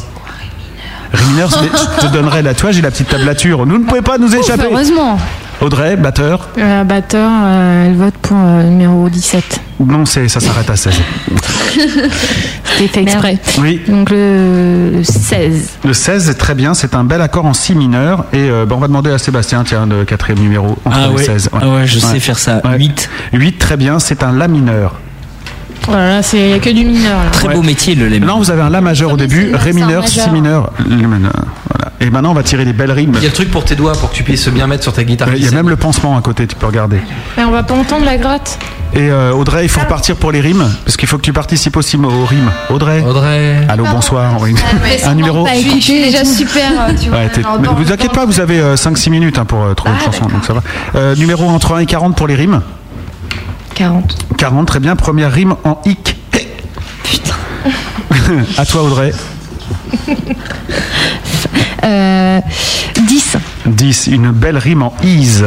B: Ré mineur, c'est- je te donnerai la toi, j'ai la petite tablature. Nous ne pouvez pas nous échapper.
E: heureusement.
B: Audrey, batteur.
E: La batteur, euh, elle vote pour euh, numéro 17.
B: Non, c'est, ça s'arrête à 16.
E: C'était fait exprès.
B: Oui.
E: Donc le, le 16.
B: Le 16, c'est très bien, c'est un bel accord en Si mineur. Et euh, bah, on va demander à Sébastien, tiens, le quatrième numéro, entre
Q: Ah
B: le
Q: ouais.
B: 16.
Q: Ah ouais, je sais faire ça.
B: 8. 8, très bien, c'est un La mineur.
E: Voilà, c'est- il n'y a que du mineur là.
B: beau
Q: métier, le La
B: mineur. Non, vous avez un La majeur au début, Ré
E: c'est un
B: mineur, Si
E: majeur.
B: mineur, La mineur. Voilà. Et maintenant, on va tirer des belles rimes.
D: Il y a le truc pour tes doigts pour que tu puisses bien mettre sur ta guitare.
B: Il y a même le pansement à côté, tu peux regarder.
E: Mais on va pas entendre la gratte.
B: Et euh, Audrey, il faut repartir pour les rimes, parce qu'il faut que tu participes aussi aux rimes. Audrey
D: Audrey
B: Allô, bonsoir. oui.
L: Ah,
B: Un numéro
L: bah,
J: Je suis- je suis déjà super, euh, tu vois.
B: Ouais, t'es-
J: alors,
B: mais
J: dans- Ah,
B: vous inquiétez pas, vous avez 5-6 minutes hein, pour euh, trouver une chanson, donc ça va. Euh, numéro entre 1 et 40 pour les rimes
L: 40.
B: 40, très bien. Première rime en hic. Putain. à toi, Audrey.
L: Euh, 10.
B: 10, une belle rime en ease.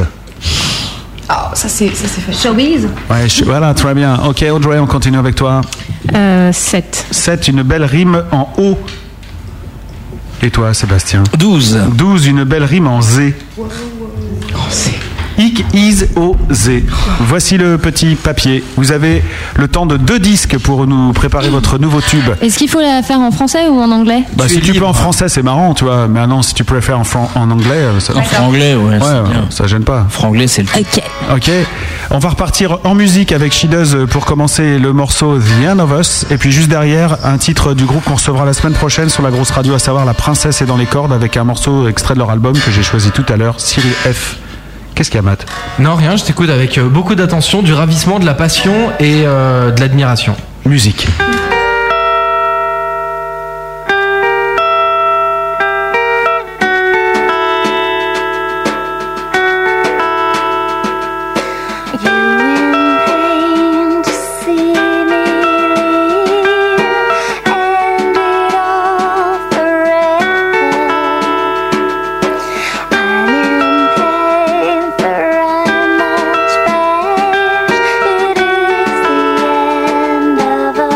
L: Oh, ça c'est ça c'est facile.
S: Showbiz
B: Ouais, je- voilà, très bien. Ok, Audrey, on continue avec toi.
L: Euh,
E: 7.
B: 7, une belle rime en O. Et toi, Sébastien
Q: 12.
B: 12, une belle rime en Z. Hic, is, o, z. Voici le petit papier. Vous avez le temps de deux disques pour nous préparer votre nouveau tube.
J: Est-ce qu'il faut la faire en français ou en anglais
B: Bah, si tu peux en français, c'est marrant, tu vois. Mais ah non, si tu préfères en, fran- en anglais, euh, ça,
Q: En franglais, ouais, c'est
B: ouais,
Q: bien.
B: ça gêne pas.
Q: Franglais, c'est le
J: Ok.
B: Ok, on va repartir en musique avec Shidoz euh, pour commencer le morceau The End of Us. Et puis juste derrière, un titre du groupe qu'on recevra la semaine prochaine sur la grosse radio, à savoir La Princesse est dans les cordes, avec un morceau extrait de leur album que j'ai choisi tout à l'heure, Cyril F. Qu'est-ce qu'il y a, Matt
D: Non, rien, je t'écoute avec euh, beaucoup d'attention, du ravissement, de la passion et euh, de l'admiration.
B: Musique.
N: It is the end of us.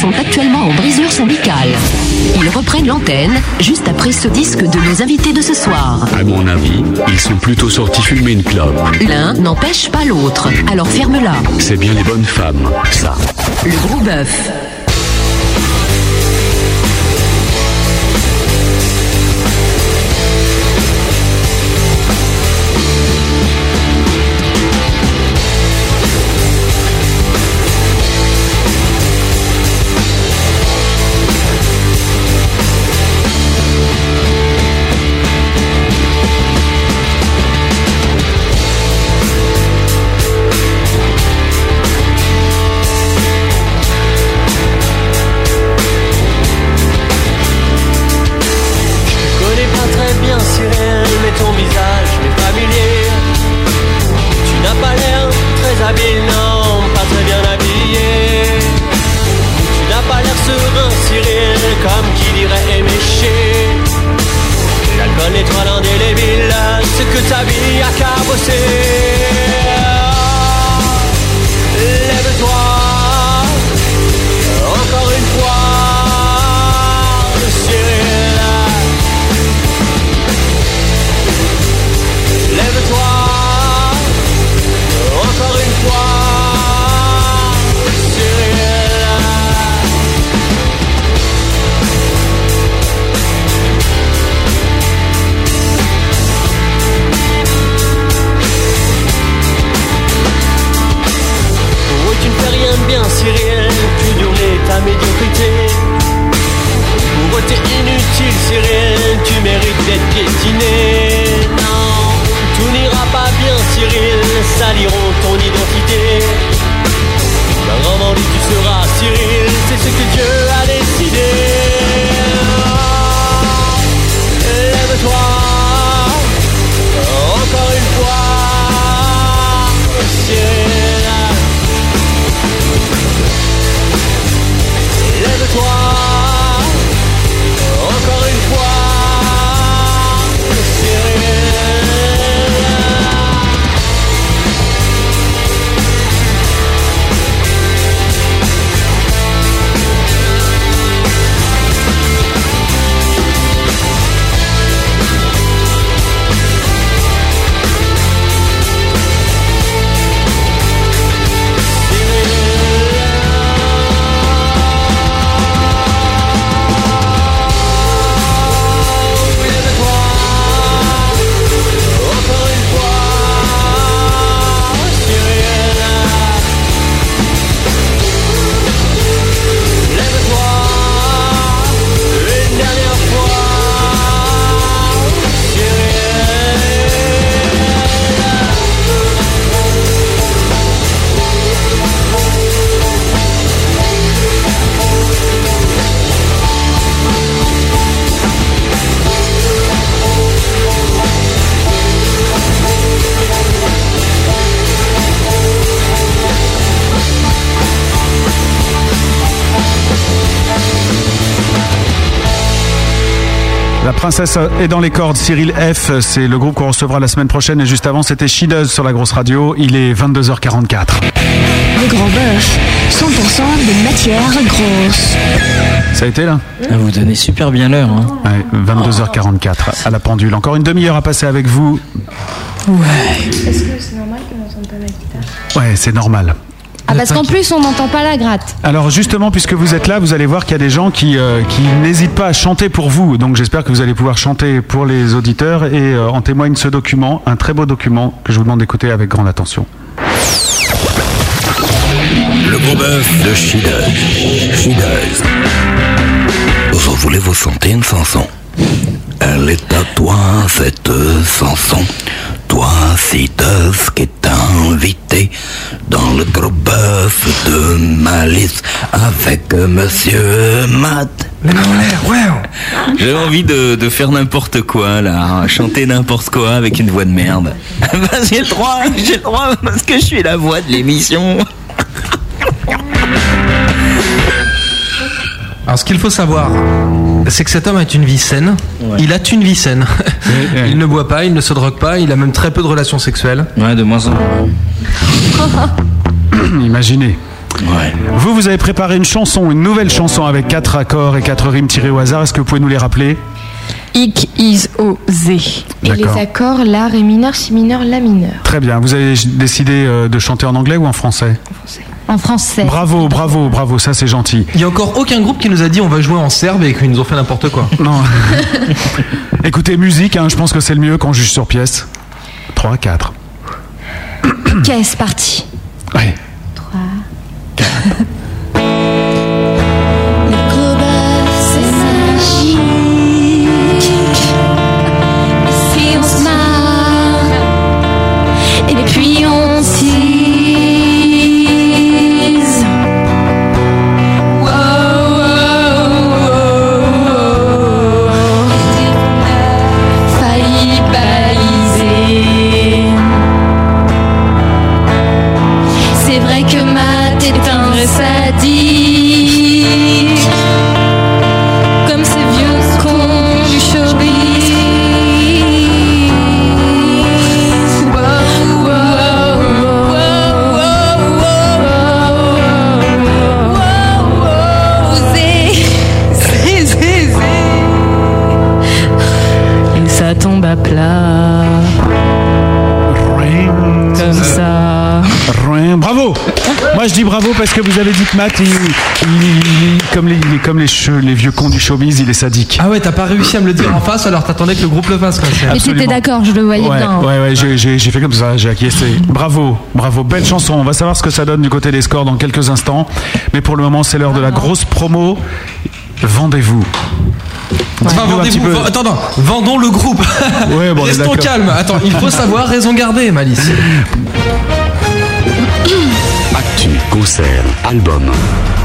F: sont actuellement en brisure syndicale. Ils reprennent l'antenne juste après ce disque de nos invités de ce soir.
G: À mon avis, ils sont plutôt sortis fumer une clope.
F: L'un n'empêche pas l'autre, alors ferme-la.
G: C'est bien les bonnes femmes, ça.
F: Le gros bœuf.
T: Je te connais pas très bien Cyril, mais ton visage m'est familier. Tu n'as pas l'air très habile, non, pas très bien habillé. Tu n'as pas l'air serein Cyril, comme qui dirait éméché. L'alcool nettoie l'indélébile, ce que ta vie a cabossé. Lève-toi, encore une fois, Cyril. Lève-toi Encore une fois Cyril Oui tu ne fais rien de bien Cyril Tu nourris ta médiocrité pour t'es inutile, Cyril, tu mérites d'être piétiné. Non, tout n'ira pas bien, Cyril, saliront ton identité. Un grand bandit tu seras, Cyril, c'est ce que Dieu a décidé. Lève-toi, encore une fois, Cyril. Lève-toi. Encore une fois, Cyril. Une dernière fois,
B: La princesse est dans les cordes, Cyril F. C'est le groupe qu'on recevra la semaine prochaine. Et juste avant, c'était Shideuse sur la grosse radio. Il est 22h44.
F: Le gros bœuf. 100% de matière grosse.
B: Ça a été là Vous donnez super bien l'heure. hein. 22h44 à la pendule. Encore une demi-heure à passer avec vous.
L: Est-ce que c'est normal qu'on n'entende pas la guitare
B: Ouais, c'est normal.
S: Ah, parce qu'en plus, on n'entend pas la
J: [coughs]
S: gratte.
B: Alors justement, puisque vous êtes là, vous allez voir qu'il y a des gens qui, euh, qui n'hésitent pas à chanter pour vous. Donc j'espère que vous allez pouvoir chanter pour les auditeurs et euh, en témoigne ce document, un très beau document que je vous demande d'écouter avec grande attention.
K: Le gros bœuf de Chideuse. Chideuse. Vous voulez vous sentir une chanson Elle est à toi, cette chanson. Toi, Chideuse, qui est invité dans le gros bœuf de Malice avec Monsieur Matt.
Q: J'ai envie de, de faire n'importe quoi
K: Ah,
Q: là, chanter n'importe quoi avec une voix de
K: [laughs]
Q: merde.
K: Bah, j'ai le droit, j'ai le droit, Oh, parce que je suis la voix de l'émission.
D: Alors, ce qu'il faut savoir, c'est que cet homme a une vie saine. Il a une vie saine. [laughs] il ne boit pas, il ne se drogue pas, il a même très peu de relations sexuelles.
Q: Ouais, de moins en moins.
B: [coughs] Imaginez. Vous, vous avez préparé une chanson, une nouvelle chanson avec quatre accords et quatre rimes tirées au hasard. Est-ce que vous pouvez nous les rappeler
L: Ic, is, o, z. Et les
B: D'accord.
L: accords, la, ré mineur, si mineur, la mineur.
B: Très bien. Vous avez décidé euh, de chanter en anglais ou en français
J: En français.
B: Bravo, bravo, bravo. Ça, c'est gentil.
D: Il y a encore aucun groupe qui nous a dit on va jouer en serbe et qu'ils nous ont fait n'importe quoi.
B: [laughs] Non. Écoutez, musique, hein, je pense que c'est le mieux quand on juge sur pièce. 3, 4.
J: Caisse, parti.
B: Ouais.
N: Si on se marre, et puis on tease. Wow, wow, wow. Failli baliser. C'est vrai que ma tétendresse a dit Comme ces vieux cons du showbiz Wow, wow, wow, wow, wow, wow, wow, zé, zé, zé, zé.
R: Et ça tombe à plat. Comme ça.
B: Rouen, Bravo Moi je dis bravo parce que vous avez dit que Matt, il, il- il- comme, les, il est comme les, che- les vieux cons du showbiz, il est sadique.
D: Ah ouais, t'as pas réussi à me le
B: [clears throat]
D: dire en face alors t'attendais que le groupe le fasse quoi. c'est-
J: Mais t'étais d'accord, je le voyais
B: Ouais,
J: bien.
B: ouais, ouais, j'ai- j'ai j'ai fait comme ça, j'ai acquiescé. Bravo, bravo, belle chanson. On va savoir ce que ça donne du côté des scores dans quelques instants. Mais pour le moment, c'est l'heure de
J: Ah
B: la grosse promo. Vendez-vous.
D: Enfin,
B: Dites-nous un petit
D: vendez-vous.
B: peu.
D: Ven- Attends, attends, vendons le groupe.
B: bon, on est
D: Restons
B: d'accord.
D: calmes. Attends, il faut savoir raison garder,
B: [laughs]
D: Malice.
G: Actu, concert, album.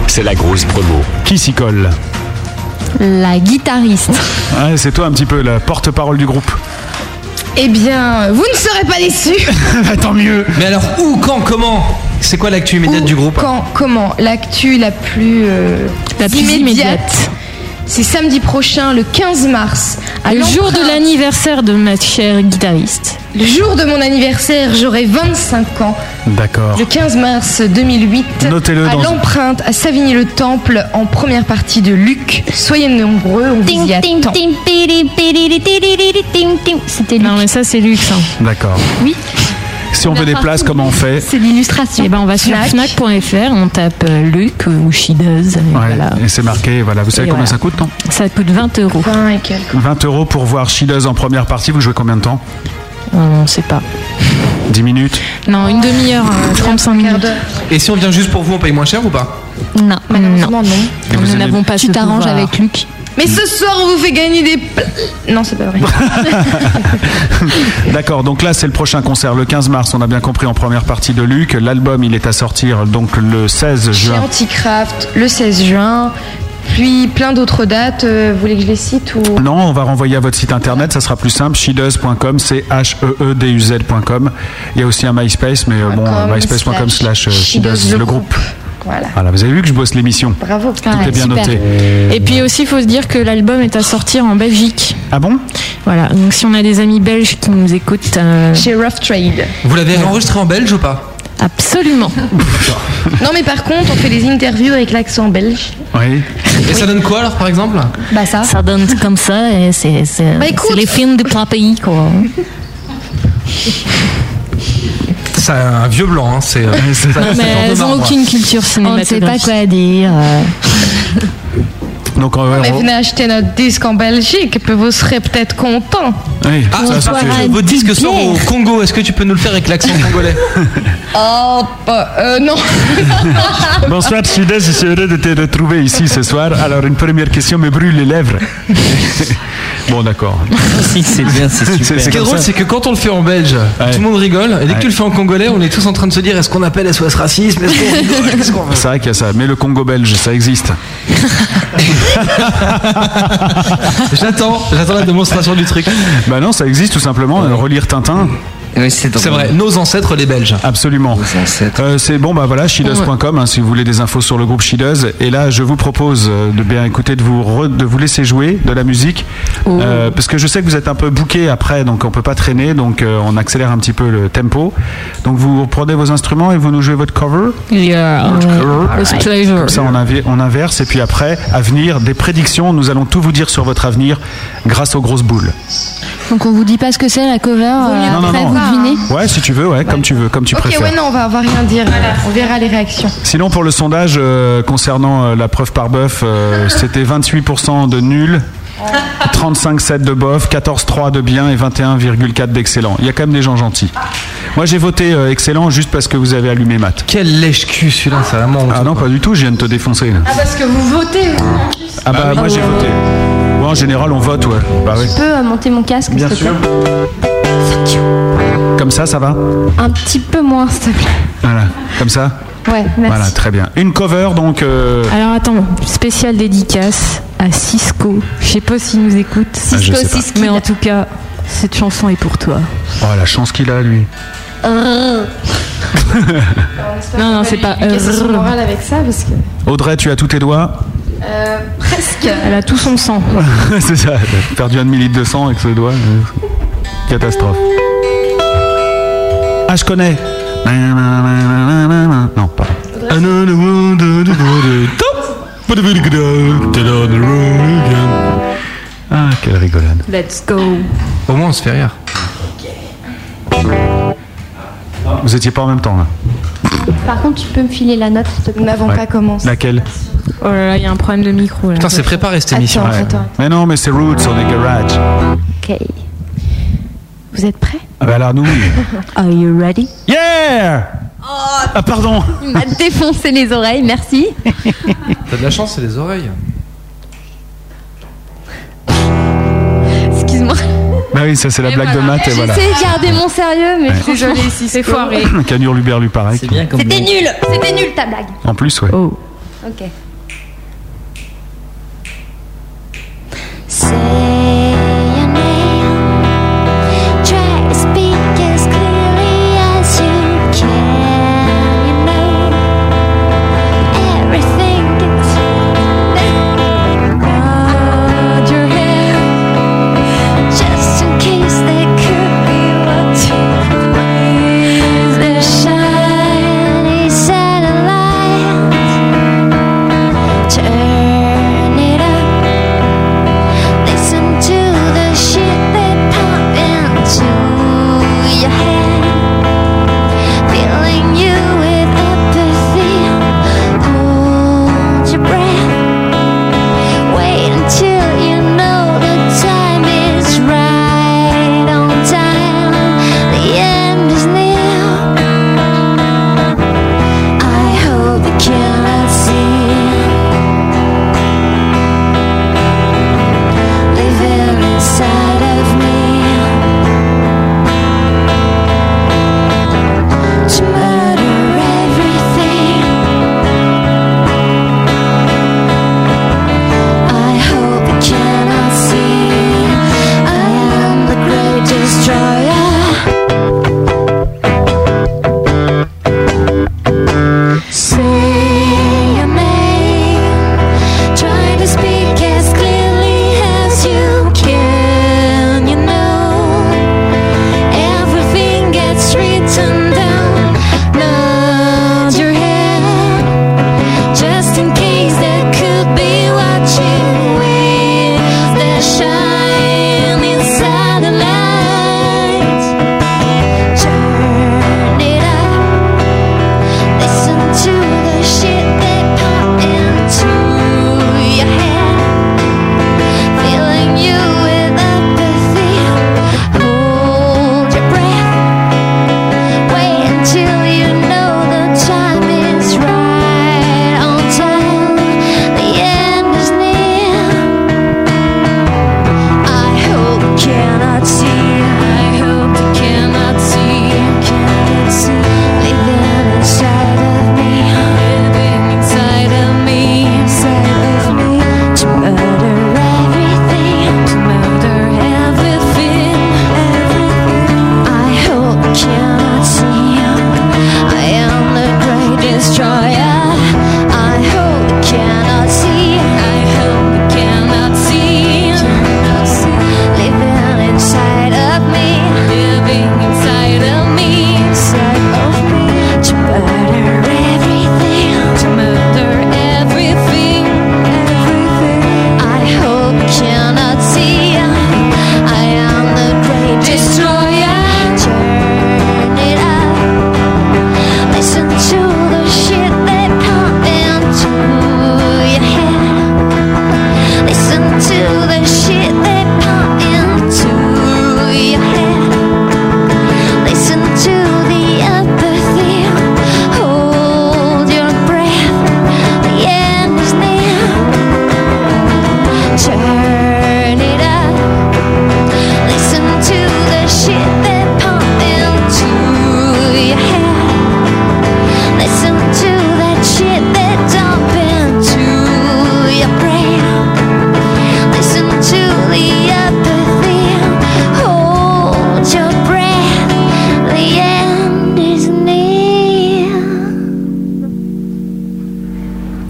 G: C'est la grosse promo.
B: Qui s'y colle
J: La guitariste.
B: Ouais, C'est toi un petit peu la porte-parole du groupe.
L: Eh bien, vous ne serez pas déçus.
B: Bah, Tant mieux.
D: Mais alors où, quand, comment C'est quoi l'actu immédiate du groupe
L: Quand, comment L'actu la plus, euh,
D: La plus
L: immédiate. C'est samedi prochain, le 15 mars. à
O: Le jour de
L: l'empreinte.
O: l'anniversaire de ma chère guitariste.
L: Le jour de mon anniversaire, j'aurai 25 ans.
B: D'accord.
L: Le 15 mars 2008,
B: Notez-le
L: à
B: dans-
L: l'empreinte à Savigny-le-Temple, en première partie de Luc. Soyez nombreux, on vous y attend.
J: C'était
O: Non, mais ça, c'est luxe. hein.
B: D'accord.
J: Oui.
B: Si on veut des places, comment on fait
J: C'est l'illustration.
O: Eh ben, on va sur
J: Fnac.
O: fnac.fr, on tape euh, Luc euh, ou Shideuse. et
B: Ouais,
O: voilà.
B: Et c'est marqué, voilà. Vous savez
O: Et
B: combien
O: voilà.
B: ça coûte, non
O: Ça coûte 20 euros.
B: 20 euros pour voir Shidoz en première partie. Vous jouez combien de temps
O: On sait pas.
B: 10 minutes
O: Non, une demi-heure, euh, 35 minutes.
D: Et si on vient juste pour vous, on paye moins cher ou pas
O: Non, malheureusement,
L: non.
D: Et vous
O: Nous
D: aimez-
O: n'avons pas
J: Tu
O: ce
J: t'arranges
O: pouvoir.
J: avec Luc.
L: Mais ce soir, on vous fait gagner des... pla- Non, c'est pas vrai.
B: D'accord, donc là c'est le prochain concert, le 15 mars, on a bien compris en première partie de Luc. L'album il est à sortir donc le 16
L: Chez
B: juin.
L: Anticraft, le 16 juin, puis plein d'autres dates. euh, Vous voulez que je les cite
B: [laughs]
L: ou...
B: Non, on va renvoyer à votre site internet, ça sera plus simple, shideuz.com, c'est E H-E-E-D-U-Z.com. Il y a aussi un MySpace, mais euh, bon,
L: Com
B: myspace.com slash euh,
O: Shideuz,
B: shideuz, le
O: le
B: groupe.
L: Voilà.
B: Voilà, vous avez vu que je bosse l'émission.
L: Bravo.
B: Tout est bien noté.
O: Et puis aussi, il faut se dire que l'album est à sortir en Belgique.
B: Ah bon
O: Voilà, donc si on a des amis belges qui nous écoutent. euh,
L: Chez Rough Trade.
D: Vous l'avez enregistré en belge ou pas
O: Absolument.
L: Non, mais par contre, on fait des interviews avec l'accent belge.
B: Oui.
D: Et ça donne quoi alors par exemple
L: Bah ça.
O: Ça donne comme ça, et c'est c'est-
L: Bah, écoute.
O: c'est les films de trois pays, quoi.
D: C'est un vieux blanc, hein,
B: [laughs]
D: c'est. euh, ça- ça
O: Mais
D: sort de
O: elles ont
D: marbre.
O: aucune culture cinématographique.
J: On ne sait pas quoi dire.
B: Donc euh, on va.
L: euh. Mais venez acheter notre disque en Belgique, puis vous serez peut-être content.
B: Oui,
D: Ah,
L: On
D: ça, ça,
L: boira
D: c'est-
L: une
D: vos disques sont au
L: bière.
D: Congo, est-ce que tu peux nous le faire avec
O: [laughs]
D: l'accent congolais
L: Oh,
O: Ah,
L: bah, euh, non.
B: Bonsoir Shideuz, je suis heureux de te retrouver ici ce soir. Alors une première question me brûle les lèvres. [laughs] bon d'accord.
Q: si c'est bien,
B: [laughs]
Q: c'est super.
D: Ce qui est drôle, c'est que quand on le fait en belge, tout le monde rigole. Et dès que tu le fais en congolais, on est tous en train de se dire est-ce qu'on appelle SOS racisme Est-ce qu'on rigole
B: [laughs]
D: Qu'est-ce qu'on-
B: C'est vrai qu'il y a ça, mais le Congo belge, ça existe.
D: [laughs] J'attends, j'attends la démonstration du truc.
B: Bah non, ça existe tout simplement. euh, Relire Tintin, c'est
D: vrai, nos ancêtres les Belges.
B: Absolument. Euh, c'est bon, bah voilà, shideuse.com hein, si vous voulez des infos sur le groupe Shideuse. Et là, je vous propose euh, de bien écouter, de vous, re- de vous laisser jouer de la musique. Euh, parce que je sais que vous êtes un peu bouqué après, donc on peut pas traîner, donc euh, on accélère un petit peu le tempo. Donc vous prenez vos instruments et vous nous jouez votre cover.
O: Yeah, it's pleasure.
B: Comme ça, on, invi- on inverse. Et puis après, à venir, des prédictions. Nous allons tout vous dire sur votre avenir grâce aux grosses boules.
J: Donc on vous dit pas ce que c'est la cover, euh,
B: Non, non,
J: après
B: non.
J: vous devinez.
B: Ouais, si tu veux, ouais, comme tu veux, comme tu
L: ok,
B: préfères.
L: ouais, non, on va, on va rien dire. On verra les réactions.
B: Sinon, pour le sondage euh, concernant euh, la preuve par bœuf, euh,
L: [laughs]
B: c'était 28% de nul. 35,7 de bof, 14,3 de bien et 21,4 d'excellent. Il y a quand même des gens gentils. Moi j'ai voté euh, excellent juste parce que vous avez allumé Matt.
D: Quel lèche-cul celui-là, c'est vraiment.
B: Ah non, pas du tout, je viens de te défoncer.
L: Ah, parce que vous votez,
B: Ah bah moi j'ai voté. Ouais, en général on vote, ouais. Bah oui.
S: Je peux euh, monter mon casque
B: Bien
S: s'il te
B: sûr.
S: plaît
B: Comme ça, ça va
S: Un petit peu moins, s'il te plaît.
B: Voilà, comme ça
S: Ouais, merci.
B: Voilà, très bien. Une cover donc. euh,
E: Ah.
O: Alors attends, spéciale dédicace à Cisco. Je sais pas s'il nous écoute.
B: Ah, je sais pas. Cisco,
O: Mais en tout cas, cette chanson est pour toi.
B: Oh la chance qu'il a lui.
O: Non, non, c'est pas.
L: Qu'est-ce
O: euh,
L: morale avec ça parce que
B: Audrey, tu as tous tes doigts
L: euh, presque.
O: Elle a tout son sang.
B: [laughs] c'est ça, t'as perdu un demi-litre de sang avec ce doigt. euh, Catastrophe. Ah, je connais. Non, pas. Ah, quelle rigolade.
O: Let's go.
D: Au moins, on se fait rire.
B: Vous étiez pas en même temps là.
S: Par contre, tu peux me filer la note, s'il te plaît. Nous n'avons
B: Ouais. pas
S: commencé.
B: Laquelle
O: Oh là là, il y a un problème de micro là.
D: Putain, c'est préparé cette émission.
B: Ouais. Mais non, mais c'est Roots, on est garage.
S: Ok. Vous êtes prêts
B: Ah, bah alors nous, oui.
S: Are you ready
B: Yeah Ah, pardon
S: Il m'a défoncé les oreilles, merci.
B: [laughs]
D: T'as de la chance, c'est les oreilles.
S: Excuse-moi.
B: Bah oui, ça c'est la blague de maths et voilà.
S: J'essaie de garder mon sérieux, mais
B: Ouais.
S: désolée si c'est
B: [laughs]
S: foiré.
B: Canur Lubert lui pareil. C'est bien
S: C'était nul, c'était nul ta blague.
B: En plus, ouais.
S: Ok.
N: Try to speak as clearly as you can. You know everything gets around your head, just in case they could be what you praise. They're shiny satellites.
L: Ah,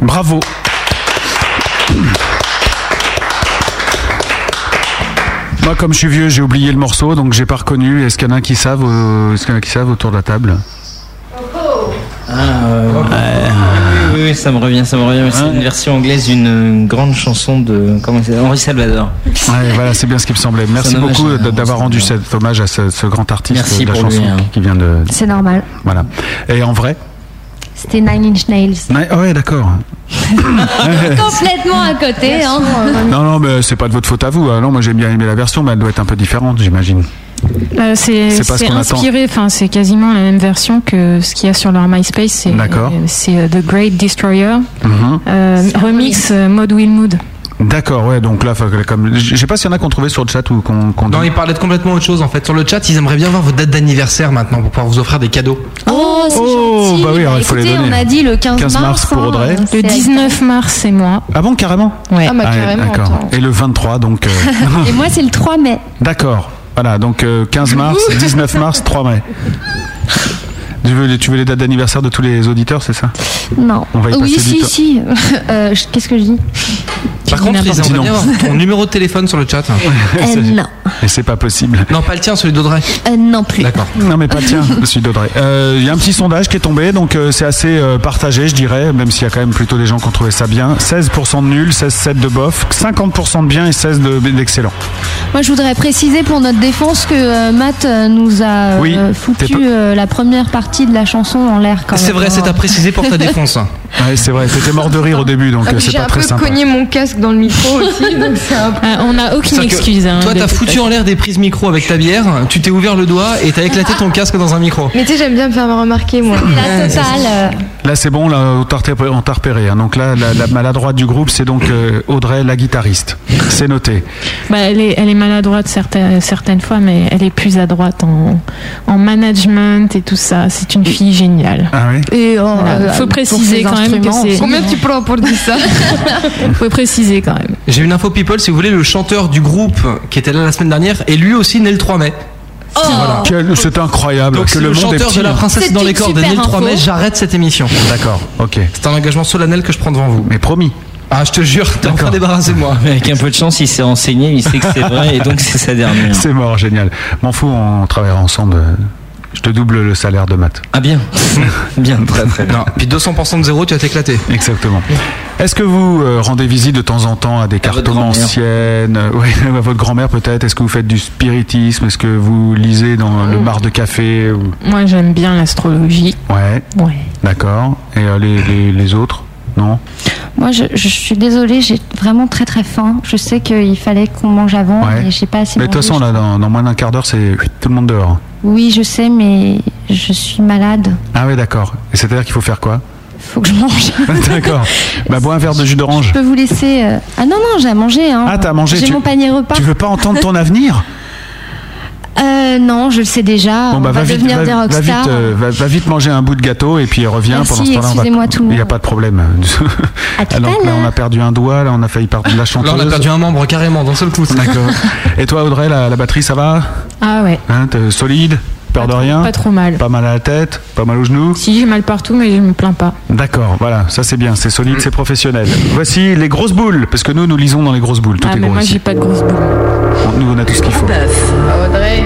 B: Bravo. Moi, comme je suis vieux, j'ai oublié le morceau, donc j'ai pas reconnu. Est-ce qu'il y en a qui savent, euh, est-ce qu'il y en a qui savent autour de la table
Q: Ah, euh, ouais. oui, oui, oui, ça me revient, ça me revient. mais C'est une version anglaise d'une euh, grande chanson de comment c'est, Henri Salvador.
B: Ouais, voilà, c'est bien ce qui me semblait. Merci
Q: hommage
B: beaucoup
Q: à-
B: d- d'avoir rendu cet hommage à ce, ce grand artiste
Q: Merci
B: de la
Q: pour lui,
B: chanson
Q: hein.
B: qui vient de.
S: C'est normal.
B: Voilà. Et en vrai
S: C'était Nine Inch Nails.
B: Ouais, oh ouais, d'accord.
S: Complètement à côté. Hein.
B: [laughs] Non, non, mais c'est pas de votre faute à vous. hein. Non, moi j'ai bien aimé la version, mais elle doit être un peu différente, j'imagine.
E: Là, Euh, c'est
B: C'est pas ce
E: c'est
B: qu'on
E: inspiré, enfin c'est quasiment la même version que ce qu'il y a sur leur MySpace. C'est
B: D'accord.
E: euh, c'est euh, The Great Destroyer
B: Mhm.
E: euh, remix euh, Maud Wilmood.
B: D'accord, ouais, donc là, faut que- comme. Je sais pas s'il y en a qu'on trouvait sur le chat ou qu'on. qu'on
D: Non,
B: dit.
D: ils parlaient de complètement autre chose en fait. Sur le chat, ils aimeraient bien voir vos dates d'anniversaire maintenant pour pouvoir vous offrir des cadeaux.
S: Oh, c'est gentil.
B: bah oui, alors il faut
S: Écoutez,
B: les donner.
S: on a dit le 15,
B: 15 mars pour
S: hein,
B: Audrey. Le
S: c'est-
E: Le 19 mars, c'est moi.
B: Ah bon, carrément
E: Ouais. Ah, bah,
B: ouais,
E: carrément,
B: D'accord. Et le 23, donc. euh, [laughs]
S: Et moi, c'est le 3 mai.
B: D'accord. Voilà, donc euh, 15 mars, 19 mars, 3 mai. Tu veux, les- tu veux les dates d'anniversaire de tous les auditeurs, c'est ça
S: Non.
B: On va y
S: oui,
B: passer du
S: si,
B: temps.
S: si. [laughs] Euh, je- Qu'est-ce que je dis
D: Par contre, ils aimeraient bien avoir ton numéro de téléphone sur le [laughs] chat.
S: Euh, non.
B: Et c'est pas possible.
D: Non, pas le tien, celui d'Audrey.
S: Euh, non plus.
D: D'accord.
B: Non mais pas le tien, je suis d'Audrey. Euh, Il y a un petit sondage qui est tombé, donc euh, c'est assez euh, partagé je dirais, même s'il y a quand même plutôt des gens qui ont trouvé ça bien. 16% de nul, 16,7% de bof, 50% de bien et 16% de- d'excellent.
S: Moi, je voudrais préciser pour notre défense que euh, Matt euh, nous a euh,
B: Oui,
S: foutu
B: t'es pas-
S: euh, la première partie de la chanson en l'air. quand
D: Ah, C'est
S: même.
D: vrai, c'est à préciser
J: [laughs]
D: pour ta défense.
B: Ouais, c'est vrai, t'étais mort de rire au début, donc
L: Ah,
B: euh,
L: puis
B: c'est
L: J'ai
B: pas
L: un
B: très
L: peu
B: sympa.
L: cogné mon casque dans le micro aussi, donc c'est un peu.
E: on n'a aucune
D: C'est-à-dire que
E: excuse. hein,
D: toi,
E: de-
D: t'as foutu en l'air des prises micro avec ta bière, tu t'es ouvert le doigt et t'as éclaté ton casque dans un micro.
L: Mais tu sais, j'aime bien me faire remarquer, moi.
S: La totale. euh,
B: Là c'est bon, là on t'a repéré. on t'a repéré, hein. Donc là la, la maladroite du groupe c'est donc euh, Audrey la guitariste. C'est noté.
E: Bah, elle, est, elle est maladroite certaines, certaines fois, mais elle est plus à droite en, en management et tout ça. C'est une fille géniale.
B: Ah oui
E: Et
L: euh,
E: faut
L: pour
E: préciser
L: ses
E: quand même que
L: instruments,
E: c'est.
L: Combien tu prends pour dire [laughs] ça
E: faut préciser quand même.
D: J'ai une info people, si vous voulez, le chanteur du groupe qui était là la semaine dernière est lui aussi né le 3 mai.
B: Oh.
D: Voilà.
B: Quel- C'est incroyable
D: Donc
B: que
D: le,
B: le, monde est
D: chanteur
B: petit.
D: de la princesse
B: C'est
D: dans les
B: une
D: cordes est né
B: super
D: le 3 mai,
B: info.
D: j'arrête cette émission.
B: D'accord, ok.
D: C'est un engagement solennel que je prends devant vous.
B: Mais promis.
D: Ah, je te jure, t'es enfin débarrassé de moi.
Q: [laughs] Avec un peu de chance, il s'est renseigné, il sait que c'est vrai et donc c'est sa dernière.
B: [laughs] C'est mort, génial. M'en fous, on travaillera ensemble. euh, Je te double le salaire de maths.
Q: Ah
B: [laughs]
Q: bien, bien, très très bien.
D: Non, puis 200% de zéro, tu vas t'éclater.
B: Exactement. Est-ce que vous euh, rendez visite de temps en temps à des cartes
Q: grand-mère.
B: anciennes euh, [laughs] ouais, à votre grand-mère peut-être Est-ce que vous faites du spiritisme Est-ce que vous lisez dans le mar de café ou-
E: Moi, j'aime bien l'astrologie.
B: Ouais.
E: Ouais.
B: D'accord. Et euh, les, les- les autres Non
J: Moi, je, je suis désolée, j'ai vraiment très très faim. Je sais qu'il fallait qu'on mange avant
B: Ouais.
J: et j'ai pas assez
B: Mais de toute
J: mangé.
B: façon, là, dans, dans moins d'un quart d'heure, c'est tout le monde dehors.
J: Oui, je sais, mais je suis malade. [laughs]
B: Ah ouais, d'accord. Et c'est-à-dire qu'il faut faire quoi
J: Faut que je mange.
B: D'accord. Bah, bois un verre de jus d'orange.
J: Je peux vous laisser. euh, Ah non, non, j'ai à manger. Hein.
B: Ah, t'as mangé
J: J'ai
B: tu-
J: mon panier repas.
B: Tu veux pas entendre ton avenir
J: Euh, non, je le sais déjà.
B: Bon,
J: Ah,
B: bah,
J: on
B: va,
J: va,
B: vite,
J: devenir
B: va,
J: des
B: va
J: rockstars.
B: vite, euh, va, va vite manger un bout de gâteau et puis reviens
J: Merci,
B: pendant ce temps-là. on va-
J: excusez-moi tout le
B: Il n'y a
J: monde.
B: pas de problème. [laughs] Alors que là, on a perdu un doigt, là, on a failli perdre la chanteuse.
D: Là, on a perdu un membre carrément d'un seul coup.
B: D'accord. Et toi, Audrey, la, la batterie, ça va
E: Ah ouais.
B: Hein, T'es solide Peur de rien
E: Pas trop mal.
B: Pas mal à la tête Pas mal aux genoux
E: Si j'ai mal partout, mais je me plains pas.
B: D'accord, voilà, ça c'est bien, c'est solide, c'est professionnel. Voici les grosses boules, parce que nous, nous lisons dans les grosses boules. Tout
E: ah,
B: est
E: mais
B: gros
E: moi,
B: ici.
E: j'ai pas de grosse boule.
B: On- Nous, on a tout ce qu'il faut.
P: Audrey.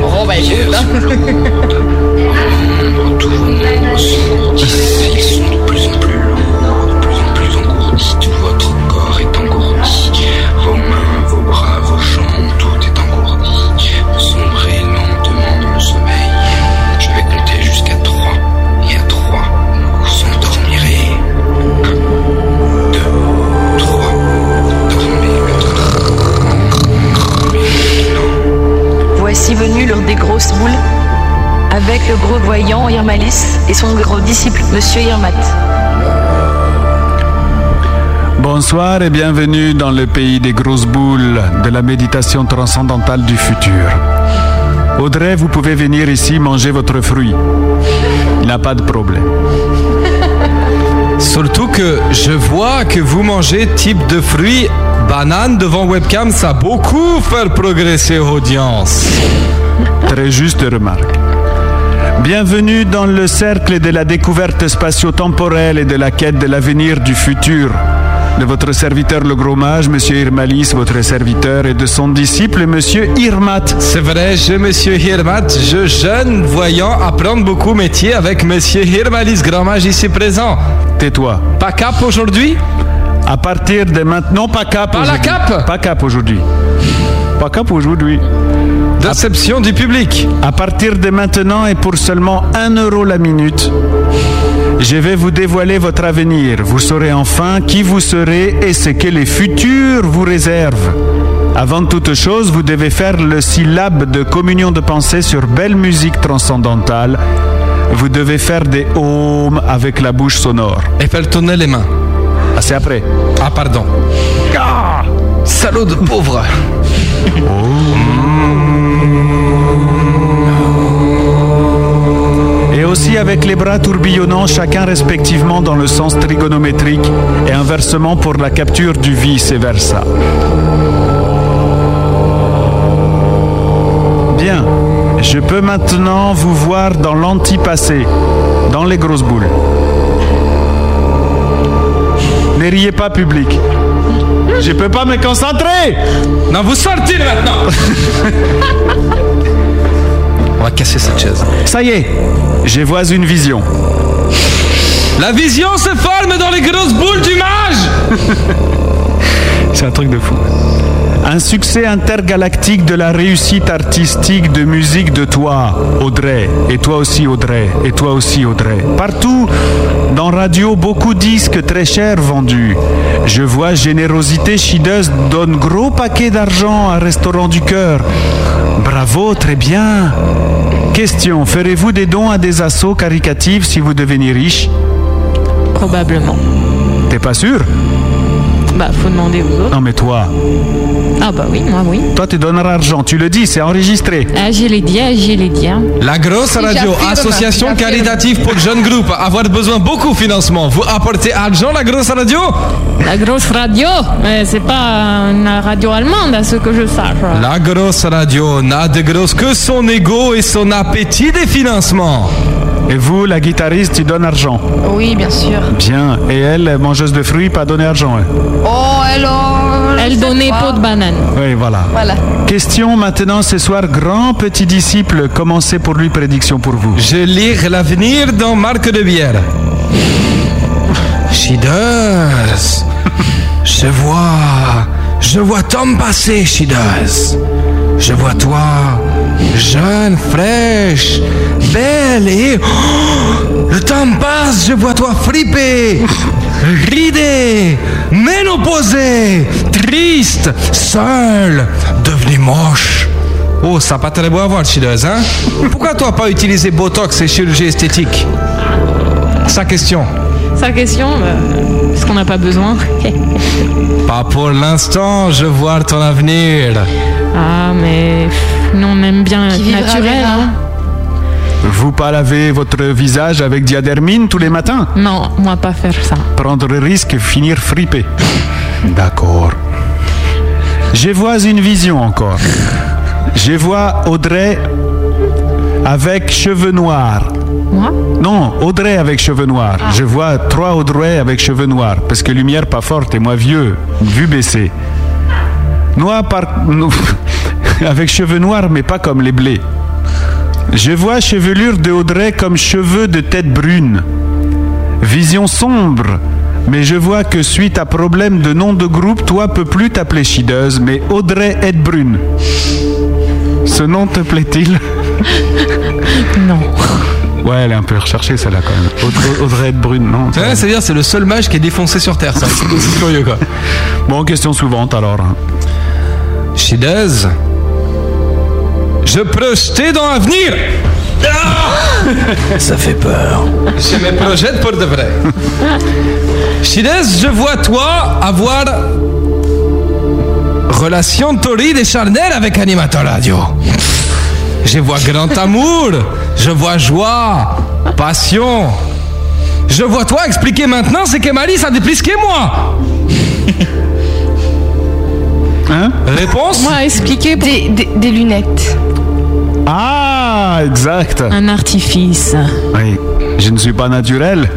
P: Bon, bah, je.
K: Ils [laughs] sont de plus en plus lourds, de plus en plus engourdis. Tout votre corps est engourdi. Vos mains, vos bras, vos jambes, tout est engourdi. Vous sombrez lentement dans le sommeil. Je vais compter jusqu'à 3. Et à 3, vous s'endormirez. 1, 2, 3. Dormez maintenant.
A: Voici venu l'heure des grosses boules, avec le gros voyant Irmalis et son gros disciple, Monsieur Irmat.
B: Bonsoir et bienvenue dans le pays des grosses boules, de la méditation transcendantale du futur. Audrey, vous pouvez venir ici manger votre fruit. Il n'y a pas de problème.
D: Surtout que je vois que vous mangez type de fruits, banane devant webcam, ça a beaucoup faire progresser l'audience.
B: Très juste remarque. Bienvenue dans le cercle de la découverte spatio-temporelle et de la quête de l'avenir du futur. De votre serviteur le gros mage, monsieur Irmalis, votre serviteur, et de son disciple, monsieur Irmat.
D: C'est vrai, je, monsieur Hirmat, je jeune voyant apprendre beaucoup métier avec monsieur Hirmalis, grand mage ici présent.
B: Tais-toi.
D: Pas cap aujourd'hui
B: À partir de maintenant, pas cap.
D: Pas la
B: aujourd'hui.
D: cape
B: Pas cap aujourd'hui. Pas cap aujourd'hui.
D: Déception du public.
B: À partir de maintenant et pour seulement 1 euro la minute, je vais vous dévoiler votre avenir. Vous saurez enfin qui vous serez et ce que les futurs vous réservent. Avant toute chose, vous devez faire le syllabe de communion de pensée sur belle musique transcendantale. Vous devez faire des ohms avec la bouche sonore.
D: Et faire tourner les mains.
B: Ah, c'est après.
D: Ah, pardon.
B: Ah
D: Salaud de pauvre
B: Et aussi avec les bras tourbillonnants, chacun respectivement dans le sens trigonométrique et inversement pour la capture du vice-versa. Bien, je peux maintenant vous voir dans l'antipassé, dans les grosses boules. Ne riez pas, public. Je peux pas me concentrer.
D: Non, vous sortez de maintenant On va casser cette chaise.
B: Ça y est, je vois une vision.
D: La vision se forme dans les grosses boules du mage
B: [laughs] C'est un truc de fou. Un succès intergalactique de la réussite artistique de musique de toi, Audrey, et toi aussi Audrey, et toi aussi Audrey. Partout, dans radio, beaucoup disques très chers vendus. Je vois Générosité Chideuse donne gros paquet d'argent à Restaurant du Cœur. Bravo, très bien. Question, ferez-vous des dons à des assauts caricatives si vous devenez riche
R: Probablement.
B: T'es pas sûr
R: Bah, faut demander aux autres.
B: Non mais toi,
R: Ah bah oui, moi oui.
B: toi tu donneras l'argent, tu le dis, c'est enregistré.
R: Ah, je l'ai dit, ah, je l'ai dit. hein.
D: La grosse radio,
R: j'affirme,
D: association
R: j'affirme.
D: caritative pour jeunes groupes, avoir besoin beaucoup financement. Vous apportez argent, la grosse radio
R: La grosse radio, mais c'est pas
E: euh,
R: une radio allemande à ce que je sache.
L: Oh,
D: La grosse radio n'a de grosse que son ego et son appétit des financements.
B: Et vous, la guitariste, tu donnes argent.
L: Oui, bien sûr.
B: Bien. Et elle, mangeuse de fruits, pas donné argent. elle.
L: Oh, elle oh, je
R: Elle
L: sais
R: donnait
L: pas.
R: peau de banane.
B: Oui, voilà.
L: Voilà.
B: Question maintenant ce soir, grand petit disciple, commencez pour lui prédiction pour vous.
D: Je lire l'avenir dans Marc de Bière. Shidas, je vois, je vois ton passé, Shidas. Je vois toi, jeune, fraîche, belle et Oh, le temps passe, je vois toi fripper, ridé, ménopausé, triste, seul, devenu moche. Oh, ça pas très beau à voir, Chileuse, hein Pourquoi toi pas utiliser Botox et chirurgie esthétique Sa question.
R: Sa question, euh, est-ce qu'on n'a pas
L: [laughs]
R: besoin
D: Pas pour l'instant, je vois ton avenir.
R: Ah, mais pff, nous on aime bien
L: Qui
R: être
L: vivra
R: naturel.
L: verra.
R: hein.
B: Vous pas laver votre visage avec diadermine tous les matins
R: Non, moi pas faire ça. [laughs]
B: Prendre risque, finir fripé. D'accord. Je vois une vision encore. Je vois Audrey avec cheveux noirs.
R: Moi Ah.
B: Non, Audrey avec cheveux noirs. Je vois trois Audrey avec cheveux noirs. Parce que lumière pas forte et moi vieux, vue baissée. Noir par. no- [laughs] avec cheveux noirs, mais pas comme les blés. Je vois chevelure de Audrey comme cheveux de tête brune. Vision sombre. Mais je vois que suite à problème de nom de groupe, toi peux plus t'appeler Chideuse, mais Audrey Ed Brune. Ce nom te plaît-il
R: Non.
B: [laughs] Ouais, elle est un peu recherchée celle-là quand même. Audrey, Audrey Ed Brune, non
D: Tu vois, C'est-à-dire, c'est le seul mage qui est défoncé sur Terre, ça. C'est [laughs] c'est curieux, quoi.
B: Bon, question suivante alors. hein.
D: Chideuse, je projetais dans l'avenir.
K: Ça fait peur.
D: Je me projette pour de vrai. Chideuse, je vois toi avoir relation torride et charnelle avec animateur radio. Je vois grand amour, je vois joie, passion. Je vois toi expliquer maintenant ce que Marie ça plus que moi.
B: Hein
D: Réponse
R: Moi expliquer.
L: Des, des- des lunettes.
B: Ah, exact.
R: Un artifice.
B: Oui. Je ne suis pas naturel.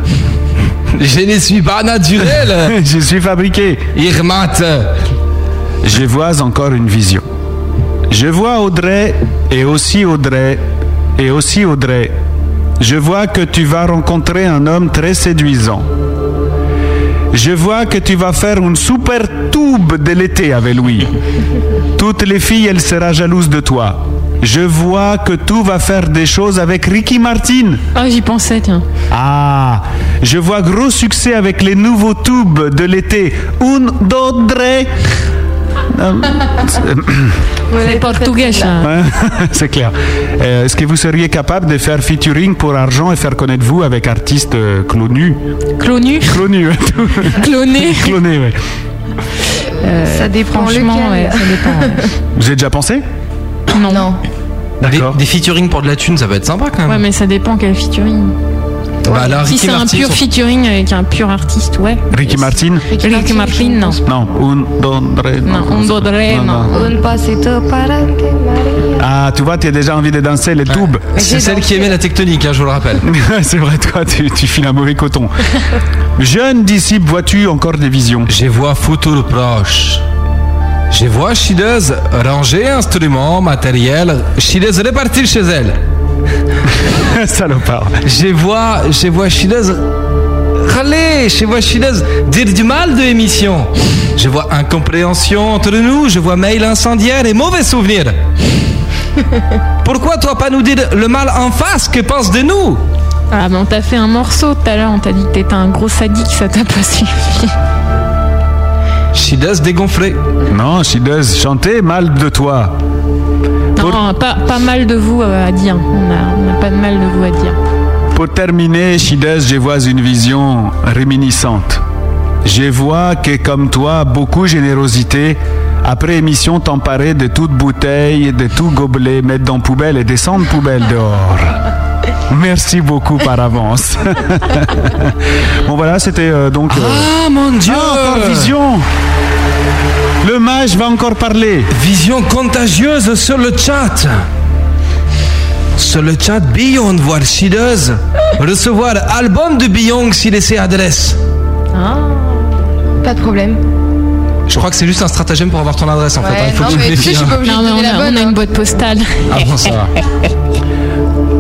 D: [laughs] Je ne suis pas naturel.
B: [laughs] Je suis fabriqué.
D: Irmat.
B: Je vois encore une vision. Je vois Audrey et aussi Audrey et aussi Audrey. Je vois que tu vas rencontrer un homme très séduisant. Je vois que tu vas faire une super toube de l'été avec lui. Toutes les filles, elles seront jalouses de toi. Je vois que tu vas faire des choses avec Ricky Martin.
R: Ah, j'y pensais, tiens.
B: Ah, je vois gros succès avec les nouveaux tubes de l'été. Un, [coughs] d'autres. Ah.
R: [laughs] C'est portugais, ça.
B: Ouais, Hein? [laughs] c'est clair. Euh, Est-ce que vous seriez capable de faire featuring pour argent et faire connaître vous avec artiste euh, clonu
R: Clonu
B: [laughs] Clonu.
R: [laughs] Cloné.
B: Cloné, ouais.
R: Euh,
L: Ça dépend
R: Franchement,
L: lequel.
R: ouais, ça dépend.
B: Vous avez déjà pensé
R: ouais. non.
D: Des, des featuring pour de la thune, ça peut être sympa quand même.
R: Ouais, mais ça dépend quel featuring.
D: Bah là,
R: si
D: Ricky
R: c'est un
D: Martin,
R: pur
D: son-
R: featuring avec un pur artiste, ouais.
B: Ricky Martin
R: Ricky, Martin, non.
B: Non, un, deux, trois,
R: Non, un, deux, trois, non.
B: Ah, tu vois, tu as déjà envie de danser les tubes.
D: C'est celle qui aimait la tectonique, hein, je vous le rappelle.
B: [laughs] c'est vrai, toi, tu, tu files un mauvais
R: [laughs]
B: coton. Jeune disciple, vois-tu encore des visions
D: Je vois futur proche. Je vois Chideuse ranger instruments, matériel. Chideuse repartir chez elle.
B: Salopard.
D: Je vois, je vois Chideuse. Allez, je vois Chideuse dire du mal de l'émission. Je vois incompréhension entre nous. Je vois mail incendiaire et mauvais souvenirs. Pourquoi toi pas nous dire le mal en face que pense de nous
R: Ah, mais on t'a fait un morceau tout à l'heure, on t'a dit que t'étais un gros sadique, ça t'a pas [laughs] suffi.
D: Chideuse dégonflée.
B: Non, Chideuse, chanter mal de toi.
R: Non, pas, pas mal de vous euh, à dire. On a, on a pas de mal de vous à dire.
B: Pour terminer, Chides, je vois une vision réminiscente. Je vois que, comme toi, beaucoup de générosité, après émission, t'emparer de toute bouteille, de tout gobelet, mettre dans poubelle et descendre poubelle dehors. Merci beaucoup par avance. [laughs] bon voilà, c'était euh, donc.
D: Ah mon dieu
B: encore vision Le mage va encore parler.
D: Vision contagieuse sur le chat. Sur le chat, Beyond voir Chideuse recevoir album de Beyond s'il laissait adresse.
L: Pas de problème.
D: Je crois que c'est juste un stratagème pour avoir ton adresse en fait. hein. Il faut que tu te méfies. hein.
L: obligée de
R: Non, mais
L: donner
R: on
L: la
R: a-
L: bonne,
R: on a une boîte postale.
D: Ah bon, ça va.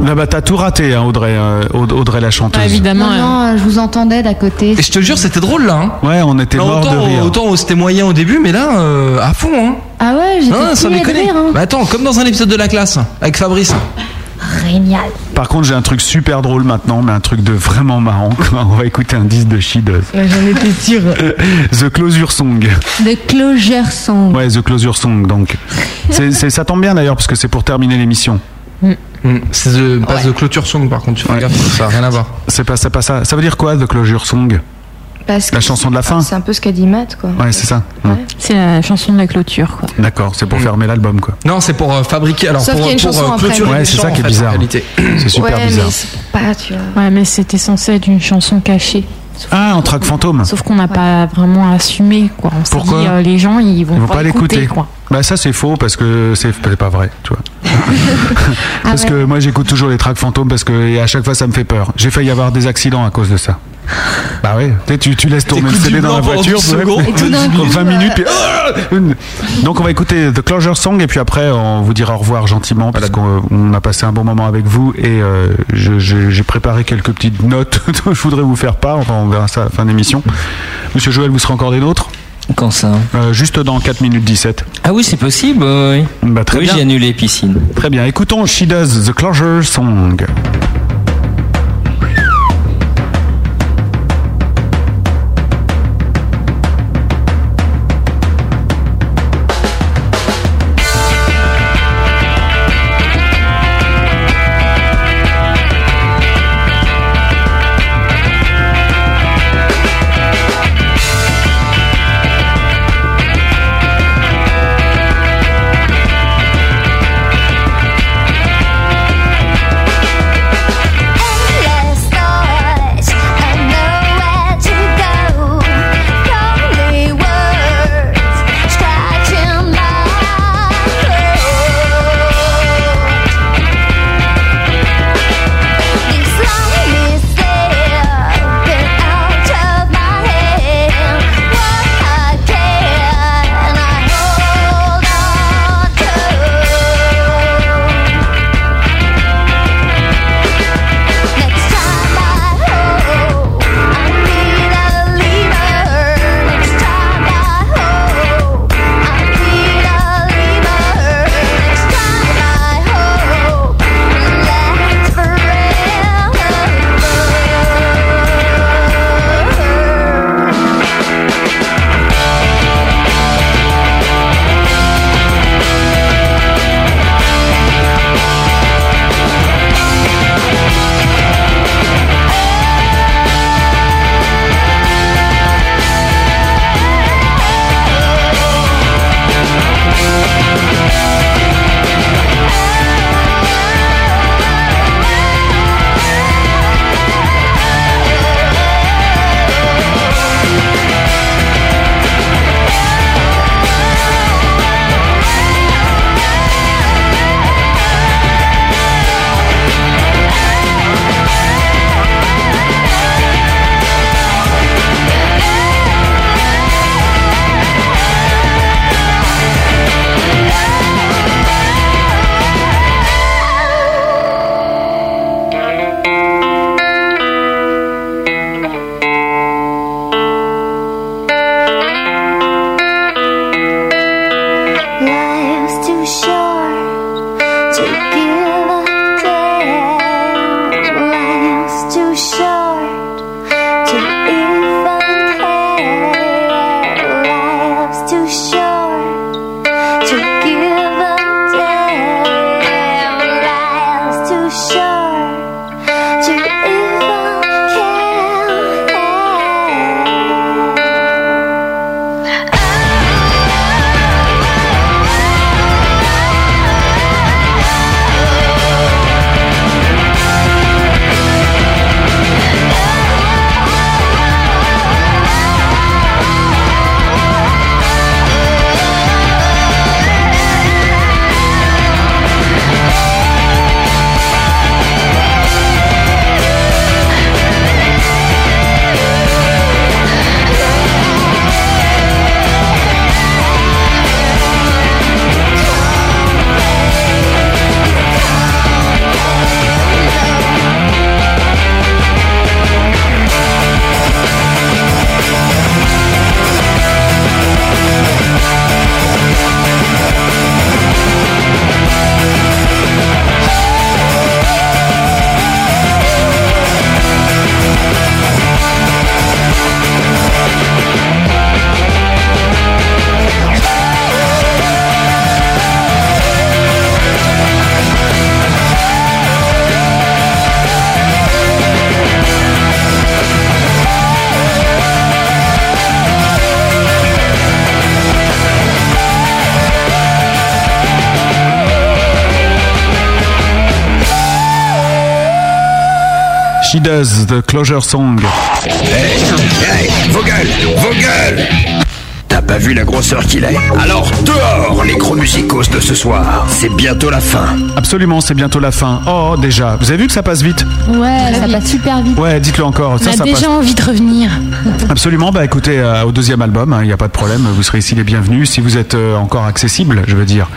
B: Là, bah, t'as tout raté, hein, Audrey, euh, Aud- Audrey la
E: Ah,
B: chanteuse.
R: évidemment.
S: Non, non,
E: hein.
S: euh, je vous entendais d'à côté.
D: Et je te jure, c'était drôle là. hein.
B: Ouais, on était
D: Alors,
B: mort de
D: autant
B: rire.
D: autant c'était moyen au début, mais là, euh, à fond. Hein.
S: Ah ouais, j'étais
D: Hein, sans
S: pliée de
D: déconner.
S: rire. hein.
D: Bah attends, comme dans un épisode de la classe avec Fabrice. Bah.
S: Génial.
B: Par contre, j'ai un truc super drôle maintenant, mais un truc de vraiment marrant. [laughs] On va écouter un disque de Shideuse.
R: J'en étais sûre.
B: [laughs] The Closure Song.
S: De Closure Song.
B: Ouais, The Closure Song, donc. C'est- c'est- ça tombe bien d'ailleurs, parce que c'est pour terminer l'émission.
D: Mm, C'est de passe de clôture song par contre, tu fais gaffe, ça n'a rien à voir.
B: C'est pas, c'est pas ça. Ça veut dire quoi, The Closure Song
L: Parce
B: La chanson de la fin
L: C'est un peu ce qu'a dit Matt, quoi.
B: Ouais, c'est ça. Mm.
R: C'est la chanson de la clôture, quoi.
B: D'accord, c'est pour fermer l'album, quoi.
D: Mm. Non, c'est pour euh, fabriquer, alors
L: Sauf
D: pour,
L: qu'il y a une
D: pour, euh,
L: chanson après.
D: clôturer
B: Ouais,
D: les
B: c'est
D: chants,
B: ça
D: en
B: qui est
D: fait, en
B: bizarre.
D: réalité.
B: C'est super
L: ouais,
B: bizarre.
L: mais c'est pas, tu vois.
R: Ouais, mais c'était censé être une chanson cachée.
B: Ah, en track fantôme.
R: Sauf qu'on n'a pas vraiment assumé, quoi. On s'est
B: Pourquoi
R: dit, euh, les gens, ils vont,
B: Ils vont
R: pas,
B: pas l'écouter.
R: quoi.
B: Bah ça c'est faux parce que c'est c'est pas vrai, tu vois. parce que moi j'écoute toujours les tracks fantômes parce que et à chaque fois ça me fait peur. J'ai failli avoir des accidents à cause de ça. Bah ouais, tu, sais, tu, tu laisses tourner le
D: T'écoutes du
B: CD dans la
D: blanc pendant
B: voiture,
D: 10
B: ouais,
D: secondes.
B: puis-
D: Et tout d'un
B: puis
D: coup,
B: 20 minutes, puis- [laughs] donc on va écouter The Closure Song et puis après on vous dira au revoir gentiment parce qu'on on a passé un bon moment avec vous et euh, je- je- j'ai préparé quelques petites notes [laughs] que je voudrais vous faire part. Enfin on verra ça à la fin d'émission. Monsieur Joël, vous serez encore des nôtres
Q: Quand ça
B: Euh, Juste dans 4 minutes 17.
Q: Ah oui, c'est possible. euh, oui.
B: Bah, très
Q: oui,
B: bien.
Q: j'ai annulé piscine.
B: Très bien, écoutons She Does The Closure Song.
N: Thank
B: She Does, The Closure Song.
K: Hey, hey, vos gueules, vos gueules T'as pas vu la grosseur qu'il est Alors dehors les gros musicos de ce soir, c'est bientôt la fin.
B: Absolument, c'est bientôt la fin. Oh, déjà, vous avez vu que ça passe vite
J: Ouais, ça passe super vite.
B: Ouais, dites-le
D: Oh,
B: encore.
J: On
B: Ça,
J: a
B: ça
J: Bah, déjà
B: passe.
J: envie de revenir.
B: Absolument, bah écoutez, euh, au deuxième album, il n'y a pas de problème, vous serez ici les bienvenus si vous êtes euh, encore accessible, je veux dire.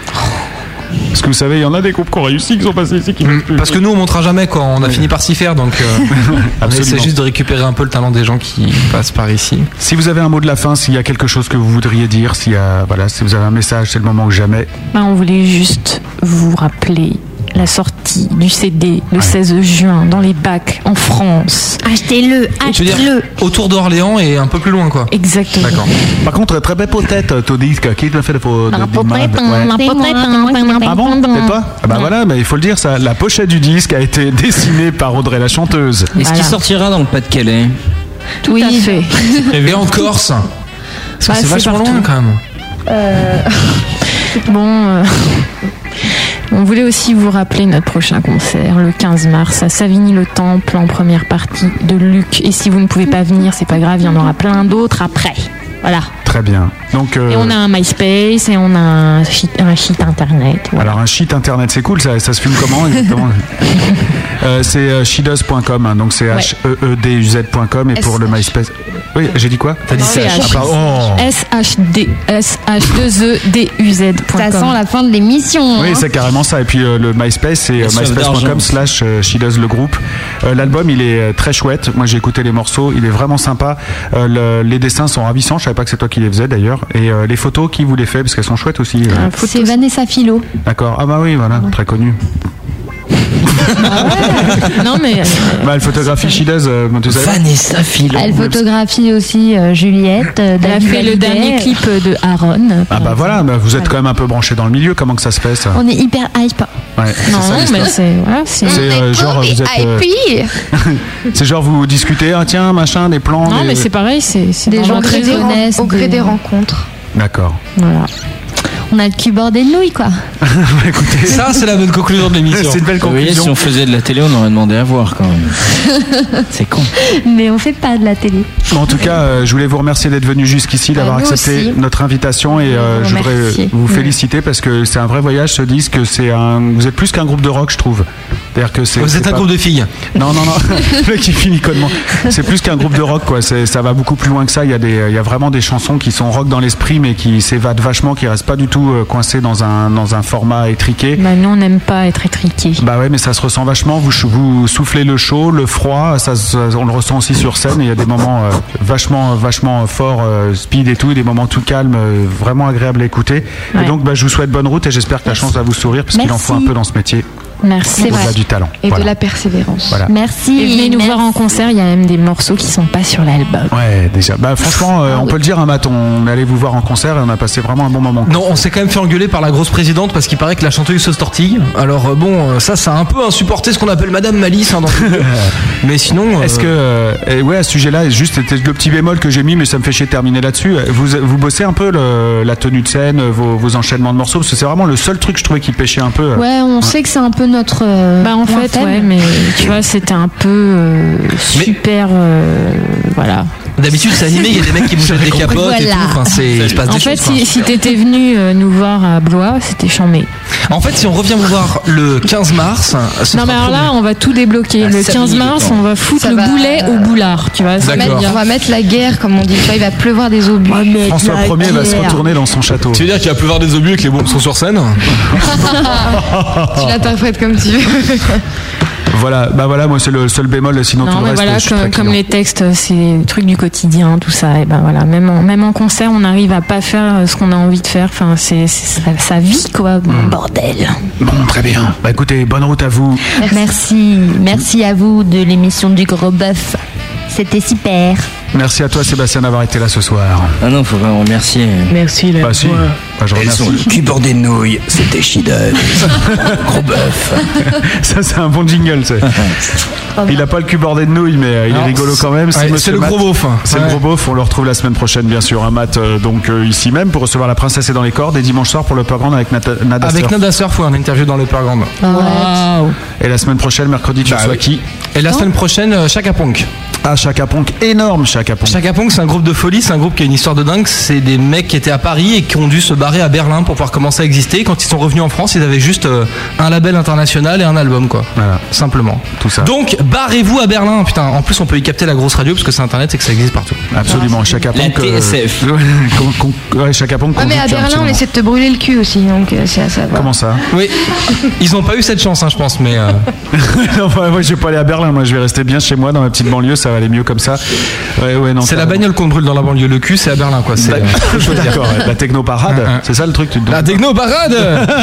B: Parce que vous savez, il y en a des groupes qui ont réussi, qui sont passés ici, qui peuvent plus.
D: Mm. Parce que nous, on montera jamais, quoi. On a fini par s'y faire,
E: [laughs]
D: donc. euh, on
B: Absolument.
D: essaie juste de récupérer un peu le talent des gens qui passent par ici.
B: Si vous avez un mot de la fin, s'il y a quelque chose que vous voudriez dire, s'il y a, voilà, si vous avez un message, c'est le moment ou jamais.
E: Bah, on voulait juste vous rappeler la sortie du CD le 16 juin dans les bacs en France. Achetez-le,
D: Tu veux dire, autour d'Orléans et un peu plus loin, quoi.
E: E. Exactement.
D: D'accord.
B: Par contre, très belle peut-être, ton disque, qui te fait le faux
E: Ah,
B: Ah bon T'es pas Ah Bah voilà, mais il faut le dire, ça, la pochette du disque a été [laughs] dessinée par Audrey la chanteuse.
Q: Est-ce qu'il sortira dans le Pas-de-Calais
E: Tout à fait.
D: Et en Corse. Parce que c'est
E: Bah, c'est
D: vachement
E: partout.
D: loin, quand même.
E: Euh, [laughs] bon, euh, [laughs] on voulait aussi vous rappeler notre prochain concert le 15 mars à Savigny-le-Temple en première partie de Luc. Et si vous ne pouvez pas venir, c'est pas grave, il y en aura plein d'autres après. Voilà.
B: Très bien. Donc, euh,
E: Et on a un MySpace et on a un site, un site internet.
B: alors un shit internet, c'est cool, ça, ça se fume
E: [laughs]
B: comment exactement Euh, C'est euh, shedoes.com, hein, donc c'est
E: Ouais.
B: H-E-E-D-U-Z.com et pour le MySpace. Oui, j'ai dit quoi T'as
E: dit
B: Ah, pardon.
E: SHD,
J: Euh,
E: E SH2EDUZ.
S: Ça sent la fin de l'émission.
B: Oui,
S: hein.
B: c'est carrément ça. Et puis euh, le MySpace, c'est euh,
Q: soif d'argent.
B: myspace.com slash euh, She Does le groupe. Euh, L'album, il est euh, très chouette. Moi, j'ai écouté les morceaux. Il est vraiment sympa. Euh, le- les dessins sont ravissants. Je savais pas que c'est toi qui les faisais d'ailleurs. Et euh, les photos, qui vous les fait Parce qu'elles sont chouettes aussi.
E: Ah.
B: euh.
S: C'est Vanessa Philo.
B: D'accord. Ah bah oui, voilà, très connu.
E: non mais. euh,
B: Bah, le photographie She Does, euh, tu sais.
Q: Vanessa Philo.
S: Elle photographie aussi euh, Juliette. euh,
E: Elle a
S: David
E: fait le
S: Hallyday.
E: dernier clip euh, de Aaron.
B: Ah bah voilà, bah, vous êtes quand même un peu branché dans le milieu. Comment que ça se fait ça
S: On est hyper hype.
B: Ouais, c'est
E: Non,
B: ça, l'histoire.
E: mais c'est. Voilà, c'est.
B: C'est euh, genre vous êtes. euh, [laughs] c'est genre vous discutez. Ah tiens, machin, des plans.
E: Non,
B: des-
E: mais c'est pareil, c'est c'est
L: Des
E: dans
L: gens
E: notre
L: très
E: réseau.
L: honnêtes, au gré
E: des-
L: des rencontres.
B: D'accord.
E: Voilà.
S: On a le cul bordé de nouilles, quoi.
D: Ça, c'est la bonne conclusion de l'émission.
B: C'est une belle
Q: Vous voyez, si on faisait de la télé, on aurait demandé à voir quand même. [laughs] C'est con.
S: Mais on fait pas de la télé.
B: En tout cas, euh, je voulais vous remercier d'être venu jusqu'ici, d'avoir
S: nous
B: accepté
S: aussi.
B: notre invitation et euh,
S: Vous
B: je voudrais euh,
S: remercier.
B: vous
S: Oui.
B: féliciter parce que c'est un vrai voyage ce disque. C'est un, vous êtes plus qu'un groupe de rock, je trouve. C'est-à-dire que c'est.
D: Vous
B: c'est
D: êtes un
B: pas-
D: groupe de filles.
B: Non, non, [laughs] non. Le mec qui finit connement. [laughs] C'est plus qu'un groupe de rock, quoi. C'est- Ça va beaucoup plus loin que ça. Il y a des, il y a vraiment des chansons qui sont rock dans l'esprit, mais qui s'évadent vachement, qui restent pas du tout euh, coincées dans un, dans un format étriqué.
E: Bah, nous, on n'aime pas être étriqués.
B: Bah ouais, mais ça se ressent vachement. Vous, chou- vous soufflez le chaud, le froid, ça, se- on le ressent aussi sur scène. Et Il y a des moments euh, vachement, vachement forts, euh, speed et tout, et des moments tout calmes, euh, vraiment agréables à écouter. Et
E: Ouais.
B: donc, bah, je vous souhaite bonne route et j'espère que la chance va vous sourire, parce qu'il en faut un
E: Merci.
B: peu dans ce métier.
E: Merci.
B: Au-delà du talent.
L: Et
B: Voilà.
L: de la persévérance.
B: Voilà.
E: Merci. Et venez nous
S: merci.
E: voir en concert, il y a même des morceaux qui sont pas sur l'album.
B: Ouais, déjà. Bah, franchement, euh, on peut le dire, hein, Matt, on est allé vous voir en concert et on a passé vraiment un bon moment.
D: Non, on s'est quand même fait engueuler par la grosse présidente parce qu'il paraît que la chanteuse se tortille. Alors euh, bon, euh, ça, ça a un peu insupporté ce qu'on appelle Madame Malice. hein, dans le
B: [laughs]
D: milieu. Mais sinon, euh,
B: Est-ce que, euh, et ouais, à ce sujet-là, juste c'était le petit bémol que j'ai mis, mais ça me fait chier de terminer là-dessus. Vous, vous bossez un peu le- la tenue de scène, vos, vos enchaînements de morceaux, parce que c'est vraiment le seul truc que je trouvais qui pêchait un peu.
S: Ouais, on sait que c'est un peu notre. euh,
E: Bah en
S: point
E: fait,
S: faible.
E: ouais, mais tu vois, c'était un peu euh, super. euh, voilà.
D: d'habitude c'est animé, il y a des mecs qui vous jettent des capotes et tout.
E: Voilà.
D: Enfin, c'est- il se passe
E: En
D: des
E: fait,
D: choses. quoi.
E: si, si t'étais venu euh, nous voir à Blois, c'était chambé.
D: En fait, si on revient vous voir le 15 mars, ce
E: Non,
D: sera
E: mais alors
D: trop
E: là, on va tout
B: Ah,
E: débloquer. Le
D: ça
E: 15
D: finit le
E: mars,
D: temps.
E: on va foutre
L: Ça
E: le
L: va, euh,
E: boulet au boulard, tu vois.
L: On va,
B: D'accord.
L: mettre, on va mettre la guerre, comme on dit. Tu vois, il va pleuvoir des obus.
B: François Ier va se [laughs] retourner dans son château.
D: Tu veux dire qu'il va pleuvoir des obus et que les bombes sont sur
E: [laughs]
D: scène
L: tu
B: Ah.
L: l'interprètes comme tu veux.
B: Voilà, bah voilà, moi c'est le seul bémol, sinon tout
E: Non,
B: le
E: mais
B: reste.
E: voilà,
B: je suis très
E: comme, comme
B: client.
E: les textes, c'est le truc du quotidien, tout ça. Et ben voilà, même en, même en concert, on arrive à pas faire euh, ce qu'on a envie de faire. Enfin, c'est c'est sa, sa vie, quoi.
B: Mm.
E: Bordel.
B: Bon, très bien. Bah écoutez, bonne route à vous.
S: Merci. Merci à vous de l'émission du gros bœuf. C'était super.
B: Merci à toi, Sébastien, d'avoir été là ce soir.
Q: Ah non, faut vraiment remercier.
R: Merci, la
B: Bah si,
R: voix.
B: bah, je
K: Elles ont le
B: remercie.
K: cul bordé de nouilles,
B: [laughs]
K: c'était Shida. Gros bœuf.
B: Ça, c'est un bon jingle, c'est. Il a pas le cul bordé de nouilles, mais euh, il
D: Non,
B: est rigolo
D: c'est-
B: quand même.
D: ouais,
B: Monsieur
D: c'est le
B: Matt.
D: gros beauf. hein.
B: C'est
D: Ouais.
B: le gros beauf. On le retrouve la semaine prochaine, bien sûr. Un mat euh, donc euh, ici même pour recevoir la princesse et dans les cordes et dimanche soir pour le programme avec Nata- Nada
D: Avec
B: Surf.
D: Nada Surf, ouais, on a une interview dans le programme.
B: Et la semaine prochaine, mercredi, tu
D: Bah
B: reçois
D: oui.
B: qui
D: Et la semaine prochaine, euh, Chaka Ponk.
B: Ah, Chaka Ponk, énorme Chaka Ponk.
D: Chaka Ponk, c'est un groupe de folie, c'est un groupe qui a une histoire de dingue. C'est des mecs qui étaient à Paris et qui ont dû se barrer à Berlin pour pouvoir commencer à exister. Quand ils sont revenus en France, ils avaient juste euh, un label international et un album, quoi. Simplement.
B: Tout ça.
D: Donc, barrez-vous à Berlin. Putain, en plus, on peut y capter la grosse radio parce que c'est internet et que ça existe partout.
B: Absolument, Chaka Ponk. euh, [laughs] con- con- ouais, Chaka Ponk.
L: Ouais, Ah, mais à
B: conducteur,
L: Berlin, on
B: absolument.
L: essaie de te brûler le cul aussi, donc euh, c'est à savoir.
B: Comment ça
D: Oui, ils n'ont pas eu cette chance, hein, je pense, mais. euh,
B: [laughs] non, bah, moi, je vais pas aller à Berlin. Moi, je vais rester bien chez moi dans ma petite banlieue. Ça va aller mieux comme ça. Ouais, ouais, non.
D: C'est la
B: t'as-
D: bagnole qu'on brûle dans la banlieue, le cul, c'est à Berlin, quoi. C'est,
B: Bah,
D: euh, faut
B: [laughs] je suis
D: choisir.
B: d'accord, ouais. la technoparade, c'est ça le truc, tu te
D: La technoparade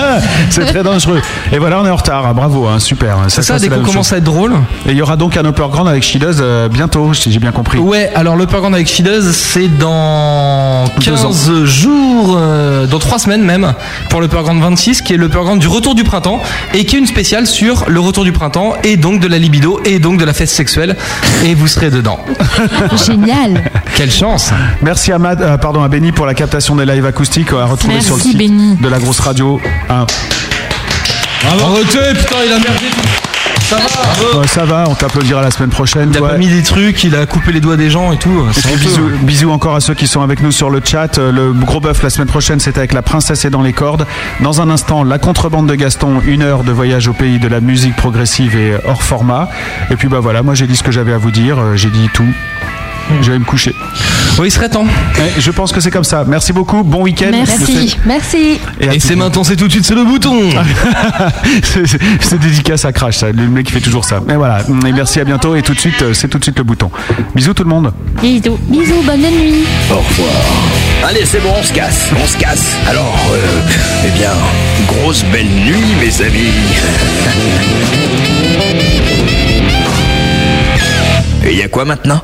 B: [laughs] C'est très dangereux. Et voilà, on est en retard, bravo, hein, super.
D: C'est ça, dès qu'on
B: la même
D: commence
B: chose.
D: à être drôle.
B: Et il y aura donc un Upperground avec Shidoz euh, bientôt, si j'ai bien compris.
D: Ouais, alors le programme avec Shidoz, c'est [laughs] dans
B: Deux ans.
D: 15 jours, euh, dans 3 semaines même, pour le programme 26, qui est le programme du retour du printemps, et qui est une spéciale sur le retour du printemps, et donc de la libido, et donc de la fête sexuelle, et vous serez dedans.
J: Génial.
D: Quelle chance
B: Merci à, Mad- euh, pardon, à Benny pour la captation des lives acoustiques à retrouver
D: Merci,
B: sur le site
D: Benny.
B: de la grosse radio. Hein.
D: Arrêtez, putain, il a merdé Ça va
B: Ouais, ça va, on t'applaudira la semaine prochaine.
D: Il a
B: toi.
D: pas mis des trucs, il a coupé les doigts des gens et tout.
B: Et
D: C'est
B: puis
D: honteux.
B: bisous, bisous encore à ceux qui sont avec nous sur le chat. Euh, Le gros bœuf la semaine prochaine, c'est avec la princesse et dans les cordes. Dans un instant, la contrebande de Gaston, une heure de voyage au pays de la musique progressive et hors format. Et puis bah voilà, moi j'ai dit ce que j'avais à vous dire, Euh, j'ai dit tout. Je vais me coucher. Eh,
D: Oui, il serait temps.
B: je pense que c'est comme ça. Merci beaucoup, bon week-end. Je
J: Merci,
B: sais-
J: merci.
B: à
D: Et
B: tout
D: c'est
B: le monde.
D: maintenant, c'est tout de suite, c'est le bouton
B: [laughs] C'est- c'est- c'est dédicace à Crash, ça. le mec qui fait toujours ça. Mais voilà, et merci à bientôt et tout de suite, euh, c'est tout de suite le bouton. Bisous tout le monde.
S: Bisous. Bisous, bonne nuit.
K: [laughs] Au revoir. Allez, c'est bon, on se casse, on se casse. Alors, euh, eh bien, grosse belle nuit, mes amis. Et il y a quoi maintenant